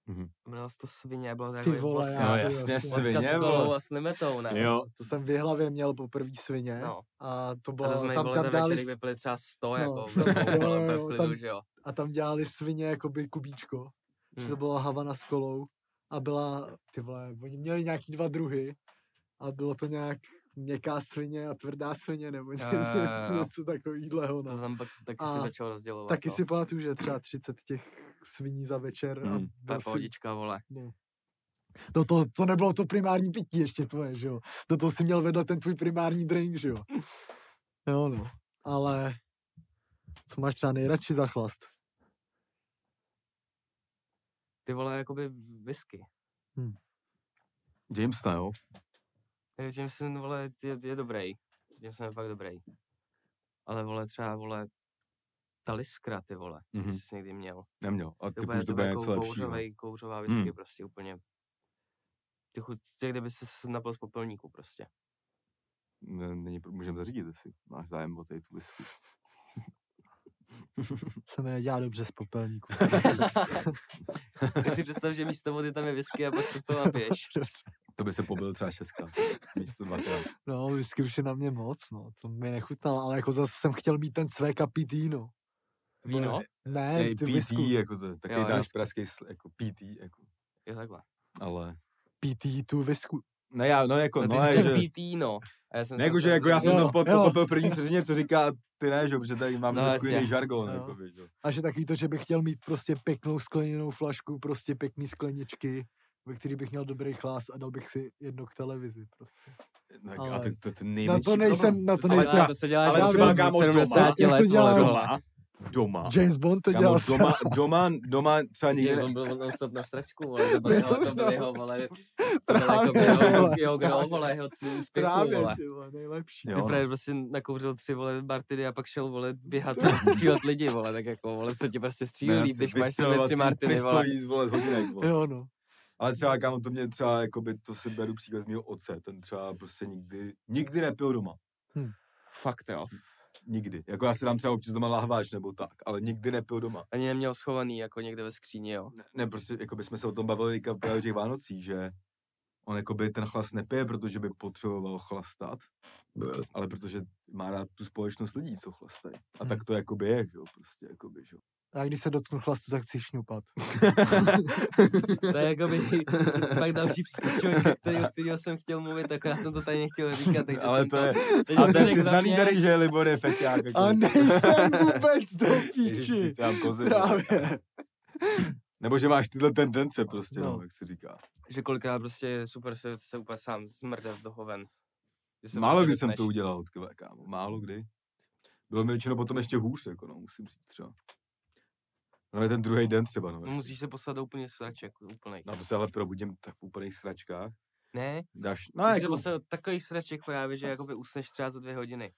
A: Mhm.
D: Jmenovalo se to svině, bylo to
B: Ty
D: jako
B: vole,
D: vodka,
A: No
B: si-
A: jasně,
B: si-
D: vodka
A: svině, vole.
D: s kolou a s limetou, ne?
A: Jo.
B: To jsem v hlavě měl po první svině
D: No.
B: a to
D: A
B: bylo,
D: to jsme
B: tam, tam,
D: za
B: dali,
D: večer, vypili třeba 100,
B: No,
D: jako,
B: tam-
D: v
B: [laughs] jo,
D: klidu,
B: jo,
D: vole,
B: jo,
D: v klidu,
B: tam-
D: že jo.
B: a tam dělali svině jakoby kubíčko. že to
D: Mm.
B: byla Havana s kolou a byla, ty vole, oni měli nějaký dva druhy a bylo to nějak měkká svině a tvrdá svině nebo ně,
D: Jo, jo, jo, jo.
B: něco takovýhleho.
D: no. To
B: No.
D: tam pak taky si
B: A
D: začal rozdělovat.
B: Taky
D: no.
B: si pamatuju, že třeba 30 těch sviní za večer a
A: Mm.
D: Hmm, To je
B: byl si,
D: pohodička, vole.
B: no to, to nebylo to primární pití ještě tvoje, že jo. Do toho si měl vedle ten tvůj primární drink, že jo. Jo no, ale co máš třeba nejradši za chlast?
D: Ty vole, jakoby whisky.
A: Jamesa, jo?
D: Takže Jameson, vole, je, je dobrý. Jameson je fakt dobrý. Ale, vole, třeba, vole, ta liskra, ty vole,
A: Mhm.
D: mm-hmm. jsi někdy měl.
A: Neměl. A ty
D: Úplně
A: už
D: to
A: to
D: bylo
A: bude
D: jako
A: něco lepšího.
D: kouřovej, kouřová whisky,
A: Hmm.
D: prostě úplně. Ty chuť, jak kdyby se napil z
A: [laughs]
D: popelníku, prostě.
A: Ne- Není, pro- můžem zařídit, jestli máš zájem o tady tu whisky.
B: Se mi nedělá dobře z popelníku. [laughs]
D: Tak si představ, že místo vody tam je whisky a pak se z toho napiješ.
A: To by se pobyl třeba šestkrát, místo dvakrát.
B: No, whisky už je na mě moc, no, to mi nechutnalo, ale jako zase jsem chtěl mít ten cvek a pít víno. To bylo-
D: Víno?
B: Ne,
A: Ej,
B: ty
A: PT,
B: whisky,
A: jako to, taky
D: Jo,
A: náš
D: whisky.
A: pražský, sl- jako PT, jako,
D: Jo, takhle.
A: ale...
B: PT, tu whisky.
A: Ne, já, no jako,
D: No, ty
A: no,
D: jsi
A: je, že...
D: že... pít no. A já jsem
A: Ne,
D: si
A: jako, že
D: myslel,
A: jako já jsem
B: Jo,
A: to po-
B: jo.
A: pochopil první přesně, co říká ty ne, že jo, protože tady mám
D: No,
A: trošku
D: jasně.
A: jiný žargon,
B: Jo.
A: jako, víš, jo.
B: A že takový to, že bych chtěl mít prostě pěknou skleněnou flašku, prostě pěkný skleničky, ve který bych měl dobrý chlás a dal bych si jedno k televizi prostě.
A: No,
B: Ale-
A: a to, to, to
B: Na
A: největší
B: to nejsem,
A: problém.
B: na to
D: ale
B: nejsem.
D: třeba to se dělá,
A: ale
D: že
B: třeba
D: vůbec
A: kámo
D: ze
A: doma.
D: 70
A: [laughs]
B: Jak to
D: let, vole,
B: dělá?
D: doma.
A: Doma.
B: James Bond to
A: Kámo,
B: dělal. [laughs]
A: doma, doma, doma
D: [laughs]
A: třeba nikdy
D: James
A: ne,
D: Bond byl non-stop na
B: [laughs]
D: stračku, vole, to byl jeho, to byl jeho, vole, to byl
B: Právě,
D: jako jeho,
B: vole.
D: jeho grál, vole, jeho cíl úspěchu,
B: Právě,
D: vole.
B: ty vole, nejlepší.
A: Jo,
D: Ty
A: no.
D: právě prostě nakouřil tři, vole, martiny a pak šel, vole,
B: [laughs]
D: běhat a střílet lidi, vole, tak jako, vole, se ti prostě střílí, když máš sebe tři martiny, vole.
A: pistolí, vole, z hodinek, vole.
B: Jo, no.
A: Ale třeba, kámo, to mě třeba, jakoby, to si beru příklad z mého otce, ten třeba prostě nikdy, nikdy nepil doma.
D: Fakt, jo.
A: Nikdy. Jako já si dám třeba občas doma lahváč nebo tak, ale nikdy nepil doma.
D: Ani neměl schovaný, jako někde ve skříni,
B: [laughs]
D: jo.
A: Ne, ne prostě, jako by jsme se o tom bavili teďka právě o těch Vánocích, že on jako by ten chlas nepije, protože by potřeboval chlastat, ale protože má rád tu společnost lidí, co chlastají. A
B: Hmm.
A: tak to jakoby je, že jo, prostě, jakoby, že jo.
B: A když se dotknu chlastu, tak chci šňupat.
D: To je jako by [laughs] pak další příklad člověka, který, o kterého jsem chtěl mluvit, akorát jsem to tady nechtěl říkat, takže
A: ale
D: jsem
A: to
D: to,
A: je,
D: teď
A: a
D: jsem
A: to je
D: řekl za
A: přiznaný
D: mě.
A: tady, že je Libor je feťák. jako. [laughs]
B: A
D: [laughs]
B: nejsem vůbec do píči.
A: Ježiš,
B: [laughs]
A: já mám kozy, vole.
B: Právě.
A: Nebo že máš tyhle tendence prostě, no.
B: No.
A: jak se říká.
D: že kolikrát prostě je super se, se úplně sám smrde v dohoven. Že se
A: Málo
D: prostě
A: kdy jsem to
D: vypneš.
A: udělal, tyhle, kámo. Málo kdy. Bylo mi většinou potom ještě hůř, jako no, musím říct třeba. No je ten druhý den třeba, no.
D: No, musíš se poslat do úplně sraček, úplnej.
A: Na to se ale probudím tak v úplných sračkách.
D: Ne,
A: Dáš, no,
D: no, musíš se
A: jako,
D: poslat do takových sraček právě, že jakoby usneš třeba za dvě hodiny,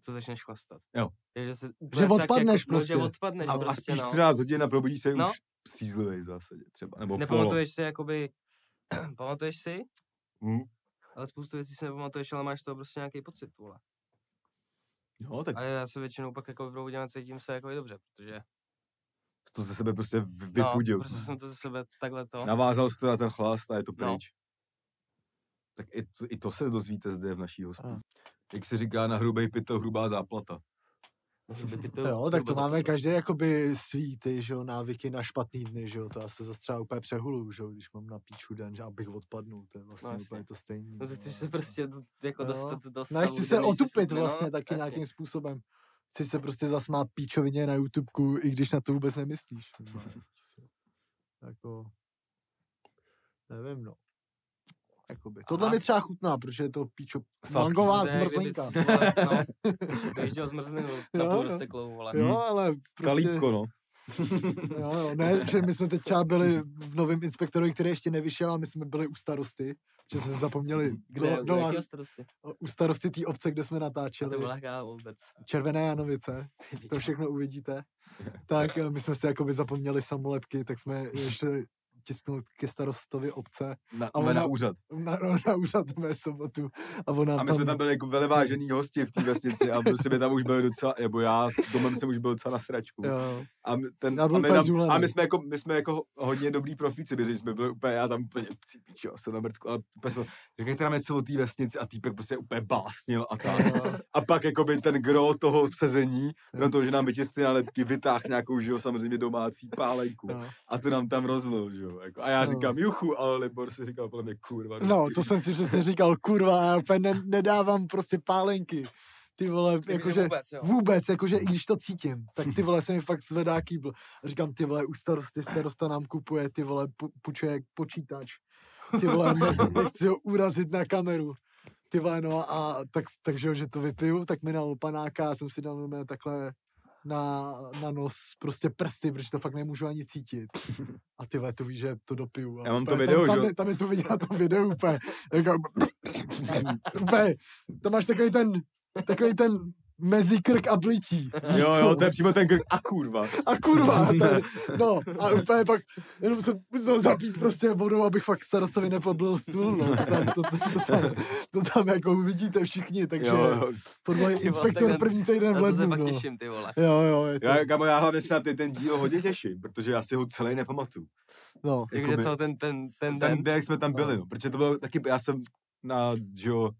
D: co začneš chlastat.
A: Jo.
D: Takže se úplně tak
B: odpadneš
D: jako, no, že
B: prostě.
D: odpadneš
A: a, a
D: prostě,
A: spíš
D: no.
A: 13 hodin a probudíš se
D: No.
A: už střízlivý v zásadě třeba. Nebo polo.
D: Nepamatuješ si jakoby, [clears throat] pamatuješ si,
A: Hm?
D: ale spoustu věcí si nepamatuješ, ale máš to prostě nějaký pocit, vole.
A: No, tak
D: A já se většinou pak jako probudím a cítím se jako i dobře, protože
A: to ze sebe prostě vy- vypudil.
D: No, prostě jsem to ze sebe takhle to.
A: Navázal jste na ten chlast a je to
D: No.
A: pryč. Tak i to, i to se dozvíte zde v naší hospodě. Jak se říká, na hrubej pytel hrubá
D: [laughs]
A: záplata.
B: Jo, tak to máme každý jakoby svý ty, že jo, návyky na špatný dny, že jo, to já se zase třeba úplně přehuluju, že jo, když mám na píču den, že abych odpadnul, to je vlastně
D: jasně.
B: úplně to stejný.
D: No,
B: no,
D: ty chceš se
B: ale-
D: prostě do, jako
B: Jo.
D: dostat do
B: No,
D: stavu,
B: já chci
D: že
B: se
D: nejsi
B: otupit
D: schopný,
B: vlastně
D: no,
B: taky
D: jasně.
B: nějakým způsobem. Chci se prostě zasmát píčovině na YouTubeku, i když na to vůbec nemyslíš. normálně, prostě. jako, nevím, no. Jakoby. Tohle
D: Aha.
B: mi třeba chutná, protože je to píčo
A: Sladký.
B: mangová
D: To je, jak kdyby
B: zmrzlinka.
D: jsi, vole,
B: [laughs]
D: no, Dojížděl zmrzlinu,
B: Jo,
D: na
B: no.
D: půl rozteklou, vole.
B: Jo, ale
A: Prostě...
B: prostě...
A: Kalípko, no.
B: Jo, jo, ne, že my jsme teď třeba byli v novém inspektorovi, který ještě nevyšel a my jsme byli u starosty že jsme zapomněli,
D: Kde,
B: kdo,
D: do,
B: kdo má,
D: jakého starosty?
B: u starosty té obce, kde jsme
D: A To
B: natáčeli,
D: byla jaká obec.
B: Červené Janovice,
D: Ty
B: to
D: pičo.
B: všechno uvidíte. Tak eh, my jsme si jakoby zapomněli samolepky, tak jsme je šli tisknout ke starostovi obce
A: Na,
B: Ale
A: ale na
B: na-
A: úřad.
B: na, na úřad ve sobotu. A, ona
A: A my jsme tam byli jako velevážený hosti v té vesnici a prostě by tam už byli docela, nebo já s domem jsem už byl docela na sračku.
B: Jo.
A: A my, ten,
B: Já byl
A: a my,
B: úplně
A: tam,
B: zhulený.
A: a my jsme jako, my jsme jako hodně dobrý profíci, protože jsme byli úplně, já tam úplně, ty píčo, jsem na mrtku, a úplně jsme, řekněte nám něco o té vesnici a týpek prostě úplně básnil a tak.
B: Jo.
A: A pak jakoby ten gro toho sezení, krom toho, že nám vytěsty nálepky, vytáh nějakou, že jo, samozřejmě domácí pálenku.
B: Jo.
A: A to nám tam rozlil, že jo. Jako. A já
B: No.
A: říkám, juchu, ale Libor si říkal, podle mě, kurva.
B: No,
A: dobrý.
B: to jsem si přesně říkal, kurva, já úplně ne, nedávám prostě pálenky. Ty vole,
D: Jakože
B: jakože
D: vůbec, jo.
B: vůbec, jakože i když to cítím, tak ty vole se mi fakt zvedá kýbl. A říkám, ty vole, u starosty starosta nám kupuje, ty vole, pu- půjčuje počítač. Ty vole, ne- nechci ho urazit na kameru. Ty vole, no a tak, takže, že to vypiju, tak mi dal panáka, já jsem si dal normálně takhle na, na nos prostě prsty, protože to fakt nemůžu ani cítit. A ty vole, to víš, že to dopiju. a
A: Já mám to
B: úplně
A: video,
B: tam,
A: že
B: tam,
A: jo?
B: je- tam, je to vidět na tom videu úplně. Jako, úplně, tam máš takový ten, takový ten mezi krk a blití. víš
A: Jo,
B: co?
A: jo, to je přímo ten krk. A kurva.
B: A
A: [laughs]
B: kurva, ten, no, a úplně pak jenom jsem musel zapít prostě vodu, abych fakt starostovi nepodlil stůl, no, to tam, to, to, to, tam, to tam jako uvidíte všichni, takže
A: Jo, jo.
B: podle
D: Ty vole, tak
B: inspektor
D: na-
B: první týden
D: Na
B: v
D: to se
B: lednu,
D: pak
B: no.
D: těším, ty vole.
B: Jo, jo, je to,
A: Já, kamo, já hlavně se na ten, ten díl hodně těším, protože já si ho celý nepamatuju.
B: no,
D: Takže
A: Jakoby-
D: co, ten, ten,
A: Ten
D: ten, ten,
A: den, jak jsme tam byli, no. protože to bylo taky, já jsem na, že jo,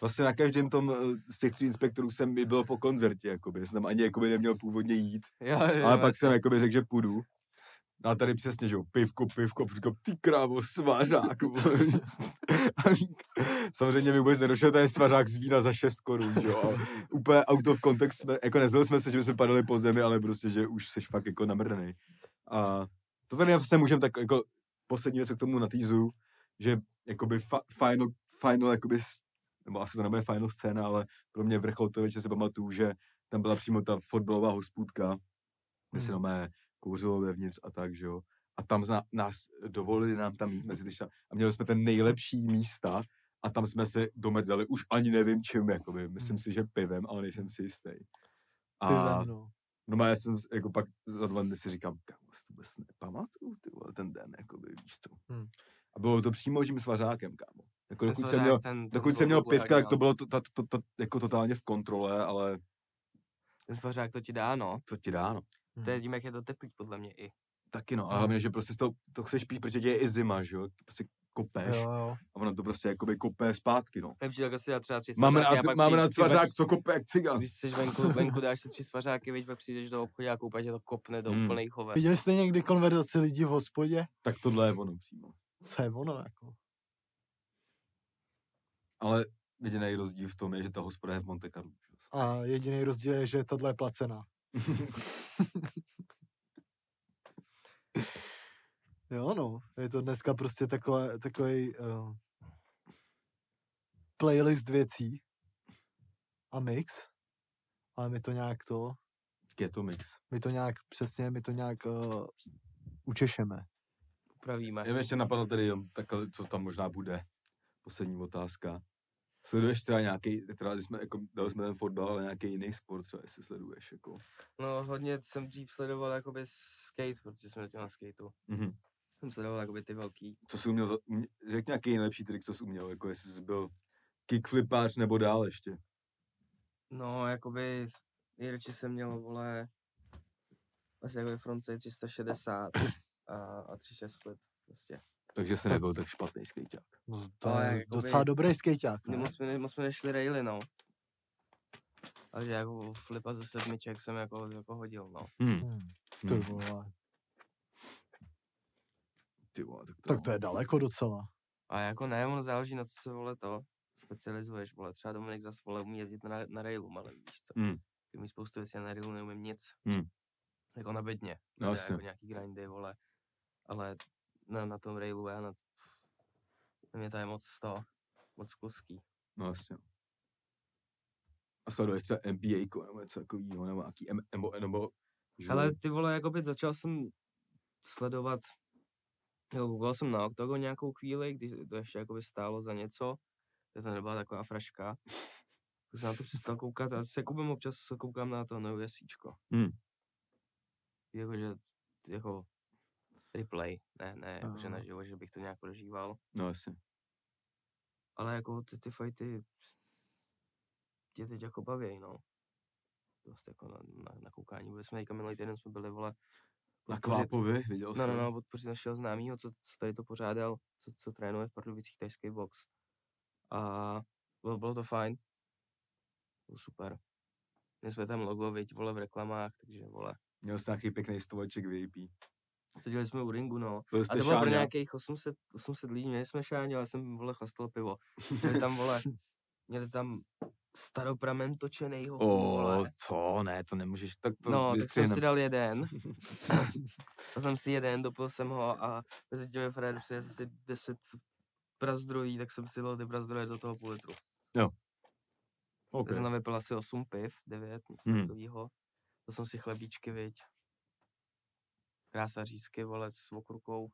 A: vlastně na každém tom eh, z těch tří inspektorů jsem mi byl po koncertě, jakoby, já jsem tam ani jakoby neměl původně jít,
D: jo, [laughs] jo,
A: ale pak jsem jakoby řekl, že půjdu. No a tady přesně, že jo, pivko, pivko, říkám, ty krávo, svařák. vole. [laughs] Samozřejmě mi vůbec nedošlo, to je svařák z vína za 6 korun, že jo. A úplně out of context, jsme, jako nezlili jsme se, že by jsme padali pod zemi, ale prostě, že už seš fakt jako namrdaný. A to tady vlastně můžeme tak jako poslední věc co k tomu natýzu, že jakoby fa- final, final jakoby, s- nebo asi to nebude final scéna, ale pro mě vrchol to večer si pamatuju, že tam byla přímo ta fotbalová hospůdka, kde se
D: Hmm.
A: normálně kouřilo vevnitř a tak, že jo. A tam zna, nás dovolili nám tam jít mezi ty šta- a měli jsme ten nejlepší místa a tam jsme se domrdali už ani nevím čím, jakoby. Myslím
B: Hmm.
A: si, že pivem, ale nejsem si jistý. A
B: pivem, no.
A: no já jsem s- jako pak za dva dny si říkám, kámo, já si to vůbec nepamatuju, ty vole, ten den, jakoby, víš co.
B: Hmm.
A: A bylo to přímo tím svařákem, kámo. Jako
D: Ten
A: dokud jsem
D: svařák,
A: měl,
D: ten- ten
A: dokud
D: byl
A: jsem měl
D: blbůr, jak
A: pivka, tak to
D: dělal.
A: bylo to, ta, to, to, jako totálně v kontrole, ale
D: Ten svařák to ti dá, no.
A: co ti dá, no.
D: To je tím, jak je to teplý, podle mě i.
A: Taky no, a
B: Mhm.
A: hlavně, že prostě to, to chceš pít, protože tě je i zima, že jo, ty prostě kopeš
B: Jo, jo.
A: a ono to prostě jakoby kopé zpátky, no.
D: Lepší tak asi dá třeba tři
A: Máme
D: svařáky a
A: na,
D: pak
A: máme
D: přijít
A: na
D: vždycky
A: svařák,
D: venku.
A: co kope jak cigan.
D: Když jsi venku, venku dáš si tři svařáky, víš, pak přijdeš do obchodu a koupáš, tě to kopne do
A: Hmm.
D: úplnej chove.
B: Viděli jste někdy konverzaci lidí v hospodě?
A: Tak tohle je ono přímo.
B: Co je ono, jako?
A: Ale jediný rozdíl v tom je, že ta hospoda je v Monte Carlo. že jo.
B: A jediný rozdíl je, že tohle je placená. [laughs] jo, no. Je to dneska prostě takové, takový uh, playlist věcí a mix. Ale my to nějak to,
A: Je to mix.
B: my to nějak přesně, my to nějak uh, učešeme.
D: Upravíme.
A: Já mi ještě napadlo tady, jo, takhle, co tam možná bude. Poslední otázka. Sleduješ teda nějaký, teda když jsme, jako, dali jsme ten fotbal, ale nějaký jiný sport, co jestli sleduješ, jako.
D: No hodně jsem dřív sledoval jakoby skate, protože jsem letěl na skateu.
A: Mhm.
D: Jsem sledoval jakoby ty velký.
A: Co jsi uměl, za- umě- řekni nějaký nejlepší trik, co jsi uměl, jako jestli jsi byl kickflipář nebo dál ještě.
D: No jakoby nejradši jsem měl, vole, asi jakoby frontside 360 a, a 36 flip prostě.
A: Takže jsi
B: Tak-
A: nebyl tak špatný skejťák.
B: No, to
D: Ale
B: je
D: jakoby-
B: docela dobrý skejťák.
D: Kdy
B: No.
D: moc jsme, ne- moc jsme nešli raily, no. Ale že jako flipa ze sedmiček jsem jako, jako hodil, no.
A: Hmm.
B: Hmm,
A: Hmm.
B: ty vole.
A: Ty vole, tak to,
B: Tak to je daleko docela.
D: A jako ne, ono záleží na co se vole to specializuješ, vole. Třeba Dominik zase vole umí jezdit na, na railu, ale víš co.
A: Hmm.
D: Umí spoustu věcí, já na railu neumím nic.
A: Hmm.
D: Jako na bedně.
A: No,
D: No,
A: jasně.
D: jako nějaký grindy, vole. Ale na, na tom railu já na, na mě to je moc to, moc kluský.
A: No jasně. A sleduješ třeba NBA nebo něco takového, nebo nějaký, M- nebo, nebo
D: Ale ty vole, jakoby začal jsem sledovat Jo, koukal jsem na Octagon nějakou chvíli, když to ještě jakoby stálo za něco. To jsem byla taková fraška. [laughs] Tak jsem na to přestal koukat a s Jakubem občas se koukám na to nové síčko.
A: Hmm.
D: Jakože, jako replay, ne, ne, jakože
B: Aha.
D: naživo, že bych to nějak prožíval.
A: No jasně.
D: Ale jako ty, ty fighty tě teď jako baví, no. Dost jako na, na, na koukání. Byli jsme teďka minulý týden, jsme byli, vole,
A: Na
D: podpořit-
A: Kvápovi, viděl
D: No,
A: jsem.
D: no, no, podpořit našeho známého, co, co tady to pořádal, co, co trénuje v Pardubicích tajský box. A bylo, bylo to fajn. Bylo super. Měli jsme tam logo, viď, vole, v reklamách, takže, vole.
A: Měl jsi nějaký pěkný stoleček VIP.
D: Seděli jsme u ringu, no.
A: Byl
D: A
A: jste
D: to bylo pro
A: šáňa.
D: nějakých 800, 800 lidí, měli jsme šáně, ale jsem, vole, chlastal pivo. Měli
A: [laughs]
D: tam, vole, měli tam staropramen točenýho,
A: O,
D: vole.
A: co? Ne, to nemůžeš. Tak to
D: No, tak jsem
A: vystřihneme.
D: si
A: [laughs]
D: dal jeden. dal jsem si jeden, dopil jsem ho a mezi těmi Fred přines asi 10 brazdrojí, tak jsem si dal ty brazdroje do toho půl litru.
A: Ok.
D: Okay. Jsem tam vypil asi 8 piv, 9, něco
A: Hmm.
D: hmm. takového. To jsem si chlebíčky, viď. Krása řízky, vole, s okurkou.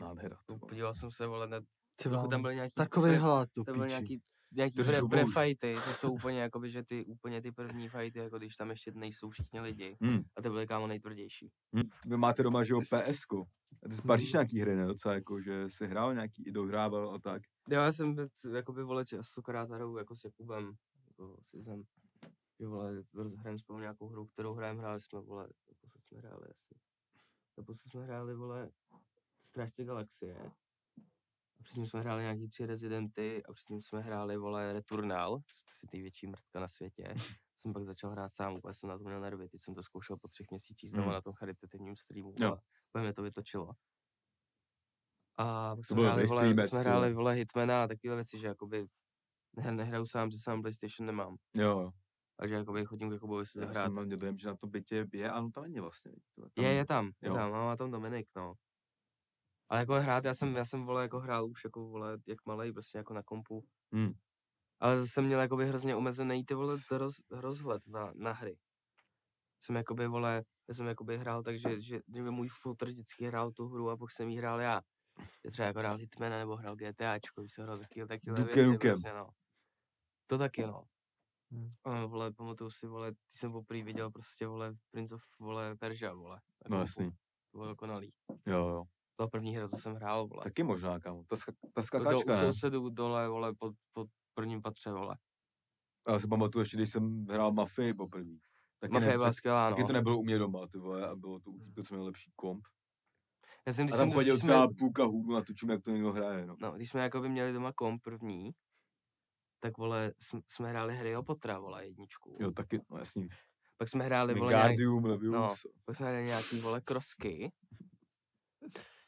A: Nádhera. to bylo.
D: Podíval jsem se, vole, na,
B: Ty
D: jako
B: vám,
D: tam byly nějaký...
B: takový
D: pre-
B: hlad, to
D: to byly
B: piči.
D: nějaký, nějaký
A: Drž
D: pre,
A: zubu.
D: pre-fighty, to jsou úplně, jakoby, že ty, úplně ty první fighty, jako když tam ještě nejsou všichni lidi.
A: Hmm.
D: A ty byly kámo nejtvrdější.
A: Hm. Vy máte doma, že jo, PS. Ty spaříš
D: Mhm.
A: nějaký hry, ne? Docela jako, že jsi hrál nějaký, i dohrával a tak.
D: Jo, já jsem byl c- jakoby vole častokrát hraju jako s Jakubem, jako si jsem, že vole, hrajeme spolu nějakou hru, kterou hrajeme, hráli jsme, vole, naposled jsme hráli asi. Naposled jsme hráli, vole, Strážce galaxie. A předtím jsme hráli nějaký tři Residenty a předtím jsme hráli, vole, Returnal, si největší mrtka na světě. jsem pak začal hrát sám, úplně jsem na to měl nervy, teď jsem to zkoušel po třech měsících znovu
A: Hmm.
D: na tom charitativním streamu,
A: Jo.
D: ale úplně mě to vytočilo. A pak jsme
A: byl
D: hráli, vole,
A: mainstreamec,
D: jsme
A: ty
D: hráli
A: vole.
D: vole Hitmana a takovéhle věci, že jakoby ne, nehraju sám, že sám PlayStation nemám.
A: Jo, jo.
D: A že jakoby chodím k Jakubovi si
A: Já jsem
D: zahrát.
A: měl dojem, že na tom bytě je, ale tam není vlastně. viď, to
D: Je, je tam, je
A: jo.
D: tam, no, má tam Dominik, no. Ale jako hrát, já jsem, já jsem vole, jako hrál už jako vole, jak malej, prostě jako na kompu.
A: Hmm.
D: Ale zase měl jakoby hrozně omezený ty vole t- roz, rozhled na, na hry. Jsem jakoby vole, já jsem jakoby hrál tak, že, že, že by můj footer vždycky hrál tu hru a pak jsem jí hrál já. Že třeba jako hrál Hitmana nebo hrál GTAčko, když jsem hrál taky, taky
A: Duke
D: věci,
A: Nukem.
D: prostě, no. To taky no.
B: Hmm.
D: A vole, pamatuju si, vole, když jsem poprvé viděl prostě, vole, Prince of, vole, Persia, vole. na
A: No
D: kompu.
A: jasný.
D: To bylo dokonalý.
A: Jo, jo.
D: To byla první hra, co jsem hrál, vole.
A: Taky možná, kámo. Ta, ska- ta
D: Byl to u
A: skakačka, ne?
D: sousedů dole, vole, pod, pod prvním patře, vole.
A: Já si pamatuju ještě, když jsem hrál Mafii poprvé. Taky ne-
D: Mafia byla
A: tak-
D: skvělá,
A: Taky
D: no.
A: to nebylo u mě doma, ty vole, a bylo to u týpka, co měl lepší komp.
D: Já jsem,
A: A
D: když
A: tam
D: jsem-
A: chodil
D: když jsme-
A: třeba půlka hůru na tučím, jak to někdo hraje, no.
D: No, když jsme jakoby měli doma kom první, tak vole, jsme, jsme hráli hry o potra, vole, jedničku.
A: Jo, taky, no jasný.
D: Pak jsme hráli, vole, nějak, no.
A: Wingardium, Levius.
D: pak jsme hráli nějaký, vole, krosky.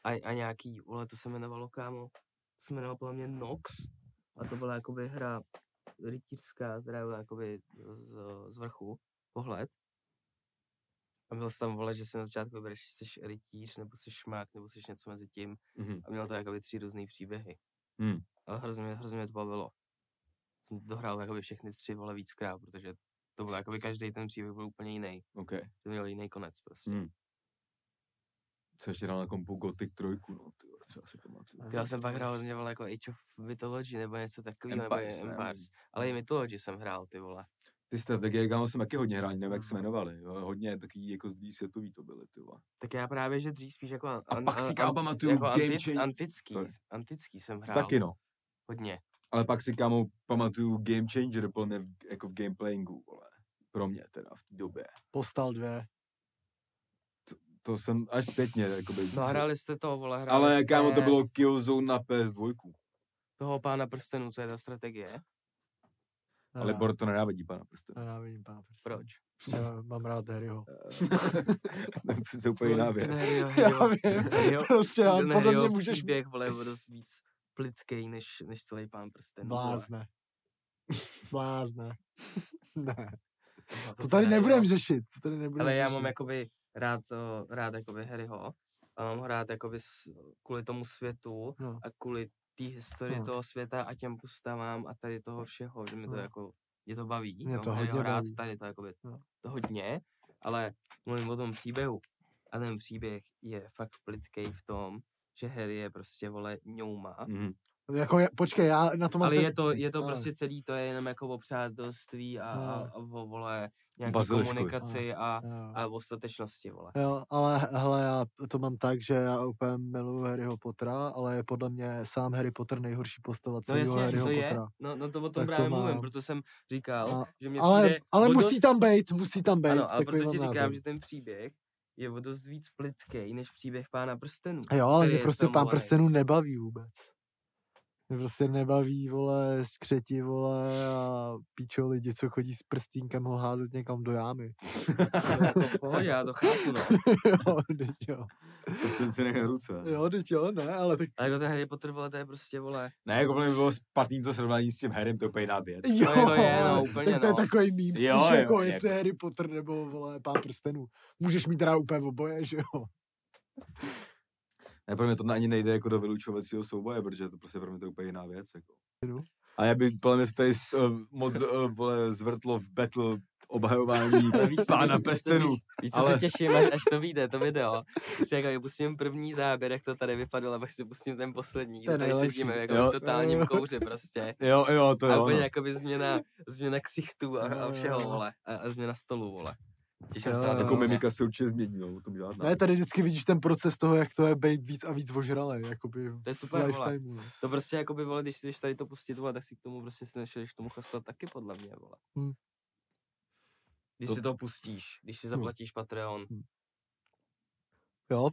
D: A, a nějaký, vole, to se jmenovalo, kámo, to se jmenovalo podle mě Nox. A to byla jakoby hra rytířská, která byla jakoby z, z vrchu, pohled. A bylo se tam vole, že si na začátku vybereš, jestli jsi rytíř, nebo jsi šmák, nebo jsi něco mezi tím.
A: Mhm.
D: A měl to jakoby tři různé příběhy.
A: Hmm.
D: Ale hrozně, mě- hrozně mě to bavilo. Jsem dohrál jakoby všechny tři vole víckrát, protože to byl jakoby každý ten příběh byl úplně jiný.
A: OK.
D: To měl jiný konec prostě.
A: Hmm. Jsem ještě hrál na kompu Gothic 3, no, ty vole, třeba si pamatuju.
D: Ty Já jsem pak hrál hrozně vole jako Age of Mythology nebo něco takového, nebo
A: Empires,
D: je
A: ne?
D: Empires. Ale i Mythology jsem hrál, ty vole.
A: Ty strategie, kámo, jsem taky hodně hrál, nevím, jak se jmenovali. Jo. Hodně takový jako z světový to byly, ty vole.
D: Tak já právě, že dřív spíš jako... an-
A: A
D: an-
A: pak si
D: an-
A: kámo
D: an-
A: pamatuju Game Change-
D: antický,
A: sorry.
D: antický jsem
A: To
D: hrál.
A: Taky no.
D: Hodně.
A: Ale pak si, kámo, pamatuju Game Changer, podle mě, v- jako v gameplayingu, vole. Pro mě teda v té době.
B: Postal dvě.
A: To jsem až zpětně, jakoby.
D: No a
A: si-
D: hráli jste to, vole, hráli
A: Ale
D: jste
A: kámo, to bylo Killzone na PS2.
D: Toho pána prstenů, co je ta strategie?
B: No,
D: No.
A: Ale Bor to nenávidí, pana prstenu.
D: [laughs]
B: Nenávidím pán prstenů.
D: Proč?
B: Já mám rád Harryho.
A: to je přece úplně jiná věc.
D: Ten Harryho,
B: Já
D: Harryho,
B: vím,
A: [laughs]
D: Harryho,
B: prostě já-
D: ten
B: podle mě
D: Harryho
B: můžeš být
D: příběh, vole, je dost víc plitkej, než, než celý pán prstenů. no, vole.
B: blázne.
D: [laughs]
B: Blázne. Ne,
D: No,
B: to
D: ten
B: tady
D: Harryho.
B: nebudem řešit, to tady nebudem
D: Ale já
B: řešit.
D: mám jako- jakoby rád, o, rád jakoby Harryho. A mám ho rád jakoby s- kvůli tomu světu
B: No.
D: a kvůli té historii
B: No.
D: toho světa a těm postavám a tady toho všeho, že mi to
B: No.
D: jako, mě to baví.
B: Mě
D: mám
B: to
D: Harryho
B: hodně
D: rád,
B: baví.
D: tady to jakoby,
B: No.
D: to hodně, ale mluvím o tom příběhu. A ten příběh je fakt plitkej v tom, že Harry je prostě, vole, ňouma.
A: Mhm.
B: Jako je, počkej, já na to mám...
D: Ale
B: ten-
D: je to, je to
B: Ale-
D: prostě celý, to je jenom jako o přátelství a, a,
B: No.
D: a o, vole, nějaký
A: Bazileškovi.
D: komunikaci a,
B: Jo.
D: a o statečnosti, vole.
B: Jo, ale hele, já to mám tak, že já úplně miluji Harryho Pottera, ale je podle mě sám Harry Potter nejhorší postava
D: No
B: celého
D: jasně, že
B: Harryho
D: to je,
B: Pottera.
D: no, no to o tom
B: Tak to
D: právě mluvím,
B: mám.
D: proto jsem říkal,
B: A-
D: že mě
B: Ale,
D: přijde
B: ale
D: o
B: musí
D: dost-
B: tam být, musí tam být.
D: Ano, ale
B: takový
D: proto ti
B: mám
D: říkám,
B: názor.
D: že ten příběh je o dost víc plitkej, než příběh
B: [laughs]
D: pána prstenů.
B: Jo, ale
D: který
B: mě
D: je
B: prostě pán
D: stamovaný.
B: prstenů nebaví vůbec. Mě prostě nebaví, vole, skřeti, vole, a píčo lidi, co chodí s prstínkem ho házet někam do
D: [laughs]
B: jámy. [laughs]
D: To je jako v pohodě, já to chápu, no.
B: jo, teď jo.
A: Prsten Prostě si nechají na ruce.
B: Jo, teď jo, ne, ale tak...
D: Ale jako ten Harry Potter, vole, to je prostě, vole,
A: Ne, jako by bylo špatný to srovnání s tím herem, to je úplně náběd.
B: Jo,
D: to je, no,
B: ale
D: úplně,
B: tak to je
D: no.
B: takový mým, spíš
A: Jo, jo,
B: jako jestli
A: jako.
B: Harry Potter nebo, vole, pán prstenů. Můžeš mít teda úplně oboje, že jo.
A: Ne, pro mě to ani nejde jako do vylučovacího souboje, protože to prostě pro mě to je úplně jiná věc. Jako.
B: Jo.
A: A já bych podle mě se tady st- eh, moc eh, vole, zvrtlo v battle obhajování
D: [laughs] Ale víš, co
A: pána
D: bych- víš, co bych-
A: prstenů.
D: víš, co [laughs]
A: ale-
D: se těším, až, až to vyjde, to video. Prostě jako já pustím první záběr, jak to tady vypadlo, a pak si pustím ten poslední,
B: To je
D: kde tady
B: nejlepší.
D: sedíme jako
A: Jo.
D: v totálním
B: Jo.
D: kouři prostě.
A: Jo, jo, to
D: A
A: jo.
D: úplně
A: No.
D: jakoby změna, změna ksichtů a, a všeho,
B: Jo.
D: vole. A, a změna stolu, vole. Těším se
B: Jo,
D: na
B: jo.
D: to.
A: Jako
D: hrozně.
A: mimika se určitě změní, no, o tom žádná.
B: Ne, tady vždycky vidíš ten proces toho, jak to je být víc a víc ožralý, jakoby
D: To je
B: v
D: super, vole.
B: lifetimeu, no.
D: To prostě jako by vole, když si jdeš tady to pustit, vole, tak si k tomu prostě si nešel, tomu chlastat taky podle mě, vole.
B: Hmm.
D: Když
A: Hm. To- Hm.
D: si to pustíš, když si
B: Hmm.
D: zaplatíš Patreon.
B: Jo,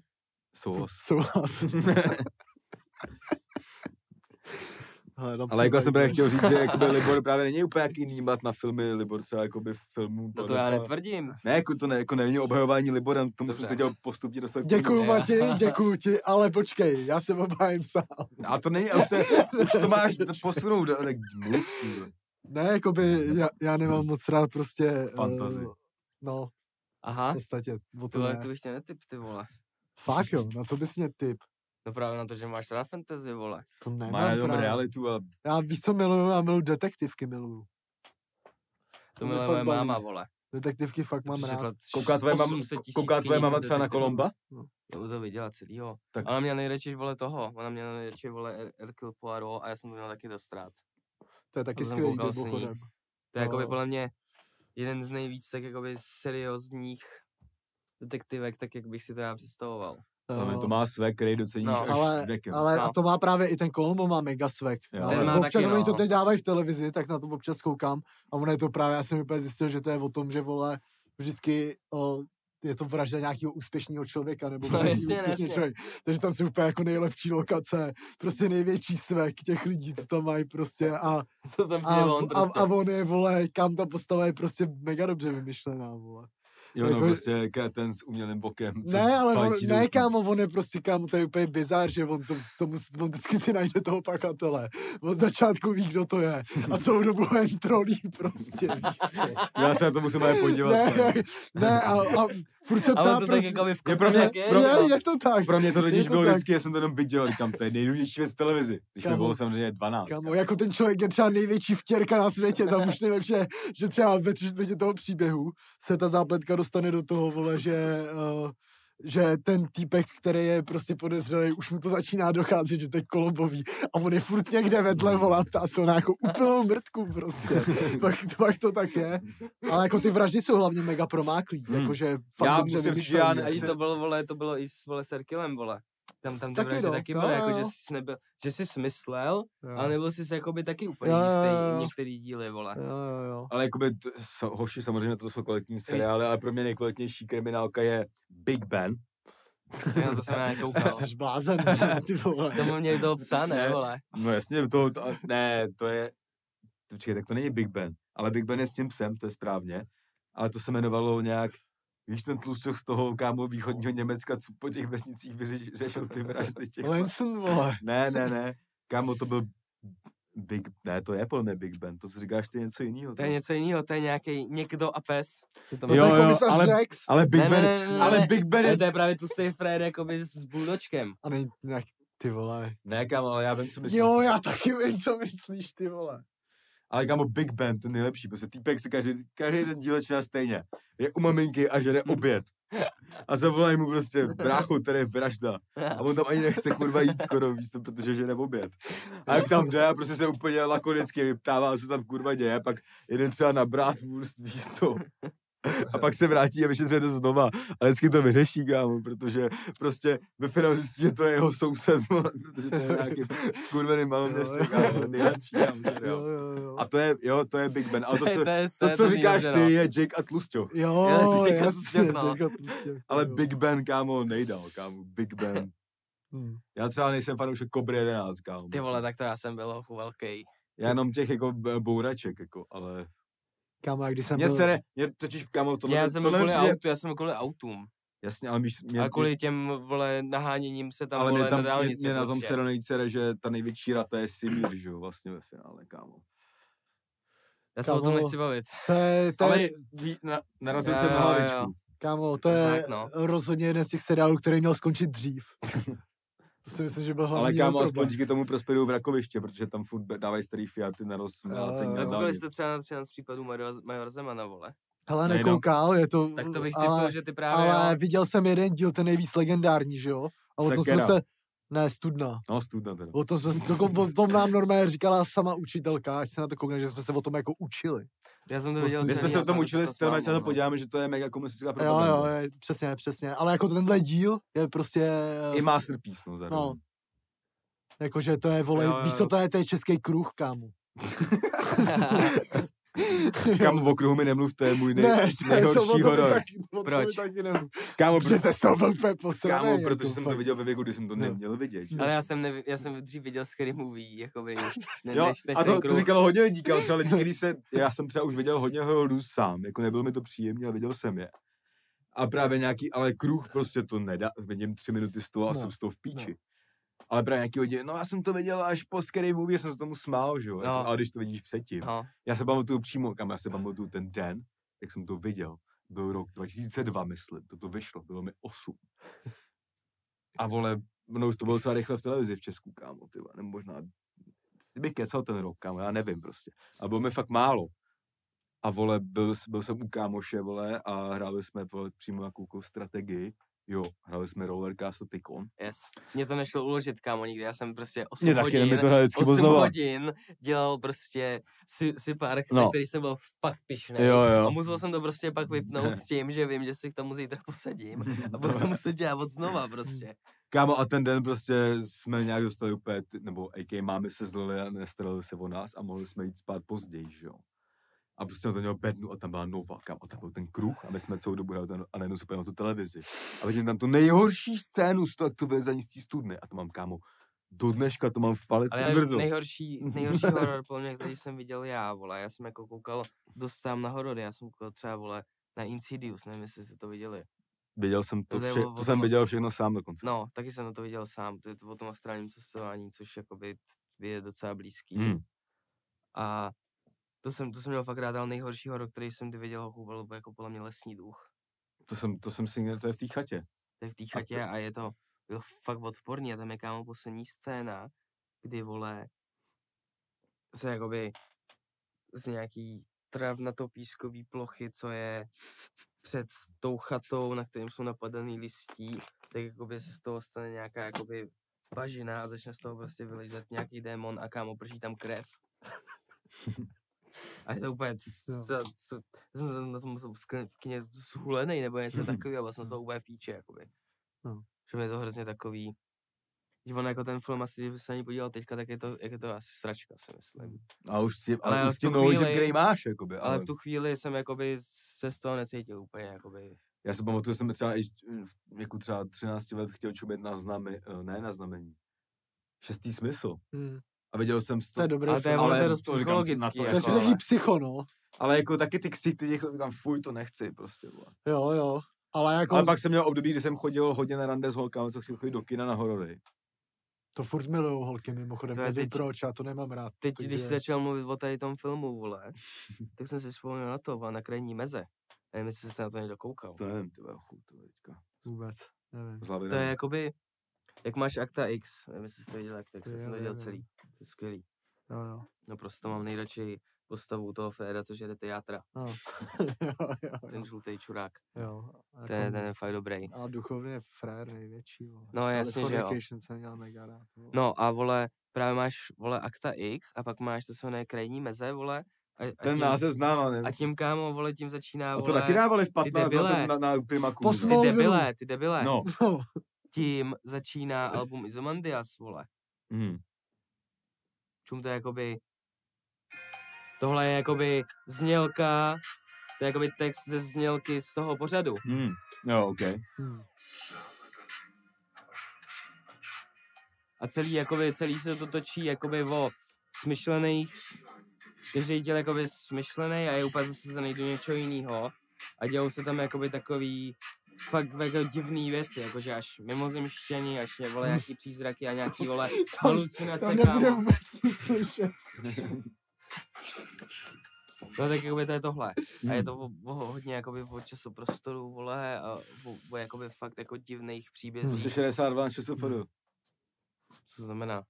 A: Souhlas.
B: souhlas. Hele, dám
A: Ale
B: si
A: jako já jsem právě
B: tady-
A: chtěl říct, že jakoby Libor právě není úplně jaký nímat na filmy Libor třeba jakoby filmů.
D: No to
A: tohle
D: já
A: třeba-
D: netvrdím.
A: Ne, jako to ne, jako není obhajování Liborem, tomu jsem
D: Dobře.
A: se chtěl postupně dostat. k tomu.
B: Děkuju,
D: Já-
B: Matěj, děkuju ti, ale počkej, já se obhájím sám.
A: A to není, a už, se, už to
D: [laughs]
A: máš posunout, ale mluv, kurva.
B: Ne, jakoby, já, já nemám moc rád prostě... eh,
A: Fantazii.
B: no, v
D: Aha,
B: podstatě, o to
D: tohle
B: ne.
D: to bych tě netyp, ty vole.
B: Fakt jo, na co bys mě typ?
D: No právě na to, že máš rád fantasy, vole.
B: To
A: Má
B: nemám
A: jenom
B: rád.
A: realitu a
B: Já víš, co miluju, já miluju detektivky, miluju.
D: To
B: mě
D: miluje
B: fakt
D: moje
B: baví.
D: máma, vole.
B: Detektivky fakt mám rád.
A: kouká tvoje, mam, kouká tvoje mama třeba na Kolomba?
D: Jo, to viděla celýho.
A: Tak-
D: Tak. Ona mě nejradši, vole, toho. Ona mě nejradši, vole, Er- Hercule Poirot a já jsem to měl taky dost rád.
B: To je taky
D: jsem
B: skvělý
D: koukal s ní.
B: mimochodem.
D: To je jakoby
B: No.
D: podle mě jeden z nejvíc tak jakoby seriózních detektivek, tak jak bych si to já představoval. [laughs]
A: No,
B: Jo.
A: to má své, který doceníš
D: No,
A: až
B: ale-
A: s věkem.
B: Ale a
D: No.
B: to má právě i ten Kolombo má mega svek.
A: Jo.
B: Ale
A: Ten má
B: občas
D: taky,
B: oni to
D: no.
B: teď dávají v televizi, tak na to občas koukám. A ono je to právě, já jsem úplně zjistil, že to je o tom, že vole, vždycky o, je to vražda nějakého úspěšného člověka, nebo
D: No,
B: no,
D: jasně,
B: úspěšný
D: jasně.
B: člověk. Takže tam jsou úplně jako nejlepší lokace, prostě největší svek těch lidí, co tam mají prostě a,
D: To tam
B: a,
D: přijde on
B: a,
D: prostě.
B: a, on je, vole, kam ta postava je prostě mega dobře vymyšlená, vole.
A: Jo, no
B: jako-
A: prostě ten s umělým bokem. co
B: Ne, ale on,
A: fajčí do
B: ne,
A: lidí.
B: kámo, on je prostě, kámo, to je úplně bizár, že on, to, tomu, on vždycky si najde toho pakatele. Od začátku ví, kdo to je. A celou dobu ho jen trolí prostě, víš co?
A: Já se na to musím ale podívat.
B: Ne,
A: ne.
B: ne, a, a furt se
D: A on
B: ptá
D: to tak
B: prostě...
D: jakoby v
A: pro
D: kostce
A: mě-
D: tak je,
A: pro-
D: že jo?
B: je, je to tak.
A: Pro mě to totiž
B: to
A: bylo
B: tak.
A: vždycky, já jsem to jenom viděl, říkám, to je nejdůležitější věc v televizi. Když mi
B: Kámo.
A: bylo samozřejmě 12.
B: Kámo, jako ten člověk je třeba největší vtěrka na světě, tam už nejlepší je, že třeba ve třetí toho příběhu se ta zápletka dostane do toho, vole, že, uh, že ten týpek, který je prostě podezřelý, už mu to začíná docházet, že to je kolobový a on je furt někde vedle, vole, a ptá se ho na jako úplnou mrtku
A: [laughs]
B: prostě. pak, pak to tak je. Ale jako ty vraždy jsou hlavně mega promáklý,
A: Hmm.
B: jakože fakt
A: Já
B: dobře
A: musím říct, že
B: vymyšlený,
A: já
B: jako.
D: A i
A: se-
D: to bylo, vole, to bylo i s, vole, s Herkilem, vole. Tam, tam ty
B: Taky
D: taky,
B: no,
D: taky
B: jo,
D: byly, jako,
B: jo,
D: že
B: jo.
D: jsi, nebyl, že jsi myslel,
B: Jo.
D: ale nebyl jsi jakoby taky úplně
B: Jo, jo,
D: jistý
B: jo.
D: některý díly, vole.
B: [laughs] Jo, jo, jo.
A: Ale jakoby t- s- hoši, samozřejmě to jsou kvalitní seriály, ale pro mě nejkvalitnější kriminálka je Big Ben.
D: Jo, to jsem já
B: [laughs]
D: nekoukal.
B: Jsi blázen, že? ty vole.
D: To mu měli toho psa, ne,
A: Ne.
D: vole.
A: No jasně, to, to a- ne, to je, počkej, tak to není Big Ben, ale Big Ben je s tím psem, to je správně, ale to se jmenovalo nějak, víš ten tlustok z toho kámo východního Německa, co po těch vesnicích vyřešil ty vraždy těch sla-
B: Lenson, vole.
A: Ne, ne, ne, kámo, to byl Big, ne, to je podle mě Big Ben, to co říkáš, ty je něco jiného.
D: To je něco jiného, to je nějaký někdo a pes. Se to
B: No to
A: Jo,
B: je
A: jo,
B: komisař
A: ale-
B: Rex.
A: Ale Big
D: Ne, ne,
A: Ben,
D: ne, ne,
A: ale
D: ne.
A: Big Ben je...
D: Ale to je právě tlustý frajer jakoby s buldočkem.
B: A není nějak, ty vole.
A: Ne, kámo, ale já vím, co myslíš.
B: Jo, já taky vím, co myslíš, ty vole.
A: Ale kámo, Big prostě Ben, ten nejlepší, protože týpek se každý, každý ten díl začíná stejně. Je u maminky a žere oběd. A zavolají mu prostě bráchu, tady je vražda. A on tam ani nechce kurva jít skoro, víš to, protože žene v oběd. A jak tam jde, a prostě se úplně lakonicky vyptává, co tam kurva děje, pak jeden třeba na brát vůst, víš to. A pak se vrátí a vyšetřuje to znova. A vždycky to vyřeší, kámo, protože prostě ve finále zjistí, že to je jeho soused, [laughs] vole, protože to je nějaký skurvený malý
B: Jo,
A: město,
B: jo.
A: kámo, nejlepší, kámo, seriál.
B: jo, jo, jo.
A: A to je, jo, to je Big Ben. Ale to,
D: To je-
A: co,
D: to je- to
A: to,
D: je
A: co
D: to
A: říkáš
D: nejlepší,
A: ty,
D: no.
A: je Jake a Tlusťo.
B: Jo,
D: Jack
B: jasně,
D: Atlustěk, no.
B: Jack Atlustěk,
A: Ale
B: jo.
A: Big Ben, kámo, nejdál, kámo, Big Ben.
B: Hm.
A: [laughs] Já třeba nejsem fanoušek Cobra 11, kámo.
D: Ty vole, tak to já jsem byl hochu velký.
A: Já jenom těch jako b- bouraček, jako, ale...
B: Kámo, a když jsem
A: Mě
B: byl...
A: sere, mě totiž, kámo, tohle...
D: já jsem byl
A: tohle
D: kvůli
A: přijde-
D: autu, já jsem byl kvůli autům.
A: Jasně, ale míš... Mě,
D: A kvůli těm, vole, naháněním se tam,
A: ale
D: vole,
A: mě tam,
D: na
A: mě,
D: dálnici
A: mě na tom
D: prostě.
A: sere nejcere, že ta největší rata je Simir, že jo, vlastně ve finále, kámo.
D: Já se o tom
B: Kamo.
D: nechci bavit.
B: To je, to
A: Ale
B: je,
A: jí- na, narazil
D: Jo,
A: jsem na
D: jo, jo.
A: hlavičku.
B: kámo, to
D: Tak,
B: je
D: no.
B: rozhodně jeden z těch seriálů, který měl skončit dřív. To si myslím, že byl hlavní
A: Ale
B: jeho
A: kámo, aspoň
B: problém.
A: díky tomu prosperují v Rakoviště, protože tam furt be- dávají starý Fiaty na rozmlácení.
B: jo.
A: na
D: Koukali
A: dálnici.
D: jste třeba na 13 případů Majora- Majora Zemana, vole.
B: Hele,
A: Nejenom.
B: nekoukal, je to...
D: Tak to bych
B: ale,
D: typil, že ty právě
B: ale
D: jo.
B: viděl jsem jeden díl, ten nejvíc legendární, že jo? A o tom jsme
A: Sekera.
B: se... Ne, studna.
A: No, studna teda.
B: O tom, jsme, se- doko- o tom nám normálně říkala sama učitelka, ať se na to koukne, že jsme se o tom jako učili.
D: Já jsem to
B: Prostě
D: viděl.
A: My
B: My
A: jsme
D: celý
A: se
D: a
A: o tom
D: fakt
A: učili s tím,
D: zklamalo,
A: se na to
D: no.
A: podíváme, že to je mega komunistická
B: Jo,
A: propaganda.
B: jo, je, přesně, přesně. Ale jako tenhle díl je prostě...
A: I masterpiece, no, zároveň.
B: No. Jakože jako, to je, vole,
D: Jo, jo,
B: víš co
D: jo.
B: to je, to je český kruh, kámo.
A: Kámo, v okruhu mi nemluvte, je můj nej,
B: ne, to, je- to,
A: [laughs] nejhorší
B: o to, by
A: horor.
B: taky, o to by
D: Proč?
B: taky nemůžu.
A: Kámo,
B: Protože
A: protože,
B: se z toho byl úplně posraný.
A: kámo,
B: jako
A: protože jsem to
B: fakt.
A: viděl ve věku, kdy jsem to
B: No.
A: neměl vidět. že?
D: [laughs] Ale já jsem, nevi, já jsem dřív viděl Scary Movie, jakoby, ne,
A: Jo,
D: než, než
A: a to,
D: ten
A: to
D: kruh.
A: říkalo hodně lidí, kámo,
D: [laughs]
A: třeba lidi, když se, já jsem třeba už viděl hodně hororů sám, jako nebylo mi to příjemné, ale viděl jsem je. A právě nějaký, ale kruh prostě to nedá, vidím tři minuty z toho a
B: No,
A: jsem z toho v píči. Ale právě nějaký hodně, no já jsem to viděl až po scary movie, jsem se tomu smál, že jo, jako,
D: No.
A: ale když to vidíš předtím.
D: No,
A: Já se pamatuju přímo, kam já se pamatuju ten den, jak jsem to viděl. Byl rok 2002, myslím, to to vyšlo, bylo mi 8. A vole, mnou to bylo docela rychle v televizi v Česku, kámo, ty vole, nebo možná, ty bych kecal ten rok, kámo, já nevím prostě. A bylo mi fakt málo. A vole, byl, s- byl jsem u kámoše, vole, a hráli jsme vole, přímo jakou strategii. Jo, hráli jsme roller castle Tycon.
D: yes. Mně to nešlo uložit, kámo, nikdy. Já jsem prostě 8
A: Mě taky
D: hodin,
A: mi to hraje vždycky
D: 8
A: poznova. [laughs]
D: hodin dělal prostě si, si pár,
A: No.
D: no. který jsem byl fakt pišnej.
A: Jo,
D: A
A: jo.
D: musel jsem to prostě pak vypnout s tím, že vím, že si k tomu zítra posadím. A
A: [laughs]
D: budu to muset dělat od znova prostě.
A: Kámo, a ten den prostě jsme nějak dostali úplně, ty- nebo AK máme se zlili a nestarali se o nás a mohli jsme jít spát později, že jo. A prostě na to měl bednu a tam byla nová, kam a tam byl ten kruh a my jsme celou dobu hráli ten, a najednou jsme na tu televizi. A vidím tam tu nejhorší scénu z toho, jak to vylezení z té studny. A to mám, kámo, do dneška to mám v palici
D: Ale já,
A: tvrzo.
D: nejhorší, nejhorší horor, podle mě, který jsem viděl já, vole. Já jsem jako koukal dost sám na horory. Já jsem koukal třeba, vole, na Insidious, nevím, jestli jste to viděli.
A: Viděl jsem to,
D: To je
A: vše,
D: o- o
A: to jsem
D: tom-
A: viděl všechno sám dokonce.
D: No, taky jsem to viděl sám, to je to o tom astrálním cestování, což jakoby t- je docela blízký.
A: Hmm.
D: A to jsem, to jsem měl fakt rád, ale nejhorší horor, který jsem kdy viděl, hochu, byl jako podle mě lesní duch.
A: To jsem, to jsem si někde, to je v té chatě.
D: To je v té chatě a je to bylo fakt odporný a tam je kámo poslední scéna, kdy vole se jakoby z nějaký travnatopískový plochy, co je před tou chatou, na kterým jsou napadaný listí, tak jakoby se z toho stane nějaká jakoby bažina a začne z toho prostě vylejzat nějaký démon a kámo prší tam [laughs] krev. A je to úplně,
B: Jo.
D: co, co, já jsem se na tom musel v kin- v kině zhulenej nebo něco takového, a jsem to úplně v píče, jakoby.
B: No.
D: Že mi je to hrozně takový, že on jako ten film asi, když se na něj podíval teďka, tak je to, jak je to asi sračka, si myslím.
A: A už s tím, ale,
D: Ale
A: už s
D: v
A: tím
D: tu
A: knowledgem,
D: chvíli-
A: který máš, jakoby.
D: Ale v tu chvíli jsem jakoby se z toho necítil úplně, jakoby.
A: Já si pamatuju, že jsem třeba ještě v věku třeba 13 let chtěl čumět na znamy, eh, ne na znamení, šestý smysl.
B: Hm,
A: A viděl jsem si
B: To je
A: to,
B: dobrý
D: Ale to je,
B: film.
D: ono, to
A: ale
D: je dost
A: co říkám, na to
D: psychologický,
A: je
B: To je
D: jako,
B: spíš
A: jako,
D: ale-
B: takový psycho, no.
A: ale jako taky ty ksichty, těch říkám, fuj, to nechci prostě. Vole.
B: Jo, jo. Ale jako
A: Ale pak jsem měl období, kdy jsem chodil hodně na rande s holkami, co chtěl chodit do kina na horory.
B: to furt milujou holky mimochodem,
D: To je
B: nevím
D: teď-
B: proč, já to nemám rád.
D: Teď,
B: takže-
D: když jsi začal mluvit o tady tom filmu, vole, tak jsem si vzpomněl na to, vole, na krajní meze. Nevím, jestli jsi se na to někdo koukal.
A: To nevím, ty vole, chuj, to je teďka.
B: Vůbec, nevím.
A: Z hlavy
D: To je
A: nevím.
D: jakoby, jak máš Akta X, nevím, jestli jsi to viděl, Akta X, já
B: Jo,
D: jsem to viděl
B: jo, jo.
D: celý. To je skvělý.
B: Jo, [laughs] jo.
A: Hm.
D: No prostě to mám nejradši postavu toho Freda, což je Reteatra,
E: No.
B: jo, jo,
D: ten žlutý čurák.
E: jo. A,
B: jako
D: To je,
E: ten,
D: ten je fakt dobrý.
E: a duchovně je frajer největší, vole.
D: No jasně, že jo.
E: Californication jsem měl mega rád, vole.
D: No a vole, právě máš vole Akta X a pak máš, to se jmenuje Krajní meze, vole. A, a
A: Ten
D: tím,
A: název znám, ale
D: A
A: nevím.
D: tím kámo, vole, tím začíná,
A: A
D: vole,
A: to taky dávali v 15
D: debile.
A: let na, na Primaku.
B: Po
A: že?
B: smou-
D: ty
B: Smallville.
D: debile, ty debile.
A: No.
B: [laughs] No,
D: Tím začíná album Izomandias, vole.
A: Mm.
D: čum to je jakoby... Tohle je jakoby znělka, to je jakoby text ze znělky z toho pořadu.
A: Mm. Jo, OK.
E: Hmm.
D: A celý, jakoby, celý se to točí jakoby o smyšlených, každý díl jakoby smyšlený a je úplně zase zaný do něčeho jiného. A dějou se tam jakoby takový fakt jako divný věci, jakože až mimozemštění, až je, vole nějaký přízraky a
B: [laughs]
D: nějaký vole
B: to
D: halucinace,
B: nebude
D: kámo.
B: vůbec nic slyšet.
D: No tak jakoby to je tohle. A je
B: Hmm.
A: Mm.
D: to o, o, hodně jakoby o časoprostoru, vole, a o, o jakoby fakt jako divných příbězích.
A: 62 na ČSFD.
D: Co to znamená?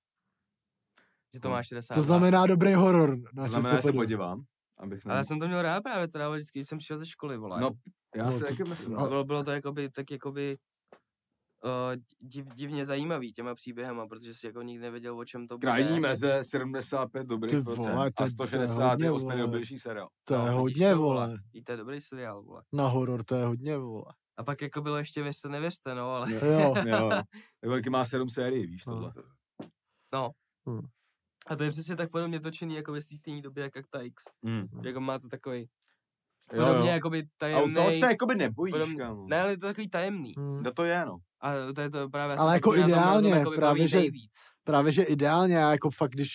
D: Že to
A: Hm.
D: má 60.
B: Hmm. To znamená dobrý horor.
A: To
B: Na
A: znamená, že se
B: ČSFD.
A: podívám. Abych
D: Ale
A: nám...
D: já jsem to měl rád právě teda, vždycky, když jsem šel ze školy, vole.
A: Hmm. No, já
B: No,
A: se
B: to-
A: taky myslím.
D: A
A: no.
D: bylo, bylo to jakoby, tak jakoby uh, div, divně zajímavý těma příběhama, protože si jako nikdy nevěděl, o čem to bude.
A: Krajní meze 75
B: Ty
A: dobrých
B: vole,
A: procent
B: to
A: a
B: je- to je hodně,
A: 168
B: vole.
A: nejoběžnější seriál.
B: To je
D: No, vidíš
B: hodně,
D: to, vole.
B: vole.
D: I to je dobrý seriál, vole.
B: Na horor to je hodně, vole.
D: A pak jako bylo ještě věřte, nevěřte, no, ale [laughs]
B: Jo.
A: Jo. Tak velký má 7 sérií, víš tohle.
D: no.
A: Hmm.
D: a to je přesně tak podobně točený jako ve stejné době, jak Akta X.
A: Mm.
D: Jako má to takový,
A: Jo,
D: podobně
A: jo.
D: jako jakoby
A: A u
D: tajemný.
A: toho se jakoby nebojíš,
D: podobně-
A: kámo.
D: Ne, ale je to takový tajemný.
E: Hmm.
A: No to je, no.
D: A to je to právě asi
B: Ale
D: to,
B: jako
D: co mě na tom
B: ideálně,
D: album jakoby
B: právě
D: baví
B: že-
D: nejvíc.
B: Právě, že ideálně, já jako fakt, když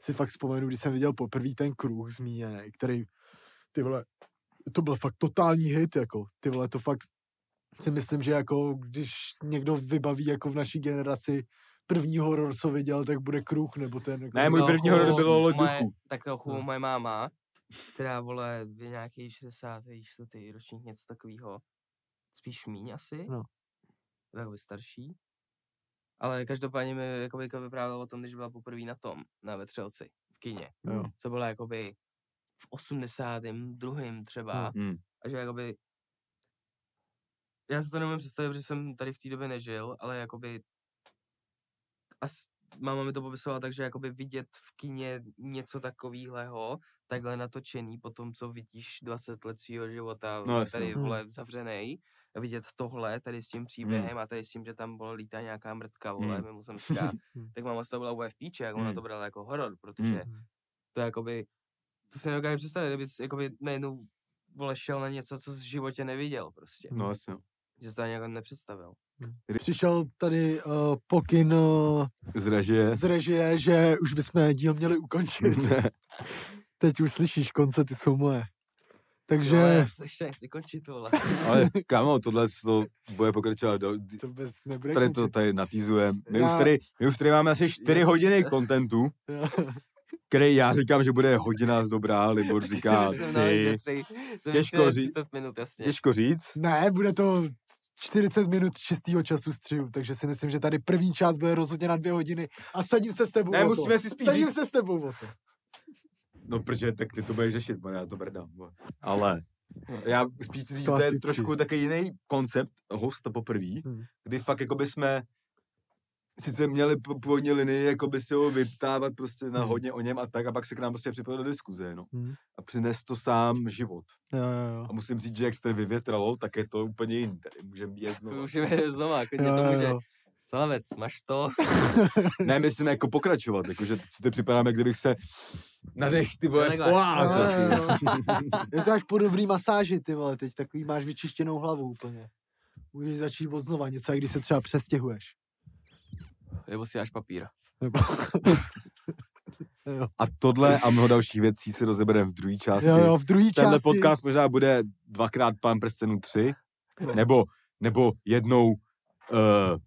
B: si fakt vzpomenu, když jsem viděl poprvé ten kruh zmíněný, který, ty vole, to byl fakt totální hit, jako, ty vole, to fakt si myslím, že jako, když někdo vybaví jako v naší generaci první horor, co viděl, tak bude kruh, nebo ten, jako,
A: Ne, můj
D: Toho
A: první
D: chuju
A: horor bylo Loď
D: moje-
A: duchů.
D: Tak to chuju
E: No.
D: moje máma, která vole, je nějaký 64. ročník, něco takového. Spíš míň asi.
E: No.
D: Takový starší. Ale každopádně mi jakoby, jako vyprávěla o tom, když byla poprvé na tom, na Vetřelci, v kině.
E: Jo.
D: Co byla jakoby v 82. třeba.
E: Hmm.
A: Hmm.
D: A že jakoby... Já si to nemůžu představit, protože jsem tady v té době nežil, ale jakoby... As, máma mi to popisovala tak, že jakoby vidět v kině něco takového, takhle natočený po tom, co vidíš 20 let svého života,
A: No
D: no,
A: jasně, Mhm.
D: tady
E: no.
D: vole zavřenej, a vidět tohle, tady s tím příběhem a tady s tím, že tam byla lítá nějaká mrtka, vole,
A: Hmm. [laughs]
D: mm. mimozemská,
E: Hmm.
D: tak máma z toho byla úplně v píči, jak ona
A: Hmm.
D: to brala jako horor, protože
A: Mhm.
E: Hmm.
D: to je jakoby, to si nedokážu představit, kdyby jsi jakoby najednou vole šel na něco, co jsi v životě neviděl prostě.
A: No jasně.
D: Že jsi to ani jako nepředstavil.
B: Přišel tady uh, pokyn uh, [laughs]
A: Zdražuje.
B: z režie, že už bychom díl měli ukončit. Teď už slyšíš, konce ty jsou moje.
D: Jo,
B: Takže
D: ale ještě nechci končit, vole.
A: [laughs] Ale kámo, tohle to bude pokračovat. Do,
B: to bez nebude
A: tady to
B: končit.
A: tady natýzujeme. My, už
B: Já-
A: tady, my už tady máme asi 4 hodiny kontentu, který já říkám, že bude hodina z dobrá, Libor říká
D: si myslím, no, že
A: tři.
D: tři, jsem
A: Těžko
D: myslel, že
A: říct.
D: 30 minut, jasně.
A: Těžko říct.
B: Ne, bude to 40 minut čistého času střihu, takže si myslím, že tady první část bude rozhodně na dvě hodiny a sadím se s tebou
A: Ne,
B: o to.
A: musíme si spíš
B: Sadím
A: říct.
B: se s tebou o to.
A: No, protože tak ty to budeš řešit, bo já to brdám. bo.
B: [laughs]
A: Ale já spíš říct, to je
B: Klasický.
A: trošku taky jiný koncept hosta poprvé,
B: Hmm.
A: kdy fakt jakoby jsme sice měli p- původní linii, jakoby si ho vyptávat prostě na
B: Hmm.
A: hodně o něm a tak, a pak se k nám prostě připojil do diskuze, no.
B: Hmm.
A: A přines to sám život.
B: Jo, jo, jo.
A: A musím říct, že jak se tady vyvětralo, tak je to úplně jiný. Tady můžeme jít
D: To
A: znovu.
B: [laughs]
D: můžeme jít [laughs] znova, klidně to
B: Jo, jo,
D: může.
B: jo.
D: Slavec, máš to?
A: Ne, myslím jako pokračovat, jakože teď si to připadáme, kdybych se nadech, ty
D: No,
A: vole,
D: takhle.
A: v oáze.
B: Jo, jo, jo. Je to jak po dobrý masáži, ty vole, teď takový máš vyčištěnou hlavu úplně. Můžeš začít od znova něco, jak když se třeba přestěhuješ.
D: Nebo si dáš papír.
B: Nebo... jo.
A: A tohle a mnoho dalších věcí si rozebereme v druhé části.
B: jo, jo, v druhé
A: Tenhle
B: části...
A: podcast možná bude dvakrát Pán prstenů 3,
B: No.
A: nebo, nebo jednou uh,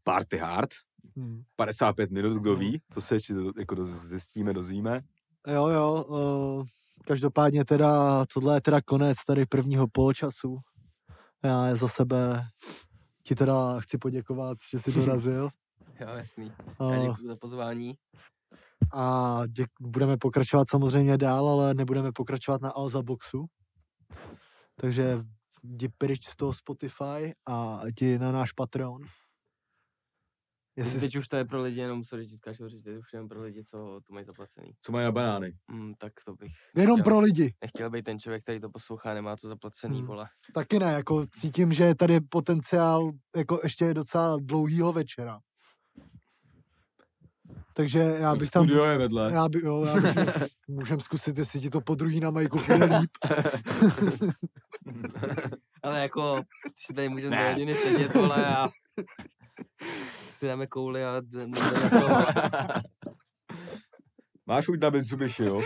A: Party Hard,
B: Hmm.
A: 55 minut, kdo
B: Mhm.
A: ví, to se ještě do- jako doz- zjistíme, dozvíme.
B: Jo, jo, uh, každopádně teda, tohle je teda konec tady prvního poločasu. Já za sebe ti
D: [laughs]
B: teda chci poděkovat, že jsi dorazil.
D: Jo, jasný. Já
B: Uh,
D: děkuji za pozvání.
B: A děk, budeme pokračovat samozřejmě dál, ale nebudeme pokračovat na Alza Boxu. Takže jdi pryč z toho Spotify a jdi na náš Patreon. Jestli
D: Teď už to je pro lidi, jenom sorry, že skáču říct, teď už jen pro lidi, co to mají zaplacený.
A: Co mají na banány?
D: Mm, tak to bych
B: Jenom
D: chtěl.
B: pro lidi.
D: nechtěl být ten člověk, který to poslouchá, nemá to zaplacený,
B: Mm.
D: vole.
B: Taky ne, jako cítím, že je tady potenciál jako ještě je docela dlouhýho večera. Takže já bych tam...
A: Studio je vedle.
B: Já by, jo, já
A: [laughs]
B: bych, můžem zkusit, jestli ti to po druhý na majku přijde líp.
D: Ale jako, když si tady můžeme
A: Ne.
D: dvě hodiny sedět, vole, a
B: [laughs]
D: si dáme kouli a d- jdeme na to, vole.
A: Máš chuť na Mitsubishi, jo?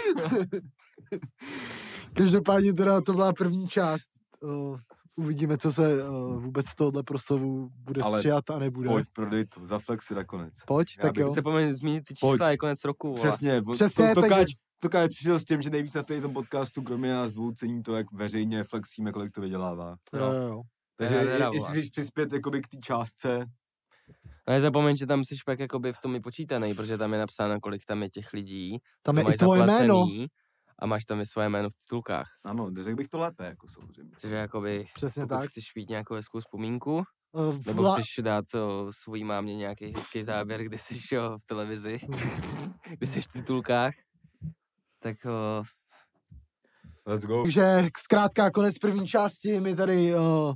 B: Každopádně teda to byla první část. O, uvidíme, co se o, vůbec z tohohle proslovu bude
A: Ale
B: stříhat a nebude.
A: Pojď, prodej to, zaflex si nakonec.
B: Pojď
A: Já
B: tak
A: bych
B: jo.
D: Se pomeň zmínit ty
A: Pojď.
D: čísla, je konec roku, vole.
A: Přesně, bo-
B: No. Přesně,
A: to, to,
B: takže-
A: Káč, to Káč přišel s tím, že nejvíc na tady tom podcastu, kromě nás dvou, cení to, jak veřejně flexíme, kolik to vydělává.
B: Jo,
D: No.
B: jo, jo.
A: Takže
D: Teda, teda,
A: je- jestli
D: vole.
A: chceš přispět jakoby k té částce,
D: Ale zapomeň, že tam jsi pak jakoby v tom i počítaný, protože tam je napsáno, kolik tam je těch lidí,
B: Tam
D: co
B: je i
D: mají
B: tvoje jméno.
D: zaplacený A máš tam i svoje jméno v titulkách.
A: ano, řekl bych to lépe, jako samozřejmě.
D: Což je jakoby,
B: Přesně
D: pokud
B: tak.
D: chceš mít nějakou hezkou vzpomínku,
B: O,
D: nebo
B: vla-
D: chceš dát o, svůj mámě nějaký hezký záběr, kde jsi o, v televizi,
B: Hmm.
D: [laughs] kde jsi v titulkách, tak o,
A: Let's go.
B: Takže zkrátka konec první části. My tady o,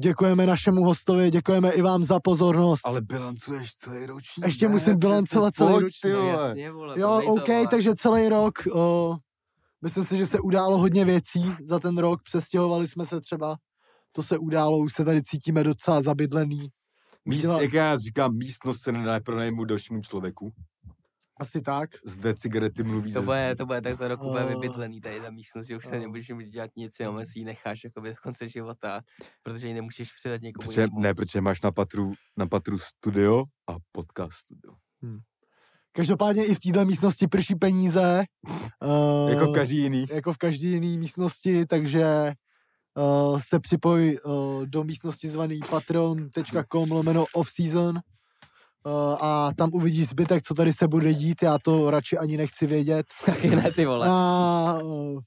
B: děkujeme našemu hostovi, děkujeme i vám za pozornost.
A: Ale bilancuješ celý roční.
B: Prostě Ještě
A: ne?
B: musím
A: Přece
B: bilancovat celý
A: pojď,
B: roční,
A: ty
D: no
A: vole.
D: jasně, vole,
B: Jo,
D: prodej to,
B: OK,
D: vole.
B: takže celý rok. O, myslím si, že se událo hodně věcí za ten rok. Přestěhovali jsme se třeba. To se událo, už se tady cítíme docela zabydlený. Už
A: Míst,
B: dělá-
A: jak já říkám, místnost se nedá pronajmu dalšímu člověku.
B: Asi tak.
A: Zde cigarety mluví
D: To
A: ze
D: bude,
A: zdí.
D: to bude tak za rok úplně
B: Eh,
D: vybydlený tady ta místnost, že už se
B: eh.
D: nebudeš mít dělat nic, jenom si ji necháš jakoby do konce života, protože ji nemůžeš předat někomu
A: Protože,
D: jinému.
A: ne, protože máš na patru, na patru studio a podcast studio.
B: Každopádně i v této místnosti prší peníze. Uh,
A: Jako každý jiný.
B: jako v každé jiné místnosti, takže uh, se připoj uh, do místnosti zvaný patreon.com lomeno offseason uh, a tam uvidíš zbytek, co tady se bude dít, já to radši ani nechci vědět.
D: Taky [laughs] ne, ty vole.
B: A, uh,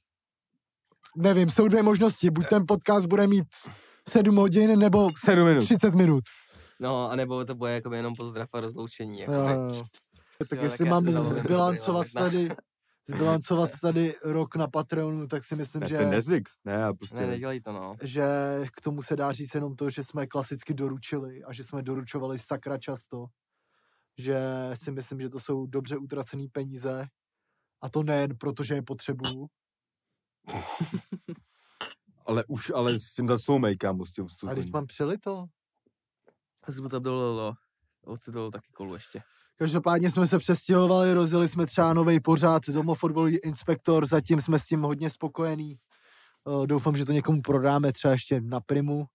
B: nevím, jsou dvě možnosti, buď ten podcast bude mít 7 hodin nebo
A: Sedm minut.
B: 30 minut.
D: No, anebo to bude jakoby jenom pozdrav a rozloučení. Jako, tak-
B: Uh, tak
D: Jo,
B: jestli
D: tak já
B: mám
D: se zavolám,
B: zbilancovat
D: [laughs] možná.
B: tady, zbilancovat tady rok na Patreonu, tak si myslím,
A: Ne,
B: že...
A: to je nezvyk. Ne, já prostě...
D: ne, nedělej to, no.
B: že k tomu se dá říct jenom to, že jsme klasicky doručili a že jsme doručovali sakra často, že si myslím, že to jsou dobře utracený peníze a to nejen protože je potřebuju.
A: Ale už, ale s tím zase soumej, kámo, s tím
B: A když
A: vstupením.
B: mám přelito.
D: Já jsem tam dolilo. Oci dolů taky kolu ještě.
B: Každopádně jsme se přestěhovali, rozjeli jsme třeba nový pořád domofotbalový inspektor, zatím jsme s tím hodně spokojení. Eh, Doufám, že to někomu prodáme třeba ještě na primu.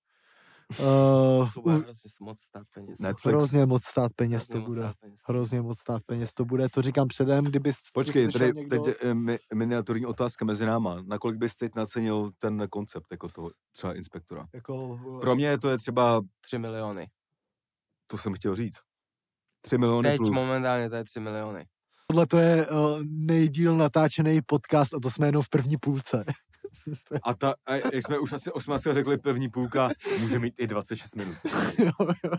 B: Eh,
D: To bude
B: u-
D: prostě moc stát peněz.
A: Netflix.
B: Hrozně moc stát peněz to
D: Hrozně moc
B: bude.
D: stát peněz.
B: hrozně moc stát peněz to bude, to říkám předem, kdyby s-
A: Počkej,
B: slyšel
A: tady,
B: někdo,
A: teď eh, mi, miniaturní otázka mezi náma. Nakolik bys teď nacenil ten koncept, jako toho třeba inspektora?
B: Jako,
A: Pro mě to je třeba,
D: Tři miliony.
A: to jsem chtěl říct, 3 miliony
D: Teď
A: plus.
D: momentálně to je tři miliony.
B: tohle to je uh, nejdíl natáčený podcast a to jsme jenom v první půlce. [laughs]
A: A, ta, a jak jsme už asi 18 řekli, první půlka může mít i 26 minut.
B: jo, jo.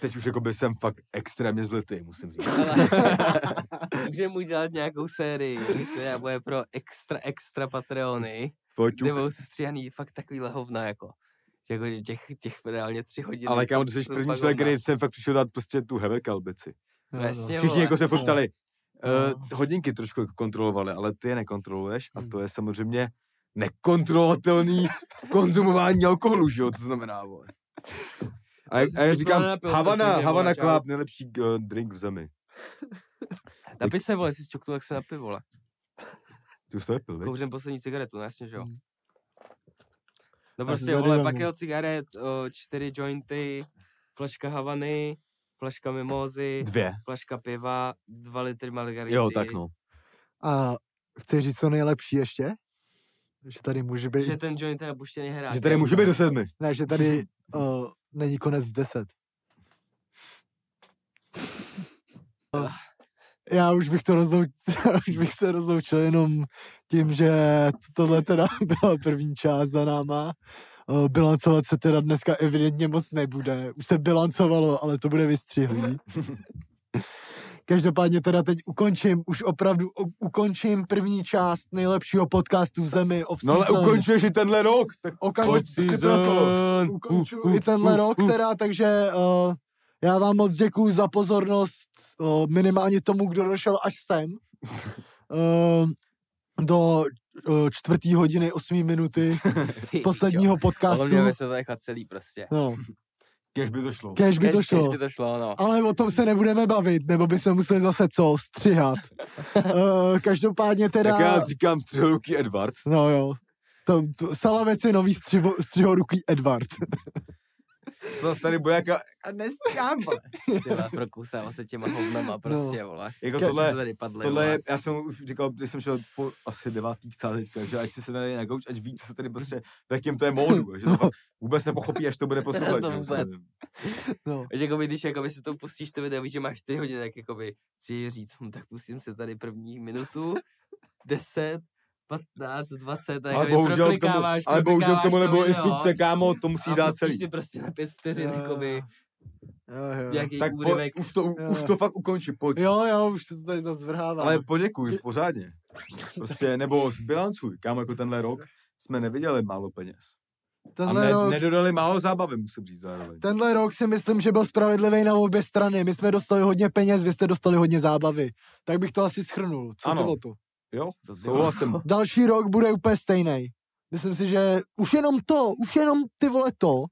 A: Teď už jako by jsem fakt extrémně zlitý, musím říct.
D: Ale [laughs] můžeme mu dělat nějakou sérii, která bude pro extra, extra Patreony.
A: Pojď,
D: kde budou sestříhaný fakt takovýhle hovna, jako. Že Jako, že těch, těch reálně tři hodiny.
A: Ale kámo,
D: jsou-
A: ty jsi
D: jsou
A: první
D: fakt
A: člověk,
D: hovna.
A: který jsem fakt přišel dát prostě tu heve kalbici.
B: Jo,
D: Jasně,
B: no.
A: Všichni
D: vole.
A: jako se furt
B: No.
A: ptali,
B: No.
A: eh, hodinky trošku jako kontrolovali, ale ty je nekontroluješ a
B: Hmm.
A: to je samozřejmě
D: [laughs]
A: nekontrolovatelný konzumování alkoholu, že jo, to znamená, vole. A, jak-
D: jsi
A: a já říkám,
D: připravil na pilsen,
A: Havana,
D: takže, vole,
A: Havana
D: čau.
A: Club, nejlepší eh, drink v zemi.
D: Napiš se, vole, si zčuknu, jak se napij, vole.
A: Ty už to nepil, viď?
D: Kouřím poslední cigaretu, no jasně, že jo.
A: Hmm.
B: Mm.
D: No
B: Já jsem
D: prostě,
B: tady
D: vole,
B: dal
D: pak
B: mu.
D: je od cigaret, o, čtyři jointy, flaška Havany,
A: [laughs]
D: flaška mimózy,
A: Dvě.
D: flaška piva, dva litry margarity.
A: Jo, tak no.
B: A chci říct to nejlepší ještě, že tady může být,
D: Že ten joint je napuštěný hráč.
A: Že tady
D: jo. [laughs]
A: může být do sedmi.
B: ne,
A: [laughs]
B: že tady eh, uh, není konec v 10.
A: Ah.
B: Já už bych to [laughs] rozlouč... už bych se rozloučil jenom tím, že tohle teda [laughs] byla první část za náma. Eh, Bilancovat se teda dneska evidentně moc nebude. Už se bilancovalo, ale to
A: [laughs]
B: bude vystřihlý. Každopádně teda teď ukončím, už opravdu u- ukončím první část nejlepšího podcastu v zemi.
A: No ale ukončuješ i tenhle rok, tak pojď
B: Okamžitě si proto
D: Uh,
A: season.
B: ukončuju
A: Uh,
B: i tenhle rok teda, takže uh, já vám moc děkuju za pozornost uh, minimálně tomu, kdo došel až sem. Uh, do uh, čtvrtý hodiny, osmý minuty
D: Ty
B: posledního
D: pičo.
B: podcastu.
D: Ale měl by se to nechat celý prostě.
B: No,
A: Kež by to šlo.
B: kež by to
D: Kež- Kež
B: šlo.
D: by to šlo, no.
B: Ale o tom se nebudeme bavit, nebo bychom museli zase co, střihat. Uh, každopádně teda...
A: Tak já říkám střeluký Edward.
B: No jo. To, to, Salavec je nový střivo, střihoruký Edward. [laughs]
A: To zase tady bude jaká,
E: A nestíhám, vole.
D: Ty vole, prokusával se těma houbnama prostě, vole.
A: jako
D: Ty
A: No. tohle,
D: jsme vypadli,
A: tohle
D: vole.
A: je, já jsem už říkal, když jsem šel po asi devátý psát teďka, že ať si se tady na gauč, ať ví, co se tady prostě, v jakém to je módu, že to fakt vůbec nepochopí, až to
D: [laughs]
A: bude poslouchat.
D: To
A: že jo,
D: vůbec.
A: samozřejmě.
B: No.
D: Že jakoby, když jakoby si to pustíš to video, víš, že máš 4 hodiny, tak jakoby si říct, hm, tak pustím se tady první minutu, 10, 15, 20,
A: Ale
D: a jakoby
A: bohužel, k tomu,
D: jako, proklikáváš,
A: ale bohužel k tomu
D: proklikáváš to
A: nebylo
D: video no.
A: instrukce, kámo, to musí
D: a
A: dát
D: pustíš
A: celý.
D: si prostě na pět vteřin,
E: Jo, jo,
D: jakoby,
E: Jo, jo.
D: nějaký
A: Tak po,
D: úryvek.
A: už, to,
E: Jo,
A: už
E: jo.
D: Eh.
A: to fakt ukončí, pojď.
B: Jo, jo, už se to tady zase zvrhává.
A: Ale poděkuj, pořádně. Prostě, nebo zbilancuj, kámo, jako tenhle rok jsme neviděli málo peněz. A
B: Tenhle
A: ne,
B: rok-
A: nedodali málo zábavy, musím říct zároveň.
B: Tenhle rok si myslím, že byl spravedlivý na obě strany. My jsme dostali hodně peněz, vy jste dostali hodně zábavy. Tak bych to asi schrnul. Co
A: Ano.
B: ano. to?
A: Jo,
D: Co ty vole?
A: souhlasím.
B: Další rok bude úplně stejný. Myslím si, že už jenom to, už jenom ty vole to,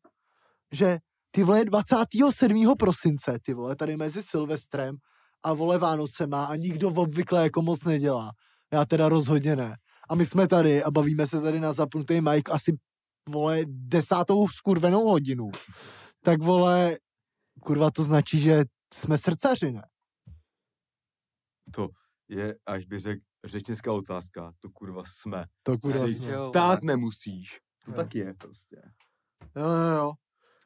B: že ty vole 27. prosince, ty vole tady mezi Silvestrem a vole Vánocema a nikdo obvykle jako moc nedělá. Já teda rozhodně ne. A my jsme tady a bavíme se tady na zapnutý mic asi vole desátou skurvenou hodinu. Tak vole, kurva to značí, že jsme srdcaři, ne?
A: Je, až by řekl, řečnická otázka, to kurva jsme.
B: To kurva
A: Asi
B: jsme. Jo,
D: Pičo, prostě, vole.
A: Tát nemusíš. To
E: Jo.
A: tak je prostě.
B: jo, jo.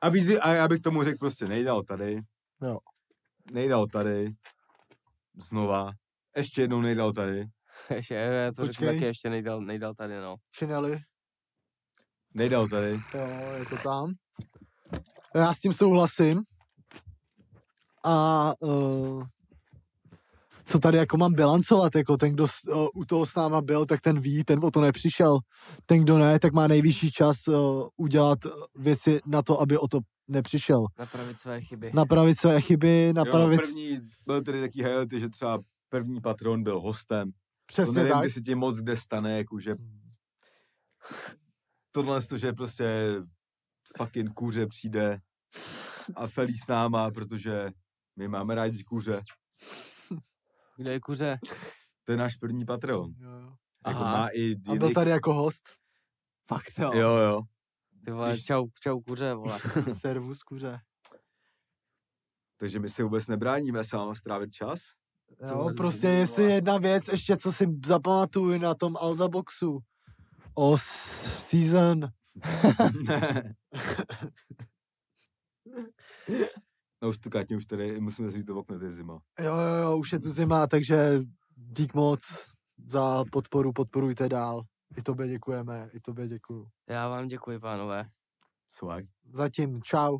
A: A, víc, a já bych tomu řekl prostě, nejde o tady.
B: Jo.
A: Nejde o tady. Znova. Ještě jednou nejde o tady.
D: [laughs] Ještě, já to řeknu
B: Počkej.
D: taky ještě nejdál, nejdál tady, no.
B: Šinely.
A: Nejde o tady.
B: Jo, je to tam. Já s tím souhlasím. A uh, co tady jako mám bilancovat, jako ten, kdo s- eh, u toho s náma byl, tak ten ví, ten o to nepřišel. Ten, kdo ne, tak má nejvyšší čas eh, udělat eh, věci na to, aby o to nepřišel.
D: Napravit své chyby.
B: Napravit své chyby,
A: Jo,
B: napravit
A: no první byl tady taký highlighty, že třeba první patron byl hostem.
B: [laughs]
A: To
B: přesně
A: nevím,
B: tak. Hmm.
A: tak. se ti moc kde stane, jakože tohle to, že prostě fucking kůře přijde a felí s náma, protože my máme rádi kůře.
D: Kde je kuře?
A: To je náš první Patreon.
E: Jo, jo.
A: Jako
D: Aha.
A: má i
B: A byl
A: jiných...
B: tady jako
A: [laughs]
B: host.
D: Fakt jo.
A: Jo, jo.
D: Ty vole,
A: Když-
D: čau, čau kuře, vole.
B: Servus, kuře.
A: Takže my si vůbec nebráníme s váma strávit
B: [laughs]
A: čas. [laughs]
B: Jo,
D: vole,
B: prostě
D: dobrý,
B: jestli
D: vole.
B: jedna věc ještě, co si zapamatuju na tom Alza Boxu. O s- season.
A: no už to katně už tady, musíme zvít to okno, to je zima.
B: Jo, jo, jo, už je tu zima, takže dík moc za podporu, podporujte dál. I tobě děkujeme, i tobě děkuju.
D: Já vám děkuji, pánové.
A: Swag.
B: Zatím, čau.